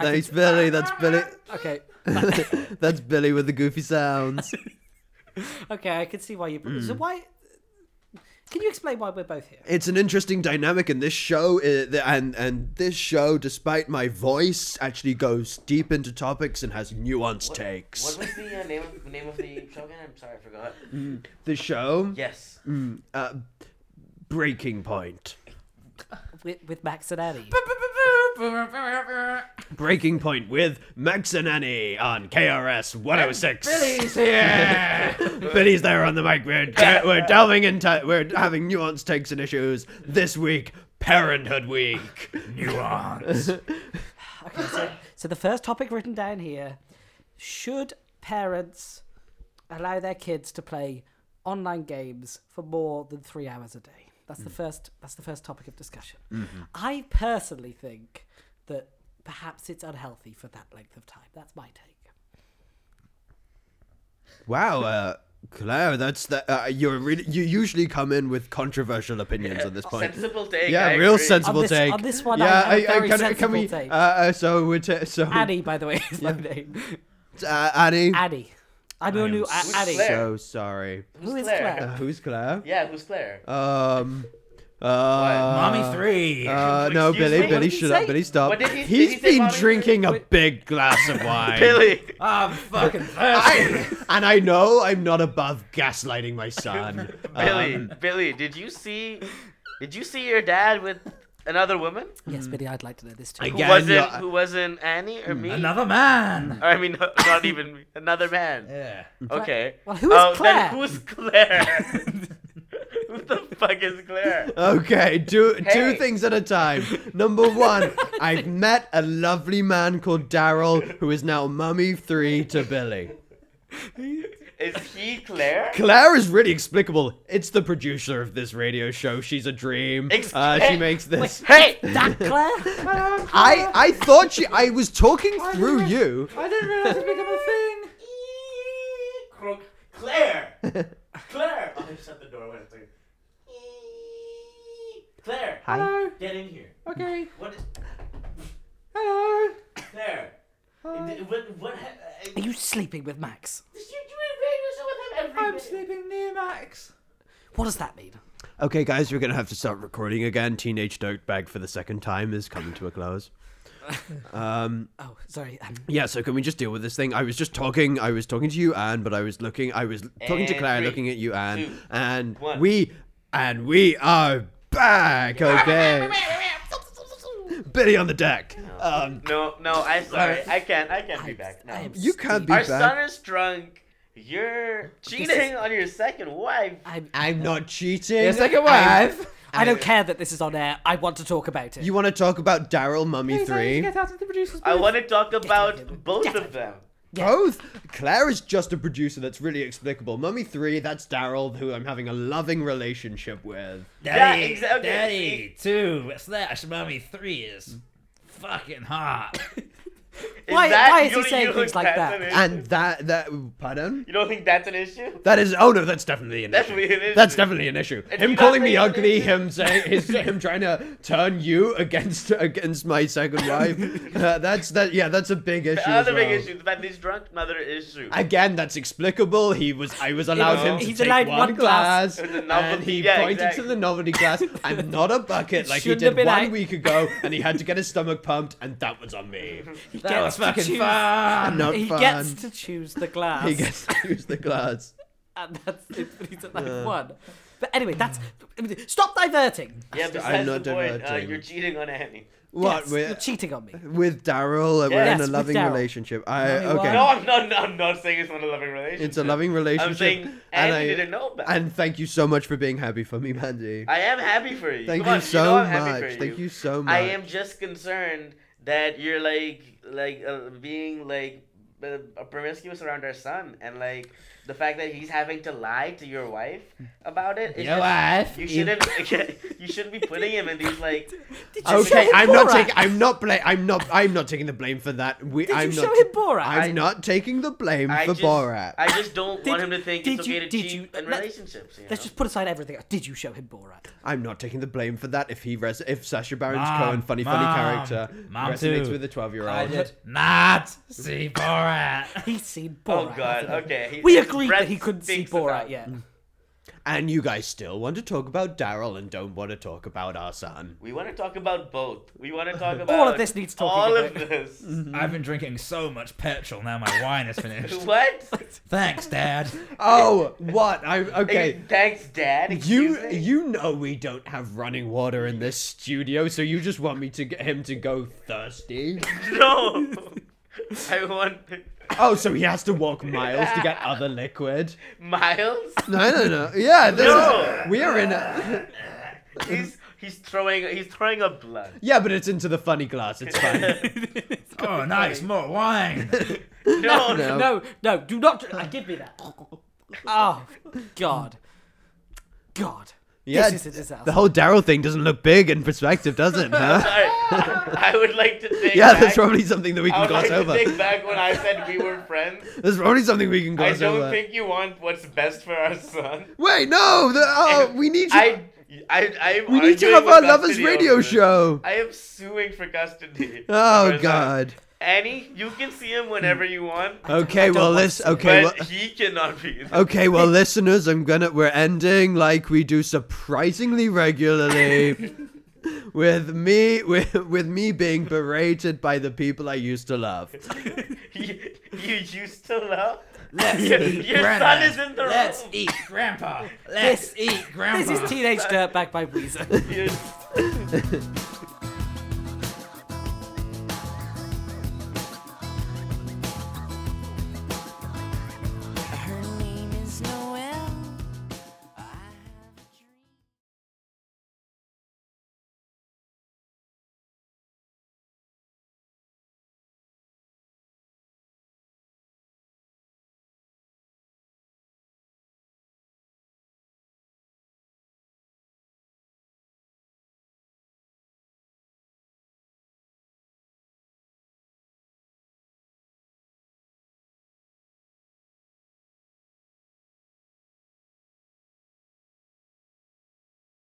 Speaker 3: Thanks, Billy. That's
Speaker 1: *laughs*
Speaker 3: Billy. *laughs*
Speaker 1: Okay.
Speaker 3: That's Billy with the goofy sounds.
Speaker 1: Okay, I can see why you. So
Speaker 3: Hmm.
Speaker 1: why? Can you explain why we're both here?
Speaker 3: it's an interesting dynamic in this show uh, th- and and this show despite my voice actually goes deep into topics and has nuanced takes
Speaker 4: What was the uh, name, of, name of the show again? I'm sorry, I forgot.
Speaker 3: the show
Speaker 4: Yes.
Speaker 3: uh, breaking point
Speaker 1: With, with Max and Annie.
Speaker 3: breaking point with max and annie on krs 106
Speaker 2: Billy's here.
Speaker 3: *laughs* billy's there on the mic
Speaker 4: *laughs*
Speaker 3: we're, de- we're delving into we're having nuanced takes and issues this week parenthood week
Speaker 2: Nuance.
Speaker 1: Okay, so, *laughs* so the first topic written down here: Should parents allow their kids to play online games for more than three hours a day? That's the first. That's the first topic of discussion. I personally think that perhaps it's unhealthy for that length of time. That's my take.
Speaker 3: wow uh, Claire, that's the uh, you're really you usually come in with controversial opinions at this point.
Speaker 4: Sensible take.
Speaker 3: yeah,
Speaker 4: I
Speaker 3: real
Speaker 4: agree.
Speaker 3: sensible
Speaker 1: On this-
Speaker 3: take.
Speaker 1: on this one, I
Speaker 3: yeah,
Speaker 1: have a very
Speaker 3: can,
Speaker 1: sensible
Speaker 3: can we?
Speaker 1: take.
Speaker 3: Uh, uh, so we ta- so
Speaker 1: Addy, by the way, is my name.
Speaker 3: uh, Annie.
Speaker 1: Addy. I
Speaker 3: I
Speaker 1: don't
Speaker 3: am
Speaker 1: know A-
Speaker 4: so-
Speaker 1: Addy.
Speaker 4: Claire.
Speaker 3: So sorry.
Speaker 1: Who is
Speaker 3: Uh,
Speaker 1: Claire?
Speaker 3: who's Claire?
Speaker 4: Yeah, who's Claire?
Speaker 3: Um. Uh,
Speaker 2: Mommy three.
Speaker 3: Uh, no,
Speaker 4: Excuse
Speaker 3: Billy,
Speaker 4: me? What
Speaker 3: Billy,
Speaker 4: did
Speaker 1: he
Speaker 3: shut up,
Speaker 1: say?
Speaker 3: Billy, stop.
Speaker 4: What did he- did
Speaker 3: He's
Speaker 4: he say
Speaker 3: been
Speaker 4: Mommy?
Speaker 3: drinking a big glass
Speaker 4: *laughs*
Speaker 3: of wine.
Speaker 4: Billy.
Speaker 2: I'm fucking *laughs* thirsty.
Speaker 3: I, and I know I'm not above gaslighting my son.
Speaker 4: *laughs* Billy.
Speaker 3: Um,
Speaker 4: Billy. Did you see? Did you see your dad with another woman
Speaker 1: Yes, Billy, I'd like to know this too.
Speaker 3: I Hmm,
Speaker 4: who
Speaker 3: Yeah,
Speaker 4: wasn't
Speaker 3: yeah.
Speaker 4: who wasn't Annie or me?
Speaker 2: man.
Speaker 4: Or, I mean, not even me. Another man.
Speaker 2: Yeah.
Speaker 4: Okay.
Speaker 1: Well, who is
Speaker 4: Oh,
Speaker 1: Claire?
Speaker 4: Then
Speaker 3: *laughs*
Speaker 4: who's Claire? who the fuck is Claire?
Speaker 3: okay, do two
Speaker 4: Hey.
Speaker 3: things at a time. Number one, I've met a lovely man called Daryl who is now mummy three to Billy.
Speaker 4: Is he Claire?
Speaker 3: Claire is really explicable. It's the producer of this radio show. She's a dream.
Speaker 4: Ex-
Speaker 3: Uh, she makes this.
Speaker 4: Hey!
Speaker 1: That Claire?
Speaker 3: I I thought she. I was talking through
Speaker 2: didn't-
Speaker 3: you.
Speaker 2: I didn't realize it became a thing.
Speaker 4: *laughs* Crook.
Speaker 1: *laughs*
Speaker 4: Claire! Claire! Oh, I shut the door. Wait a second. *laughs* Claire!
Speaker 3: Hello.
Speaker 4: Get in here.
Speaker 2: Okay.
Speaker 4: What is.
Speaker 2: Hello.
Speaker 4: Claire! It- What, what ha- I-
Speaker 1: Are you sleeping with Max?
Speaker 4: You do a radio show with him every
Speaker 2: I'm
Speaker 4: minute.
Speaker 2: sleeping near Max.
Speaker 1: What does that mean?
Speaker 3: Okay, guys, we're gonna have to start recording again. Teenage Dirtbag for the second time is coming to a close. Um,
Speaker 1: Oh, sorry. Um,
Speaker 3: yeah, so can we just deal with this thing? I was just talking. I was talking to you, Anne, but I was looking. I was talking to
Speaker 4: And
Speaker 3: Claire,
Speaker 4: three,
Speaker 3: looking at you, Anne,
Speaker 4: two,
Speaker 3: and
Speaker 4: one.
Speaker 3: we and we are
Speaker 4: *laughs*
Speaker 3: back. Okay, Billy on the deck.
Speaker 4: Oh.
Speaker 3: Um,
Speaker 4: No, no, I'm sorry. I can't. I can't be back. No.
Speaker 1: I am
Speaker 3: you can't be
Speaker 4: Our
Speaker 3: back.
Speaker 4: son is drunk. You're cheating
Speaker 1: is-
Speaker 4: on your second wife.
Speaker 1: I'm,
Speaker 3: I'm not cheating.
Speaker 2: Your second
Speaker 3: I'm-
Speaker 2: wife.
Speaker 1: I don't care that this is on air. I want to talk about it.
Speaker 3: You want to talk about Daryl Mummy
Speaker 2: Please, I need to
Speaker 3: Three?
Speaker 2: Get out of the producer's
Speaker 4: I
Speaker 2: booth.
Speaker 4: want to talk
Speaker 1: out
Speaker 4: about
Speaker 1: of
Speaker 4: both
Speaker 1: here.
Speaker 4: of them.
Speaker 1: Yeah.
Speaker 3: Both. Claire is just a producer that's really explicable. Mummy 3, that's Daryl, who I'm having a loving relationship with.
Speaker 4: Daddy, Yeah, exa- okay. daddy,
Speaker 2: two slash mummy three is fucking
Speaker 4: *laughs*
Speaker 2: hot.
Speaker 4: Is
Speaker 1: Why-
Speaker 4: that-
Speaker 1: why is
Speaker 4: you-
Speaker 1: he saying
Speaker 4: you
Speaker 1: things
Speaker 4: think
Speaker 1: like
Speaker 4: that's
Speaker 1: that?
Speaker 4: an issue?
Speaker 3: And that, that, pardon?
Speaker 4: you don't think that's an issue?
Speaker 3: That is, oh no, that's definitely an
Speaker 4: That's
Speaker 3: issue.
Speaker 4: really an issue.
Speaker 3: That's definitely an issue.
Speaker 4: It's
Speaker 3: him calling me ugly,
Speaker 4: definitely an issue.
Speaker 3: him saying, his, him trying to turn you against against my second wife. Uh, that's that. Yeah, that's a big issue. as
Speaker 4: Another big
Speaker 3: well.
Speaker 4: issue. The fact that he's drunk. Another issue.
Speaker 3: Again, that's explicable. He was. I was allowed him to
Speaker 1: he's
Speaker 3: take
Speaker 1: allowed
Speaker 3: one,
Speaker 1: one glass.
Speaker 3: glass,
Speaker 4: And the
Speaker 3: and
Speaker 4: novelty-
Speaker 3: he
Speaker 4: yeah,
Speaker 3: pointed
Speaker 4: exactly.
Speaker 3: to the novelty glass. I'm not a bucket like he
Speaker 1: Shouldn't
Speaker 3: did
Speaker 1: have
Speaker 3: one
Speaker 1: been I-
Speaker 3: week ago, and he had to get his stomach pumped, and that was on me.
Speaker 2: that
Speaker 1: gets
Speaker 2: was
Speaker 1: to
Speaker 2: fucking
Speaker 1: choose-
Speaker 2: fun.
Speaker 3: Not
Speaker 1: He
Speaker 3: fun.
Speaker 1: gets to choose the glass.
Speaker 3: He gets to use the glass.
Speaker 1: and that's it. But he's at like one. But anyway, that's. Stop diverting!
Speaker 4: yeah, besides
Speaker 3: not
Speaker 4: the point, uh,
Speaker 3: diverting.
Speaker 4: you're cheating on Annie.
Speaker 3: What
Speaker 1: Yes, you're
Speaker 3: with
Speaker 1: cheating on me.
Speaker 3: with Daryl? uh, We're
Speaker 4: Yes,
Speaker 3: in a
Speaker 1: with
Speaker 3: loving
Speaker 1: Daryl.
Speaker 3: relationship. I
Speaker 1: Mummy,
Speaker 3: okay.
Speaker 1: why?
Speaker 4: No, I'm not. no, I'm not saying it's not a loving relationship.
Speaker 3: It's a loving relationship.
Speaker 4: I'm saying
Speaker 3: *laughs* and
Speaker 4: Annie
Speaker 3: I
Speaker 4: didn't know about. it.
Speaker 3: and thank you so much for being happy for me, Mandy.
Speaker 4: I am happy for you.
Speaker 3: Thank
Speaker 4: Come
Speaker 3: you
Speaker 4: on,
Speaker 3: so
Speaker 4: you know I'm
Speaker 3: much.
Speaker 4: happy for you.
Speaker 3: Thank you so much.
Speaker 4: I am just concerned that you're like like uh, being like uh, promiscuous around our son and like the fact that he's having to lie to your wife about it. it's
Speaker 2: Your
Speaker 4: just-
Speaker 2: wife
Speaker 4: You
Speaker 2: is-
Speaker 4: shouldn't. *laughs* you shouldn't be putting him in these like.
Speaker 1: Did you show
Speaker 3: Okay,
Speaker 1: him
Speaker 3: I'm not
Speaker 1: Borat?
Speaker 3: taking. I'm not bla- I'm not. I'm not taking the blame for that. We.
Speaker 1: Did
Speaker 3: I'm
Speaker 1: you
Speaker 3: not.
Speaker 1: show him Borat?
Speaker 3: I'm
Speaker 1: I-
Speaker 3: not taking the blame
Speaker 4: I
Speaker 3: for
Speaker 4: just,
Speaker 3: Borat.
Speaker 4: I just don't want
Speaker 1: Did-
Speaker 4: him to think
Speaker 1: did
Speaker 4: it's
Speaker 1: you-
Speaker 4: okay to
Speaker 1: did
Speaker 4: cheat
Speaker 1: you-
Speaker 4: in
Speaker 1: let-
Speaker 4: relationships. You know?
Speaker 1: Let's just put aside everything. else. Did you show him Borat?
Speaker 3: I'm not taking the blame for that. If he res- if Sasha Baron
Speaker 2: Mom,
Speaker 3: Cohen, funny funny
Speaker 2: Mom,
Speaker 3: character,
Speaker 2: Mom
Speaker 3: resonates
Speaker 2: too.
Speaker 3: with a twelve year
Speaker 2: I
Speaker 3: old.
Speaker 2: did not
Speaker 4: *laughs*
Speaker 2: see Borat.
Speaker 1: He's seen
Speaker 4: oh
Speaker 1: Borat.
Speaker 4: god.
Speaker 1: hasn't he?
Speaker 4: Okay. he-
Speaker 1: We
Speaker 4: his
Speaker 1: agreed
Speaker 4: breath
Speaker 1: that he couldn't see
Speaker 4: stinks
Speaker 1: Borat
Speaker 4: about-
Speaker 1: yet.
Speaker 3: And you guys still want to talk about Daryl and don't want to talk about our son.
Speaker 4: We want to talk about both. We want to talk about
Speaker 1: *laughs* All of this needs talking
Speaker 4: All
Speaker 1: about. *laughs*
Speaker 4: of this.
Speaker 1: Mm-hmm.
Speaker 2: I've been drinking so much petrol now my wine is finished.
Speaker 4: *laughs*
Speaker 1: *laughs*
Speaker 4: what?
Speaker 2: Thanks,
Speaker 4: *laughs*
Speaker 2: Dad.
Speaker 3: *laughs* Oh, what? I'm okay.
Speaker 4: Thanks, Dad. Excuse
Speaker 3: You
Speaker 4: me?
Speaker 3: you know we don't have running water in this studio, so you just want me to get him to go thirsty.
Speaker 1: *laughs*
Speaker 4: *laughs* No. I want
Speaker 3: Oh, so he has to walk miles to *laughs* get other liquid.
Speaker 4: Miles.
Speaker 3: No, no, *laughs* no. Yeah, this
Speaker 4: No.
Speaker 3: is, we are in. A,
Speaker 4: He's he's throwing he's throwing up
Speaker 1: *laughs*
Speaker 4: blood.
Speaker 3: *laughs* yeah, but it's into the funny glass. It's *laughs* fine.
Speaker 2: Oh, nice, more
Speaker 4: *laughs*
Speaker 2: wine.
Speaker 4: No, no.
Speaker 3: No.
Speaker 1: No, no, do not. dr- uh, Give me that. Oh, God. God.
Speaker 3: Yeah,
Speaker 1: This is a disaster.
Speaker 3: the whole Daryl thing doesn't look big in perspective, does it? Huh? *laughs*
Speaker 4: Sorry, *laughs* I would like to think.
Speaker 3: yeah,
Speaker 4: back,
Speaker 3: that's probably something that we
Speaker 4: I
Speaker 3: can
Speaker 4: would
Speaker 3: gloss
Speaker 4: like
Speaker 3: over.
Speaker 4: to think back when I said we were
Speaker 1: *laughs*
Speaker 4: friends.
Speaker 3: There's probably something we can
Speaker 4: I
Speaker 3: gloss
Speaker 4: don't
Speaker 3: over.
Speaker 4: think you want what's best for our son.
Speaker 3: Wait, no, the, *laughs* oh, we need to.
Speaker 4: I, *laughs* I, I'm
Speaker 3: we need to
Speaker 4: arguing
Speaker 3: have
Speaker 4: with
Speaker 3: our lovers
Speaker 4: custody
Speaker 3: radio
Speaker 4: over this.
Speaker 3: show.
Speaker 4: I am suing
Speaker 3: *laughs*
Speaker 4: for custody.
Speaker 3: Oh
Speaker 4: Because, uh,
Speaker 3: God.
Speaker 4: Annie, you can see him whenever you want,
Speaker 3: Okay, well,
Speaker 1: want
Speaker 3: listen.
Speaker 1: to.
Speaker 3: Okay, well, uh,
Speaker 4: but he cannot be. *laughs* there.
Speaker 3: *laughs*
Speaker 1: *laughs*
Speaker 3: okay, well, listeners, I'm gonna. We're ending like we do
Speaker 1: *laughs*
Speaker 3: surprisingly regularly. With me, with, with me being berated by the people I used to love.
Speaker 4: You, you used to love.
Speaker 2: Let's
Speaker 4: Your- your son is in the room.
Speaker 2: eat
Speaker 4: *laughs*
Speaker 2: grandpa. Let's eat grandpa.
Speaker 1: This is Teenage Dirtbag by Weezer.
Speaker 4: Your-